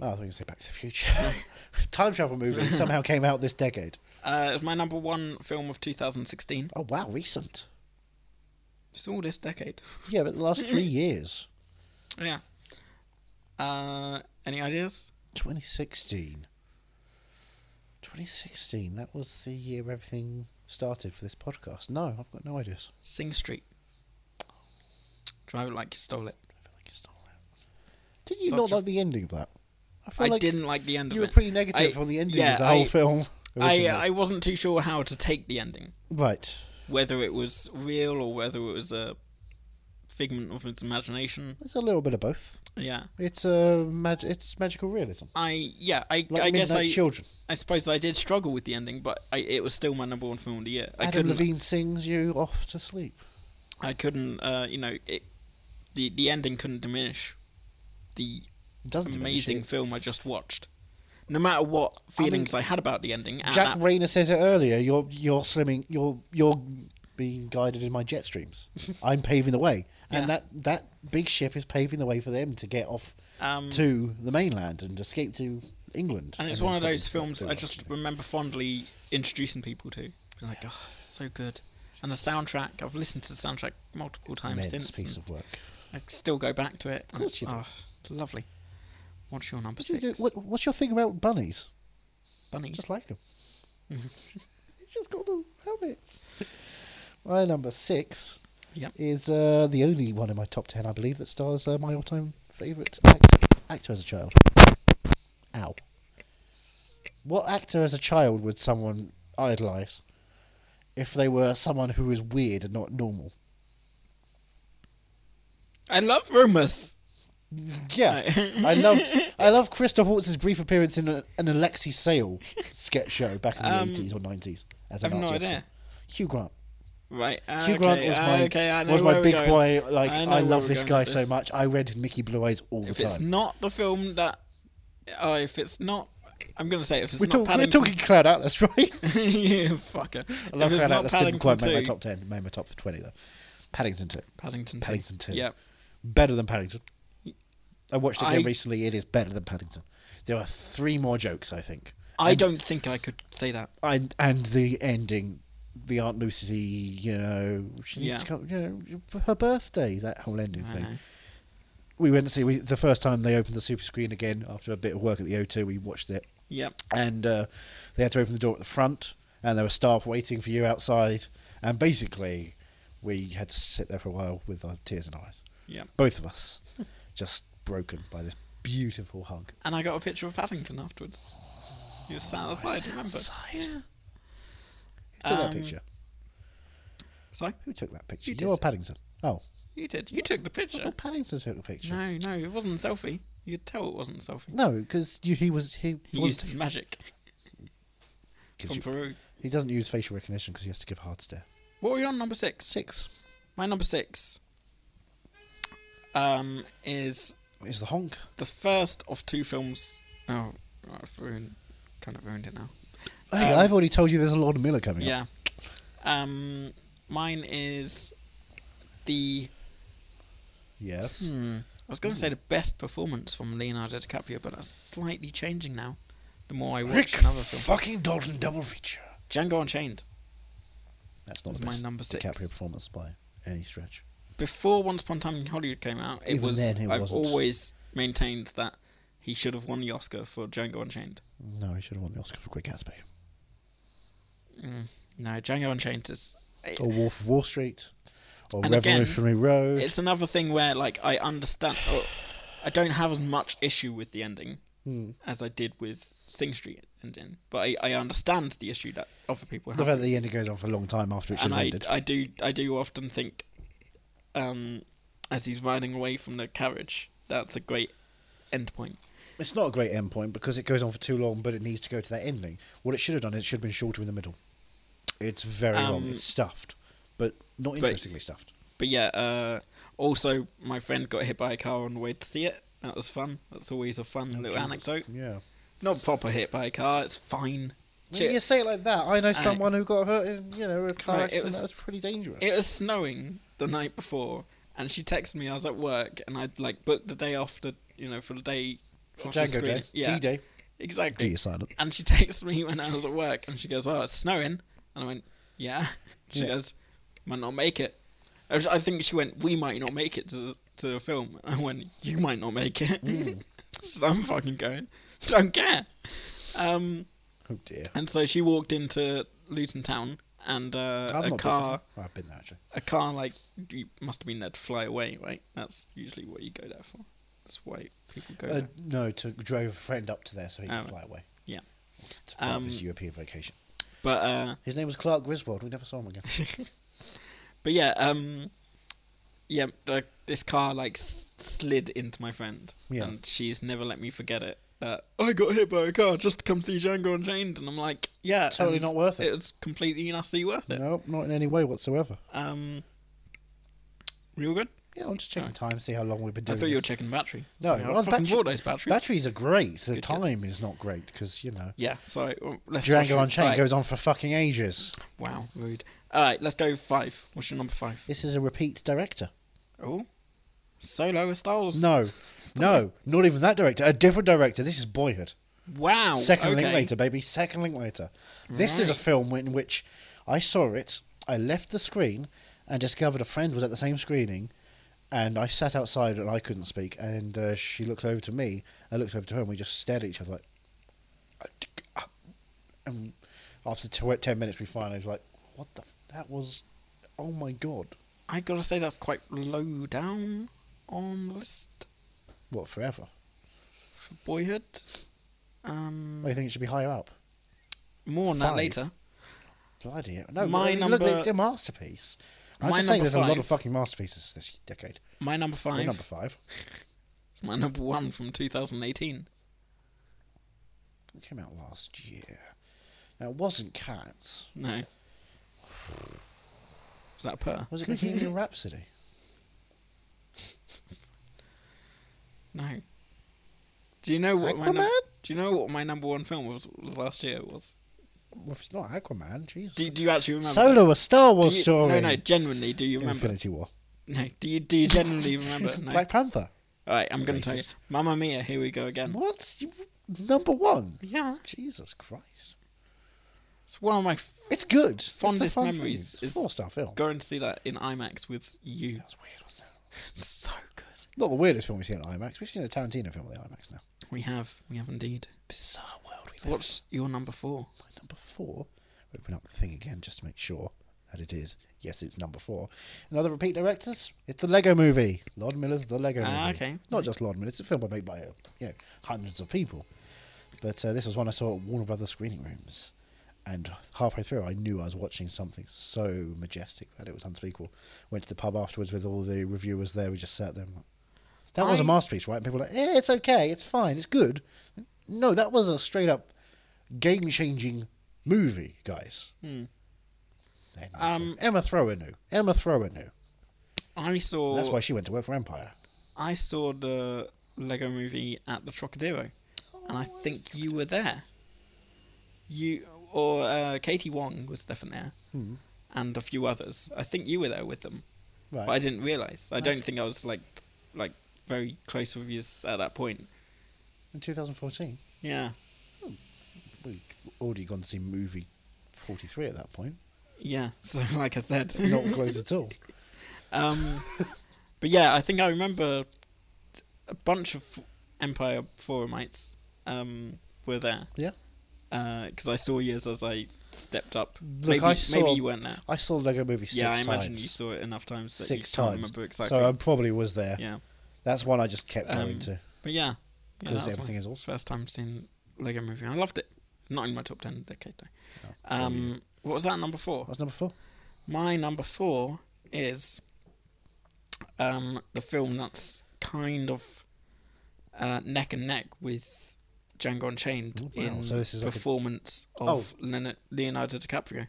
Speaker 1: Oh, I thought you were going to say Back to the Future. Time travel movie somehow came out this decade.
Speaker 2: Uh, it's my number one film of 2016.
Speaker 1: Oh wow, recent.
Speaker 2: It's all this decade.
Speaker 1: Yeah, but the last three years.
Speaker 2: Yeah. Uh, any ideas?
Speaker 1: 2016. 2016, that was the year everything started for this podcast. No, I've got no ideas.
Speaker 2: Sing Street. Drive it like you stole it.
Speaker 1: I feel like it's not that. Did you
Speaker 2: Such
Speaker 1: not
Speaker 2: a-
Speaker 1: like the ending of that?
Speaker 2: I
Speaker 1: feel like
Speaker 2: didn't like the end
Speaker 1: you
Speaker 2: of
Speaker 1: were
Speaker 2: it.
Speaker 1: pretty negative
Speaker 2: I-
Speaker 1: on the ending
Speaker 2: yeah,
Speaker 1: of the whole
Speaker 2: I-
Speaker 1: film.
Speaker 2: I
Speaker 1: originally.
Speaker 2: I wasn't too sure how to take the ending,
Speaker 1: right.
Speaker 2: whether it was real or whether it was a figment of its imagination.
Speaker 1: It's a little bit of both.
Speaker 2: Yeah.
Speaker 1: It's uh, mag- it's magical realism.
Speaker 2: I yeah I
Speaker 1: Like
Speaker 2: I
Speaker 1: Midnight's
Speaker 2: guess I
Speaker 1: Children.
Speaker 2: I suppose I did struggle with the ending, but I, it was still my number one film of the year. I
Speaker 1: Adam
Speaker 2: couldn't
Speaker 1: Levine sings you off to sleep.
Speaker 2: I couldn't uh you know it the the ending couldn't diminish the
Speaker 1: It doesn't do that
Speaker 2: amazing
Speaker 1: shit.
Speaker 2: film I just watched. No matter what feelings I, had about the ending, at
Speaker 1: Jack
Speaker 2: that-
Speaker 1: Rayner says it earlier. You're you're slimming. You're you're being guided in my jet streams. I'm paving the way, and
Speaker 2: Yeah.
Speaker 1: that that big ship is paving the way for them to get off
Speaker 2: Um,
Speaker 1: to the mainland and escape to England.
Speaker 2: and it's
Speaker 1: then
Speaker 2: one of
Speaker 1: probably
Speaker 2: those
Speaker 1: not
Speaker 2: films
Speaker 1: do
Speaker 2: I
Speaker 1: much.
Speaker 2: just remember fondly introducing people to. Being like, oh, it's so good. And the soundtrack, I've listened to the soundtrack multiple times
Speaker 1: immense
Speaker 2: since.
Speaker 1: piece
Speaker 2: and
Speaker 1: of work.
Speaker 2: I still go back to it. Of
Speaker 1: course you do.
Speaker 2: lovely. What's your number
Speaker 1: What do you
Speaker 2: six?
Speaker 1: do- what- what's your thing about bunnies?
Speaker 2: Bunny.
Speaker 1: Just like them. He's just got the helmets. My number six
Speaker 2: Yep.
Speaker 1: is uh, the only one in my top ten, I believe, that stars uh, my all-time favourite actor, actor as a child. Ow. What actor as a child would someone idolise if they were someone who is weird and not normal?
Speaker 2: I love Rumours.
Speaker 1: Yeah, I loved I loved Christoph Waltz's brief appearance in a, an Alexi Sale sketch show back in the
Speaker 2: Um,
Speaker 1: eighties or nineties as a
Speaker 2: I've no
Speaker 1: Nazi
Speaker 2: idea.
Speaker 1: officer. Hugh Grant.
Speaker 2: Right. uh,
Speaker 1: Hugh Grant
Speaker 2: okay,
Speaker 1: was
Speaker 2: uh,
Speaker 1: my
Speaker 2: okay, I know
Speaker 1: was my
Speaker 2: where we're
Speaker 1: big
Speaker 2: going.
Speaker 1: boy. Like I,
Speaker 2: know where
Speaker 1: love
Speaker 2: we're
Speaker 1: this
Speaker 2: going
Speaker 1: guy
Speaker 2: with
Speaker 1: so
Speaker 2: this.
Speaker 1: much. I read Mickey Blue Eyes all
Speaker 2: If
Speaker 1: the
Speaker 2: it's
Speaker 1: time.
Speaker 2: not the film that, uh, if it's not, I'm gonna say if it's
Speaker 1: We're,
Speaker 2: not
Speaker 1: talk, we're
Speaker 2: Paddington,
Speaker 1: talking Cloud Atlas, right?
Speaker 2: you fucker.
Speaker 1: I love Cloud
Speaker 2: if it's not
Speaker 1: Atlas. Didn't
Speaker 2: Paddington
Speaker 1: quite make my
Speaker 2: 2,
Speaker 1: top ten. It Made my top twenty though. Paddington two,
Speaker 2: Paddington two.
Speaker 1: Paddington two.
Speaker 2: Yep.
Speaker 1: better than Paddington. I watched it again
Speaker 2: I-
Speaker 1: recently. It is better than Paddington. There are three more jokes, I think.
Speaker 2: I don't think I could say that.
Speaker 1: and and the ending, the Aunt Lucy, you know, she needs
Speaker 2: Yeah.
Speaker 1: to come, you know, her birthday, that whole ending
Speaker 2: I
Speaker 1: thing.
Speaker 2: know.
Speaker 1: We went to see we, the first time they opened the super screen again after a bit of work at the O2. We watched it,
Speaker 2: Yep.
Speaker 1: and uh, they had to open the door at the front, and there were staff waiting for you outside, and basically, we had to sit there for a while with our tears in our eyes,
Speaker 2: Yep.
Speaker 1: both of us, just broken by this beautiful hug.
Speaker 2: And I got a picture of Paddington afterwards. You were sat outside, remember?
Speaker 1: Outside. Who took that
Speaker 2: Um,
Speaker 1: picture?
Speaker 2: Sorry?
Speaker 1: Who took that picture?
Speaker 2: you
Speaker 1: You or
Speaker 2: did.
Speaker 1: Paddington? Oh.
Speaker 2: You did. You took the
Speaker 1: I
Speaker 2: picture.
Speaker 1: thought Paddington took the picture.
Speaker 2: No, no, it wasn't a selfie. You could tell it wasn't a selfie.
Speaker 1: No, because he was he,
Speaker 2: He
Speaker 1: was
Speaker 2: used his magic
Speaker 1: gives
Speaker 2: from
Speaker 1: you-
Speaker 2: Peru.
Speaker 1: he doesn't use facial recognition because he has to give a hard stare.
Speaker 2: What were you on number six?
Speaker 1: Six
Speaker 2: My number six um, is
Speaker 1: is the honk.
Speaker 2: the first of two films. Oh, I've ruined, kind of ruined it now.
Speaker 1: Hey,
Speaker 2: Um,
Speaker 1: I've already told you there's a Lord Miller coming up.
Speaker 2: Yeah. Um, mine is the.
Speaker 1: Yes.
Speaker 2: Hmm, I was going to say the best performance from Leonardo DiCaprio, but that's slightly changing now. The more I watch
Speaker 1: Rick
Speaker 2: another film,
Speaker 1: fucking Dalton double feature.
Speaker 2: Django Unchained.
Speaker 1: That's not
Speaker 2: It's
Speaker 1: the
Speaker 2: my
Speaker 1: best
Speaker 2: number six.
Speaker 1: DiCaprio performance by any stretch.
Speaker 2: Before Once Upon a Time in Hollywood came out, it
Speaker 1: Even
Speaker 2: was.
Speaker 1: then it
Speaker 2: I've
Speaker 1: wasn't.
Speaker 2: always maintained that he should have won the Oscar for Django Unchained.
Speaker 1: No, he should have won the Oscar for Great Gatsby
Speaker 2: Mm, no, Django Unchained is. it-
Speaker 1: or Wolf of Wall Street or
Speaker 2: And again,
Speaker 1: Revolutionary Road.
Speaker 2: it's another thing where like I understand. oh, I don't have as much issue with the ending
Speaker 1: Hmm.
Speaker 2: as I did with Sing Street ending, but I, I understand the issue that other people
Speaker 1: the
Speaker 2: have,
Speaker 1: fact that the ending goes on for a long time after it should
Speaker 2: and
Speaker 1: have
Speaker 2: I,
Speaker 1: ended.
Speaker 2: I do I do often think, um, as he's riding away from the carriage, that's a great end point.
Speaker 1: It's not a great end point because it goes on for too long, but it needs to go to that ending. What it should have done, it should have been shorter in the middle. It's very long.
Speaker 2: Um,
Speaker 1: It's stuffed, but not interestingly stuffed.
Speaker 2: But yeah, uh, also my friend got hit by a car on the way to see it. That was fun. That's always a fun little anecdote.
Speaker 1: Yeah.
Speaker 2: Not proper hit by a car. It's fine.
Speaker 1: When you say it like that, I know someone who got hurt in you know a car
Speaker 2: No, it
Speaker 1: accident.
Speaker 2: was-
Speaker 1: that was pretty dangerous.
Speaker 2: It was snowing the night before, and she texted me. I was at work, and I'd like booked the day off the, you know, for the day. off the
Speaker 1: Django
Speaker 2: screen.
Speaker 1: Day,
Speaker 2: Yeah,
Speaker 1: D-Day,
Speaker 2: exactly.
Speaker 1: D is silent.
Speaker 2: And she texted me when I was at work, and she goes, "Oh, it's snowing," and I went, "Yeah." She
Speaker 1: Yeah.
Speaker 2: goes, "Might not make it." I was- I think she went, "We might not make it to to the film." And I went, "You might not make it."
Speaker 1: Mm.
Speaker 2: so I'm fucking going. Don't care. Um,
Speaker 1: Oh dear,
Speaker 2: and so she walked into Luton Town, and uh, a car
Speaker 1: Been, I've been there actually.
Speaker 2: a car like you must have been there to fly away, right? That's usually what you go there for. That's why people go
Speaker 1: Uh,
Speaker 2: there.
Speaker 1: no, to drove a friend up to there so he could
Speaker 2: Oh.
Speaker 1: fly away.
Speaker 2: Yeah.
Speaker 1: It's part
Speaker 2: Um,
Speaker 1: of his European vacation.
Speaker 2: But uh,
Speaker 1: His name was Clark Griswold. We never saw him again.
Speaker 2: but yeah, um, yeah, like this car like s- slid into my friend,
Speaker 1: Yeah.
Speaker 2: and she's never let me forget it. That I got hit by a car just to come see Django Unchained, and I'm like, yeah,
Speaker 1: Totally
Speaker 2: and
Speaker 1: not worth it.
Speaker 2: It was completely nutty worth it.
Speaker 1: no, not in any way whatsoever.
Speaker 2: Um, real good.
Speaker 1: Yeah, I'm just checking time, see how long we've been
Speaker 2: I
Speaker 1: doing.
Speaker 2: thought you were
Speaker 1: this.
Speaker 2: checking battery.
Speaker 1: No,
Speaker 2: So I
Speaker 1: well, the
Speaker 2: fucking
Speaker 1: battery-
Speaker 2: bought those batteries.
Speaker 1: Batteries are great. The
Speaker 2: Good kid.
Speaker 1: time is not great because you know
Speaker 2: Yeah, sorry. Well, let's switch
Speaker 1: Django
Speaker 2: it.
Speaker 1: Unchained
Speaker 2: Right.
Speaker 1: goes on for fucking ages.
Speaker 2: Wow, rude. All right, let's go five. What's your number five?
Speaker 1: This is a repeat director.
Speaker 2: Oh, Solo a Star Wars.
Speaker 1: No, no, not even that director. A different director. This is Boyhood.
Speaker 2: Wow.
Speaker 1: Second
Speaker 2: Oh, okay.
Speaker 1: link later, baby. Second link later. This is a
Speaker 2: Right.
Speaker 1: film in which I saw it. I left the screen and discovered a friend was at the same screening, and I sat outside and I couldn't speak. And uh, she looked over to me. I looked over to her, and we just stared at each other like. And after tw- ten minutes, we finally was like, "What the? f- That was, oh my god!
Speaker 2: I gotta say that's quite low down on the list
Speaker 1: What forever?
Speaker 2: for Boyhood. Um,
Speaker 1: I think it should be higher up."
Speaker 2: more on that
Speaker 1: five.
Speaker 2: later.
Speaker 1: Bloody hell. No,
Speaker 2: My
Speaker 1: I mean, look,
Speaker 2: number-
Speaker 1: it's a masterpiece. I'm
Speaker 2: My
Speaker 1: just saying
Speaker 2: number
Speaker 1: there's a lot
Speaker 2: five-
Speaker 1: of fucking masterpieces this decade.
Speaker 2: My number
Speaker 1: You're
Speaker 2: five.
Speaker 1: number five.
Speaker 2: My number one from 2018.
Speaker 1: It came out last year. Now, it wasn't Cats.
Speaker 2: No. Was that a purr?
Speaker 1: Was it Bohemian Rhapsody?
Speaker 2: No. Do you know what my num-
Speaker 1: Aquaman?
Speaker 2: Do you know what my number one film was, was last year was?
Speaker 1: Well, if it's not Aquaman, Jesus.
Speaker 2: Do, do you actually remember?
Speaker 1: Solo, a Star
Speaker 2: Do
Speaker 1: Wars
Speaker 2: you-
Speaker 1: story.
Speaker 2: No, no. Genuinely, do you remember?
Speaker 1: Infinity War.
Speaker 2: No. Do you do you genuinely remember? No.
Speaker 1: Black Panther.
Speaker 2: All right, I'm gonna tell you.
Speaker 1: Racist.
Speaker 2: Mamma Mia. Here we go again.
Speaker 1: What? You, number one?
Speaker 2: Yeah.
Speaker 1: Jesus Christ.
Speaker 2: It's one of my f-
Speaker 1: It's good. it's
Speaker 2: Fondest
Speaker 1: a fun film.
Speaker 2: memories
Speaker 1: It's
Speaker 2: is-
Speaker 1: a four star film.
Speaker 2: going to see that in IMAX with you.
Speaker 1: That's weird, wasn't it?
Speaker 2: So good.
Speaker 1: Not the weirdest film we've seen at IMAX. We've seen a Tarantino film at the IMAX now.
Speaker 2: We have. We have indeed.
Speaker 1: Bizarre world we live in.
Speaker 2: What's your number four?
Speaker 1: My number four. Open up the thing again just to make sure that it is. Yes, it's number four. And other repeat directors? It's the Lego Movie. Lord Miller's the Lego
Speaker 2: Ah,
Speaker 1: Movie.
Speaker 2: okay.
Speaker 1: Not just Lord Miller. It's a film made by uh, you know hundreds of people. But uh, this was one I saw at Warner Brothers screening rooms, and halfway through I knew I was watching something so majestic that it was unspeakable. Went to the pub afterwards with all the reviewers there. We just sat there. And like, that was a
Speaker 2: I-
Speaker 1: masterpiece, right? And people were like, "Yeah, it's okay, it's fine, it's good." No, that was a straight up game changing movie, guys. Then
Speaker 2: Hmm. Um,
Speaker 1: Emma Thrower knew. Emma Thrower knew.
Speaker 2: I saw.
Speaker 1: That's why she went to work for Empire.
Speaker 2: I saw the Lego Movie at the Trocadero, and I think you were there. You or uh, Katie Wong was definitely there, and a few others. I think you were there with them,
Speaker 1: Right.
Speaker 2: but I didn't realize. I don't think I was like, like very close with you at that point.
Speaker 1: In 2014,
Speaker 2: Yeah,
Speaker 1: we'd already gone to see movie 43 at that point.
Speaker 2: yeah. So like I said,
Speaker 1: Not close at all.
Speaker 2: Um, but yeah, I think I remember a bunch of Empire forumites um, were there
Speaker 1: Yeah.
Speaker 2: because I saw yours as I stepped up.
Speaker 1: Look,
Speaker 2: maybe,
Speaker 1: I saw-
Speaker 2: maybe you weren't there.
Speaker 1: I saw Lego Movie six
Speaker 2: yeah, I
Speaker 1: times.
Speaker 2: imagine you saw it enough times that
Speaker 1: six
Speaker 2: you can't
Speaker 1: times.
Speaker 2: remember exactly.
Speaker 1: So I probably was there.
Speaker 2: yeah,
Speaker 1: That's one I just kept
Speaker 2: Um,
Speaker 1: going to
Speaker 2: but yeah, yeah, that
Speaker 1: because
Speaker 2: was
Speaker 1: everything
Speaker 2: my
Speaker 1: is awesome.
Speaker 2: first time seeing Lego Movie. I loved it. Not in my top ten decade though.
Speaker 1: Oh,
Speaker 2: Um, what was that number four?
Speaker 1: What's number four?
Speaker 2: My number four is um, the film that's kind of uh, neck and neck with Django Unchained
Speaker 1: Oh, wow.
Speaker 2: in
Speaker 1: So this is like a- Oh.
Speaker 2: performance of Leonard, Leonardo DiCaprio.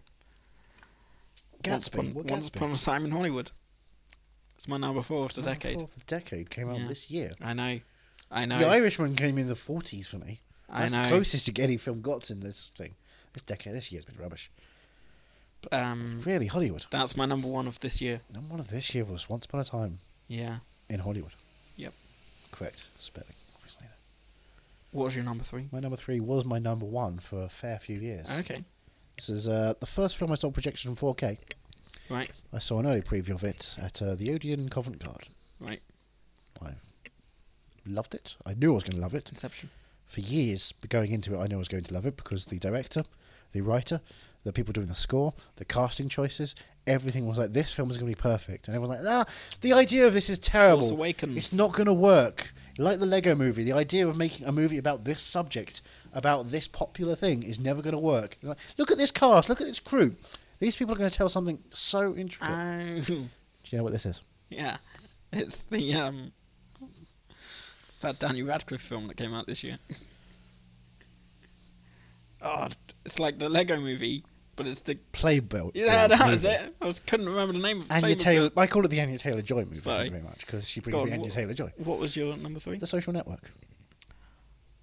Speaker 2: Once
Speaker 1: Gatsby.
Speaker 2: upon,
Speaker 1: what
Speaker 2: Once
Speaker 1: Gatsby?
Speaker 2: upon a time in Hollywood. It's my number four of the
Speaker 1: Number
Speaker 2: decade.
Speaker 1: four of the decade came out
Speaker 2: Yeah.
Speaker 1: this year.
Speaker 2: I know, I know,
Speaker 1: The Irishman came in the 40s for me.
Speaker 2: I
Speaker 1: That's
Speaker 2: know.
Speaker 1: the closest to any film got in this thing. This decade, this year's been rubbish.
Speaker 2: um,
Speaker 1: Really, Hollywood.
Speaker 2: that's my number one of this year.
Speaker 1: And one of this year was Once Upon a Time
Speaker 2: Yeah.
Speaker 1: in Hollywood.
Speaker 2: Yep.
Speaker 1: Correct spelling, obviously.
Speaker 2: What was your number three?
Speaker 1: My number three was my number one for a fair few years.
Speaker 2: Okay.
Speaker 1: This is uh, the first film I saw projection in 4K.
Speaker 2: Right.
Speaker 1: I saw an early preview of it at uh, the Odeon Covent Garden.
Speaker 2: Right.
Speaker 1: I loved it. I knew I was going to love it.
Speaker 2: Inception.
Speaker 1: for years but going into it, I knew I was going to love it because the director, the writer, the people doing the score, the casting choices, everything was like this film is going to be perfect, and everyone's like, ah, the idea of this is terrible.
Speaker 2: Awakens.
Speaker 1: It's not going to work. Like the Lego movie, the idea of making a movie about this subject, about this popular thing, is never going to work. You're like, look at this cast, look at this crew. These people are going to tell something so intricate.
Speaker 2: Oh,
Speaker 1: Do you know what this is?
Speaker 2: yeah. It's the um, it's that Danny Radcliffe film that came out this year. oh, it's like the Lego Movie, but it's the
Speaker 1: Playbill. uh,
Speaker 2: yeah, that was
Speaker 1: movie.
Speaker 2: it. I just couldn't remember the name of the
Speaker 1: Anya
Speaker 2: famous
Speaker 1: Taylor. I call it the Anya Taylor Joy movie. Thank
Speaker 2: Sorry.
Speaker 1: you very much because she
Speaker 2: film.
Speaker 1: brings
Speaker 2: God,
Speaker 1: me Anya
Speaker 2: what-
Speaker 1: Taylor Joy.
Speaker 2: What was your number three?
Speaker 1: The Social Network.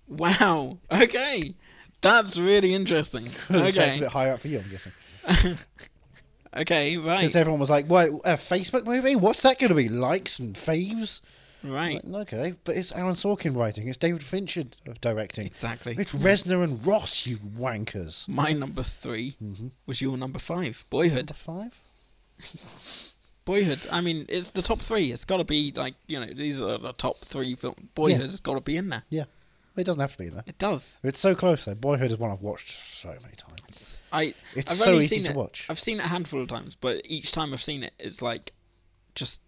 Speaker 2: Wow. Okay. That's really interesting.
Speaker 1: So it's a
Speaker 2: Okay.
Speaker 1: bit higher up for you, I'm guessing.
Speaker 2: okay.
Speaker 1: Because
Speaker 2: Right.
Speaker 1: everyone was like, "What? A Facebook movie? What's that going to be? Likes and faves?"
Speaker 2: Right.
Speaker 1: Like, okay, but it's Aaron Sorkin writing. It's David Fincher directing.
Speaker 2: Exactly.
Speaker 1: It's Resner and Ross, you wankers.
Speaker 2: My number 3
Speaker 1: Mm-hmm.
Speaker 2: was your number five, Boyhood.
Speaker 1: Number five.
Speaker 2: Boyhood. I mean, it's the top three. It's got to be like you know these are the top three film. Boyhood's got to be in there.
Speaker 1: Yeah, it doesn't have to be in there.
Speaker 2: It does.
Speaker 1: It's so close though. Boyhood is one I've watched so many times.
Speaker 2: It's- I.
Speaker 1: It's
Speaker 2: I've
Speaker 1: so
Speaker 2: only
Speaker 1: easy
Speaker 2: seen
Speaker 1: to
Speaker 2: it-
Speaker 1: watch.
Speaker 2: I've seen it a handful of times, but each time I've seen it, it's like just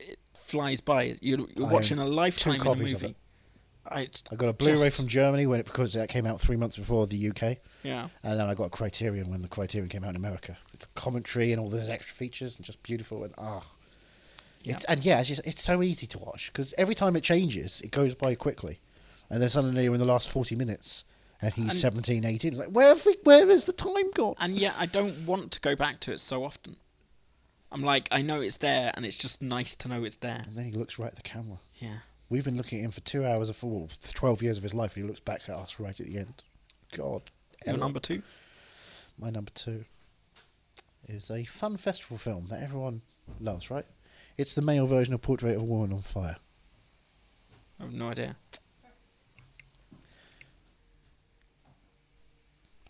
Speaker 2: it flies by. You're, you're
Speaker 1: I
Speaker 2: watching a
Speaker 1: own two
Speaker 2: lifetime in a
Speaker 1: copies of
Speaker 2: movie.
Speaker 1: it.
Speaker 2: I, it's
Speaker 1: I got a Blu-ray
Speaker 2: just-
Speaker 1: from Germany when it because that came out three months before the UK.
Speaker 2: yeah.
Speaker 1: And then I got a Criterion when the Criterion came out in America with the commentary and all those extra features and just beautiful and ah. It's, and yeah, it's, just, it's so easy to watch because every time it changes, it goes by quickly. And then suddenly you're in the last 40 minutes and he's
Speaker 2: And-
Speaker 1: seventeen, eighteen. 17, 18. It's like, where, have we, where has the time gone?
Speaker 2: And yet, I don't want to go back to it so often. I'm like, I know it's there, and it's just nice to know it's there.
Speaker 1: And then he looks right at the camera.
Speaker 2: Yeah.
Speaker 1: We've been looking at him for two hours of well, 12 years of his life and he looks back at us right at the end. God.
Speaker 2: Your
Speaker 1: Ella.
Speaker 2: number two?
Speaker 1: My number two is a fun festival film that everyone loves, right? It's the male version of Portrait of a Woman on Fire.
Speaker 2: I have no idea.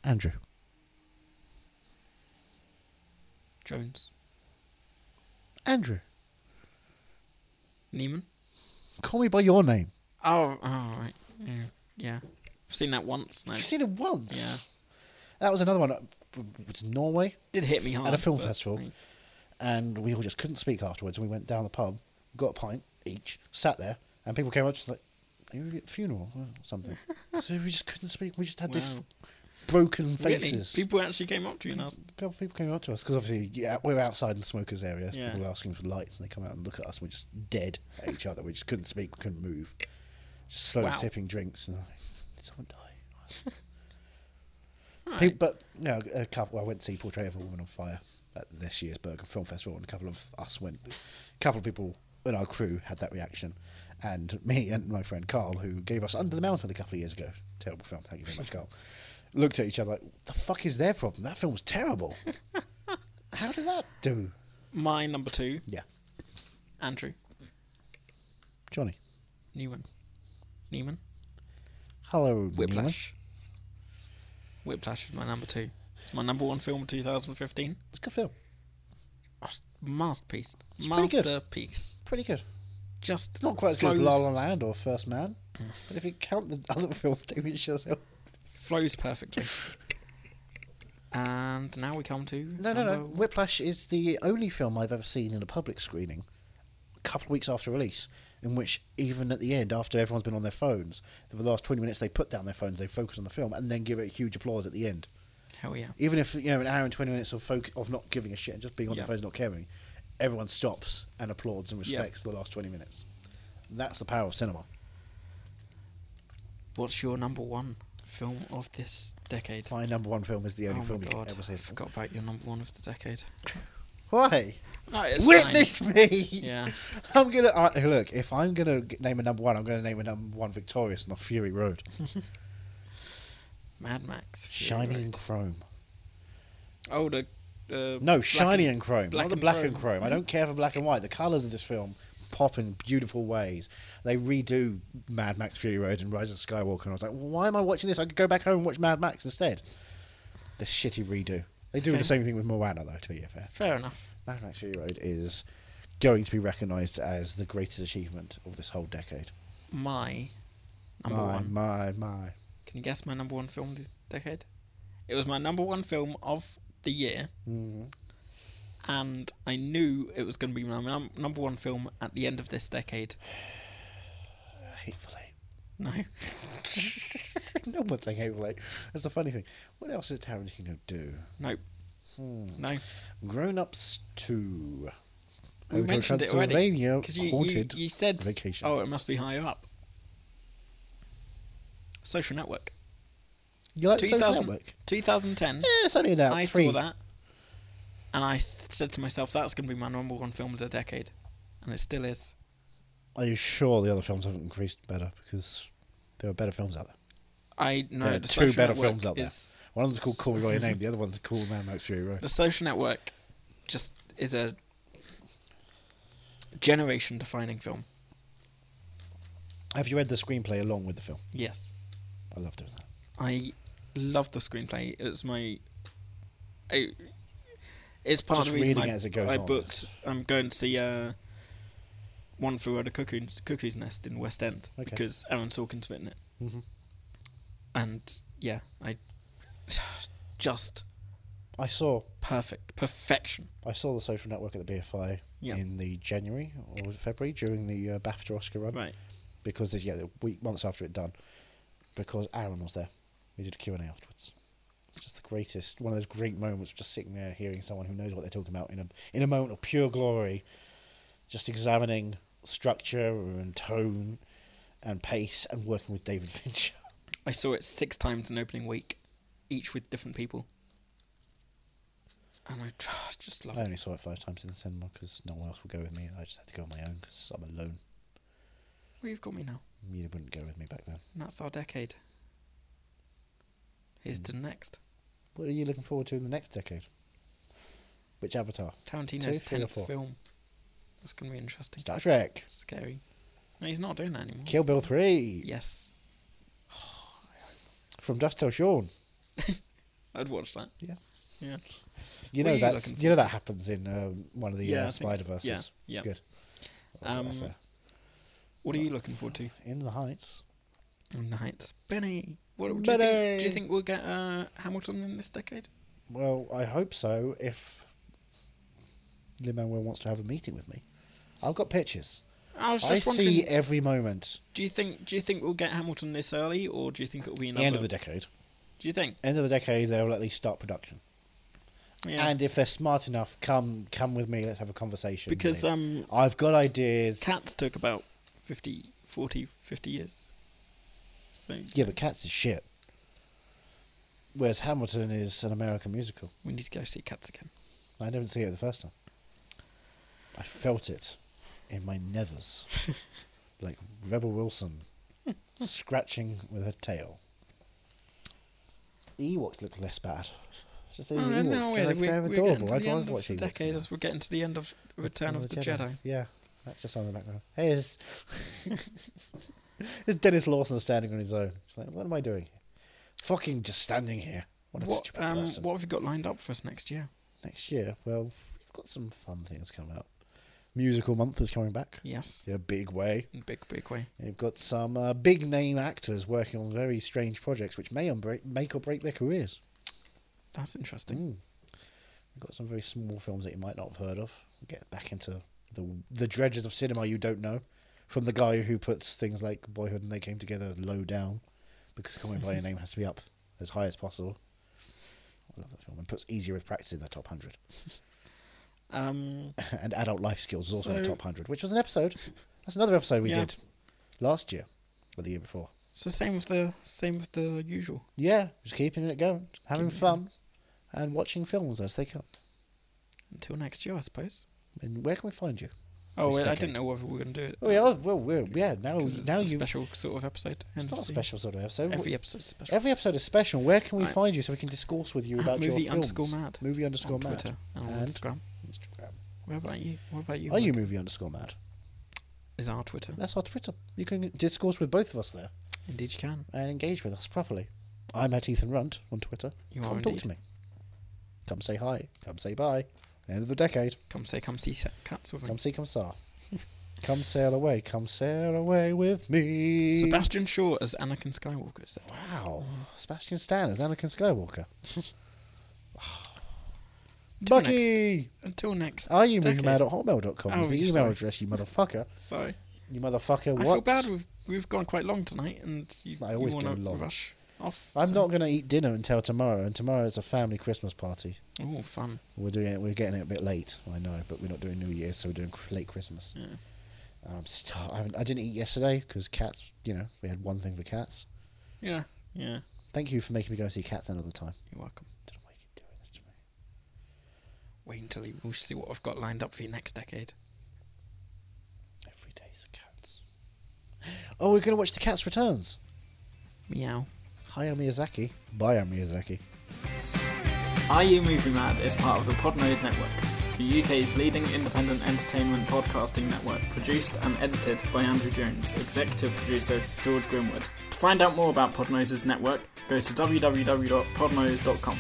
Speaker 1: Andrew.
Speaker 2: Jones.
Speaker 1: Andrew.
Speaker 2: Neiman?
Speaker 1: Call me by your name.
Speaker 2: Oh, oh right. Yeah. yeah. I've seen that once. No.
Speaker 1: You've seen it once.
Speaker 2: Yeah.
Speaker 1: That was another one. uh, It was in Norway,
Speaker 2: Did hit me hard.
Speaker 1: At a film
Speaker 2: but-
Speaker 1: festival. and we all just couldn't speak afterwards. And we went down the pub, got a pint each, sat there, and people came up to us like, "Are you at a funeral or something?" so we just couldn't speak. We just had this
Speaker 2: Wow.
Speaker 1: broken
Speaker 2: Really?
Speaker 1: faces.
Speaker 2: People actually came up to you and asked.
Speaker 1: A couple of people came up to us because obviously yeah, we were outside in the smokers area. so
Speaker 2: Yeah.
Speaker 1: People were asking for lights, and they come out and look at us, and we're just dead at each other. We just couldn't speak, we couldn't move, just slowly
Speaker 2: Wow.
Speaker 1: sipping drinks. And I'm like, did someone die?
Speaker 2: Right.
Speaker 1: People, but no, a couple. I went to see Portrait of a Woman on Fire at this year's Bergen Film Festival, and a couple of us went. A couple of people in our crew had that reaction, and me and my friend Carl, who gave us Under the Mountain a couple of years ago. Terrible film. Thank you very much, Carl. Looked at each other like, "What the fuck is their problem? That film was terrible. How did that do?"
Speaker 2: My number two,
Speaker 1: Yeah,
Speaker 2: Andrew.
Speaker 1: Johnny.
Speaker 2: Neiman. Neiman?
Speaker 1: Hello, Neiman.
Speaker 2: Whiplash. Whiplash is my number two. It's my number one film of 2015.
Speaker 1: It's a good film.
Speaker 2: Oh, masterpiece.
Speaker 1: pretty good.
Speaker 2: Masterpiece.
Speaker 1: Pretty good.
Speaker 2: Just
Speaker 1: Not quite as good as La
Speaker 2: flows-
Speaker 1: La Land or First Man, but if you count the other films, David Chazelle.
Speaker 2: flows perfectly. and now we come to
Speaker 1: No, no, no.
Speaker 2: number-
Speaker 1: Whiplash is the only film I've ever seen in a public screening, a couple of weeks after release, in which even at the end, after everyone's been on their phones, for the last twenty minutes they put down their phones, they focus on the film, and then give it a huge applause at the end.
Speaker 2: Hell yeah!
Speaker 1: Even if you know an hour and twenty minutes of foc of not giving a shit and just being on
Speaker 2: Yeah.
Speaker 1: their phones, not caring, everyone stops and applauds and
Speaker 2: Yeah.
Speaker 1: respects the last twenty minutes. And that's the power of cinema.
Speaker 2: What's your number one film of this decade?
Speaker 1: My number one film is the only
Speaker 2: oh
Speaker 1: film
Speaker 2: my
Speaker 1: you
Speaker 2: god!
Speaker 1: can ever see.
Speaker 2: I forgot about your number one of the decade.
Speaker 1: Why?
Speaker 2: No, it's
Speaker 1: Witness me.
Speaker 2: Yeah.
Speaker 1: I'm gonna uh, look. If I'm gonna g- name a number one, I'm gonna name a number one victorious, not Fury Road,
Speaker 2: Fine. Mad Max. Fury
Speaker 1: shiny
Speaker 2: Road.
Speaker 1: and chrome.
Speaker 2: Oh, the.
Speaker 1: No,
Speaker 2: Uh, black
Speaker 1: shiny and, chrome,
Speaker 2: black
Speaker 1: not the
Speaker 2: and
Speaker 1: black
Speaker 2: chrome.
Speaker 1: and chrome. I don't care for black and white. The colors of this film pop in beautiful ways. They redo Mad Max Fury Road and Rise of Skywalker, and I was like, why am I watching this? I could go back home and watch Mad Max instead. This shitty redo. They do
Speaker 2: Okay.
Speaker 1: the same thing with Moana, though. To be fair,
Speaker 2: Fair enough.
Speaker 1: Mad Max Fury Road is going to be recognised as the greatest achievement of this whole decade.
Speaker 2: My number
Speaker 1: my,
Speaker 2: one.
Speaker 1: my, my.
Speaker 2: Can you guess my number one film of the decade? It was my number one film of the year.
Speaker 1: hmm
Speaker 2: and I knew it was going to be my num- number one film at the end of this decade.
Speaker 1: Hateful Eight.
Speaker 2: No.
Speaker 1: no one's saying Hateful Eight. That's the funny thing. What else did Tarantino do?
Speaker 2: Nope.
Speaker 1: Hmm.
Speaker 2: No.
Speaker 1: Grown Ups Two.
Speaker 2: We
Speaker 1: Hotel
Speaker 2: mentioned it already.
Speaker 1: Transylvania
Speaker 2: Because you, you,
Speaker 1: haunted
Speaker 2: you said.
Speaker 1: vacation.
Speaker 2: Oh, it must be higher up. Social Network.
Speaker 1: you like the Uh, Social
Speaker 2: 2000,
Speaker 1: Network?
Speaker 2: 2010.
Speaker 1: Yeah, it's only about
Speaker 2: I
Speaker 1: three.
Speaker 2: saw that. And I th- said to myself, that's going to be my number one film of the decade. And it still is.
Speaker 1: Are you sure the other films haven't increased better? Because there are better films out there.
Speaker 2: I know
Speaker 1: There are
Speaker 2: the
Speaker 1: two
Speaker 2: Social
Speaker 1: better
Speaker 2: Network
Speaker 1: films out there.
Speaker 2: is-
Speaker 1: One of them's called Call Me by Your Name. The other one's called Man Makes Fury Road.
Speaker 2: The social network just is a generation defining film.
Speaker 1: Have you read the screenplay along with the film?
Speaker 2: Yes.
Speaker 1: I love doing that.
Speaker 2: I love the screenplay. It's my. I, it's part
Speaker 1: Just
Speaker 2: of the reason
Speaker 1: reading
Speaker 2: I,
Speaker 1: it as it goes
Speaker 2: I
Speaker 1: on.
Speaker 2: booked. I'm going to see uh, One Flew Over Cuckoo's, Cuckoo's Nest in West End
Speaker 1: Okay.
Speaker 2: because Aaron Sorkin's written it.
Speaker 1: Mhm.
Speaker 2: And yeah, I just
Speaker 1: I saw
Speaker 2: perfect perfection.
Speaker 1: I saw the Social Network at the BFI
Speaker 2: Yeah.
Speaker 1: in the January or was it February during the uh, BAFTA Oscar run
Speaker 2: Right.
Speaker 1: because there's yeah the week months after it done because Aaron was there. We did a Q and A afterwards. It's just the greatest one of those great moments just sitting there hearing someone who knows what they're talking about in a in a moment of pure glory, just examining structure and tone and pace and working with David Fincher.
Speaker 2: I saw it six times in opening week, each with different people. And I just love
Speaker 1: I
Speaker 2: it.
Speaker 1: only saw it five times in the cinema because no one else would go with me. I just had to go on my own because I'm alone.
Speaker 2: Well, you've got me now.
Speaker 1: You wouldn't go with me back then.
Speaker 2: And that's our decade.
Speaker 1: Mm.
Speaker 2: Here's to the next.
Speaker 1: What are you looking forward to in the next decade? Which Avatar? Two,
Speaker 2: Tarantino's
Speaker 1: three, or
Speaker 2: 10th
Speaker 1: four?
Speaker 2: film. That's going to be interesting.
Speaker 1: Star Trek.
Speaker 2: Scary. No, he's not doing that anymore.
Speaker 1: Kill Bill 3.
Speaker 2: Yes.
Speaker 1: From Dust Till Shawn.
Speaker 2: I'd watch that.
Speaker 1: Yeah.
Speaker 2: Yeah.
Speaker 1: You
Speaker 2: What are
Speaker 1: know
Speaker 2: you
Speaker 1: that's
Speaker 2: looking
Speaker 1: you know that happens in um, one of the
Speaker 2: Yeah,
Speaker 1: uh,
Speaker 2: I think so.
Speaker 1: Spider Verses.
Speaker 2: Yeah, yeah.
Speaker 1: Good.
Speaker 2: Um,
Speaker 1: That's there.
Speaker 2: What are you looking forward to?
Speaker 1: in the Heights.
Speaker 2: Night. Benny. What do you, think, do you
Speaker 1: Benny!
Speaker 2: think we'll get uh, Hamilton in this decade?
Speaker 1: Well, I hope so. If Lin Manuel wants to have a meeting with me, I've got pictures.
Speaker 2: I was just
Speaker 1: I
Speaker 2: wondering.
Speaker 1: see every moment.
Speaker 2: Do you think? Do you think we'll get Hamilton this early, or do you think it'll be
Speaker 1: The
Speaker 2: another?
Speaker 1: end of the decade.
Speaker 2: do you think?
Speaker 1: End of the decade, they'll at least start production.
Speaker 2: Yeah.
Speaker 1: And if they're smart enough, come come with me. Let's have a conversation.
Speaker 2: because
Speaker 1: Lee.
Speaker 2: um,
Speaker 1: I've got ideas.
Speaker 2: cats took about 50, 40, 50 years. So
Speaker 1: yeah, but Cats is shit. Whereas Hamilton is an American musical.
Speaker 2: we need to go see cats again.
Speaker 1: I didn't see it the first time. I felt it in my nethers, like Rebel Wilson scratching with her tail. Ewoks look less bad. It's Just the
Speaker 2: Oh,
Speaker 1: Ewoks,
Speaker 2: no,
Speaker 1: Mm, they're,
Speaker 2: we're,
Speaker 1: like- they're
Speaker 2: we're, we're getting
Speaker 1: adorable.
Speaker 2: to
Speaker 1: I'd
Speaker 2: the
Speaker 1: rather
Speaker 2: end of
Speaker 1: watch
Speaker 2: the
Speaker 1: Ewoks
Speaker 2: decade
Speaker 1: than
Speaker 2: as we're getting to the end of Return of the Jedi.
Speaker 1: Yeah, that's just on the background. Hey, it's, it's Dennis Lawson standing on his own. It's like, what am I doing here? Fucking just standing here. What a
Speaker 2: What
Speaker 1: stupid
Speaker 2: um,
Speaker 1: person.
Speaker 2: what have you got lined up for us next year?
Speaker 1: Next year, well, we've got some fun things coming up. Musical month is coming back
Speaker 2: Yes,
Speaker 1: in a big way.
Speaker 2: in big big way.
Speaker 1: You've got some uh, big name actors working on very strange projects, which may unbreak, make or break their careers.
Speaker 2: That's interesting.
Speaker 1: Mm. We've got some very small films that you might not have heard of. Get back into the the dredges of cinema you don't know, from the guy who puts things like Boyhood and They Came Together low down, because Coming by Your Name has to be up as high as possible. I love that film and puts Easier with Practice in the top hundred, Mm.
Speaker 2: Um,
Speaker 1: and Adult Life Skills is also in the
Speaker 2: So-
Speaker 1: top hundred, which was an episode. That's another episode we
Speaker 2: Yeah.
Speaker 1: did last year or the year before.
Speaker 2: so same with the same with the usual.
Speaker 1: Yeah, just keeping it going, having fun, and watching films as they come.
Speaker 2: Until next year, I suppose.
Speaker 1: And where can we find you?
Speaker 2: Oh,
Speaker 1: This
Speaker 2: wait, I
Speaker 1: decade.
Speaker 2: didn't know whether we were going to do it. Oh,
Speaker 1: Oh, yeah, well, well, yeah. Now,
Speaker 2: 'Cause Uh, it's
Speaker 1: now
Speaker 2: a
Speaker 1: you.
Speaker 2: special sort of episode.
Speaker 1: It's
Speaker 2: end
Speaker 1: not a
Speaker 2: of the-
Speaker 1: special sort of episode.
Speaker 2: Every
Speaker 1: Every,
Speaker 2: episode is special.
Speaker 1: every episode is special. Where can we
Speaker 2: Right.
Speaker 1: find you so we can discourse with you
Speaker 2: At
Speaker 1: about your
Speaker 2: movie
Speaker 1: films?
Speaker 2: underscore mad
Speaker 1: Movie underscore
Speaker 2: on
Speaker 1: mad.
Speaker 2: Twitter and on
Speaker 1: And-
Speaker 2: Instagram.
Speaker 1: Instagram.
Speaker 2: What about you? What about you?
Speaker 1: Are you
Speaker 2: Mike?
Speaker 1: movie underscore mad?
Speaker 2: Is our Twitter?
Speaker 1: That's our Twitter. You can discourse with both of us there
Speaker 2: Indeed, you can.
Speaker 1: and engage with us properly. I'm at Ethan Runt on Twitter.
Speaker 2: You
Speaker 1: Come
Speaker 2: are
Speaker 1: talk
Speaker 2: indeed.
Speaker 1: to me. Come say hi. Come say bye. End of the decade.
Speaker 2: Come say, come see sa- cats with me.
Speaker 1: Come see, come saw. come sail away. Come sail away with me.
Speaker 2: Sebastian Shaw as Anakin Skywalker said.
Speaker 1: Wow. Sebastian Stan as Anakin Skywalker.
Speaker 2: Until next-
Speaker 1: Bucky!
Speaker 2: Until next.
Speaker 1: Are you
Speaker 2: decade.
Speaker 1: moving mad at hotmail.com?
Speaker 2: Oh,
Speaker 1: is the
Speaker 2: you're
Speaker 1: email
Speaker 2: sorry.
Speaker 1: address, you motherfucker.
Speaker 2: Sorry.
Speaker 1: You motherfucker, what?
Speaker 2: I feel bad. We've we've gone quite long tonight, and you,
Speaker 1: I always
Speaker 2: you
Speaker 1: go
Speaker 2: want to
Speaker 1: long.
Speaker 2: rush off.
Speaker 1: I'm
Speaker 2: so-
Speaker 1: not going to eat dinner until tomorrow, and tomorrow is a family Christmas party.
Speaker 2: Oh, fun.
Speaker 1: We're doing it. We're getting it a bit late. I know, but we're not doing New Year's, so we're doing cr- late Christmas.
Speaker 2: Yeah.
Speaker 1: And I'm st- I, haven't- I didn't eat yesterday because cats. You know, we had one thing for cats.
Speaker 2: Yeah. Yeah.
Speaker 1: Thank you for making me go see cats another time.
Speaker 2: You're welcome.
Speaker 1: Don't know why you keep doing this to me.
Speaker 2: Wait until you we'll see what I've got lined up for you next decade.
Speaker 1: Every day's cats. Oh, we're going to watch the Cats Returns.
Speaker 2: Meow.
Speaker 1: Hayao Miyazaki. Bye, Miyazaki.
Speaker 3: Are You Movie Mad is part of the Podnose Network, the UK's leading independent entertainment podcasting network, produced and edited by Andrew Jones, executive producer George Grimwood. To find out more about Podnose's network, go to www.podnose.com.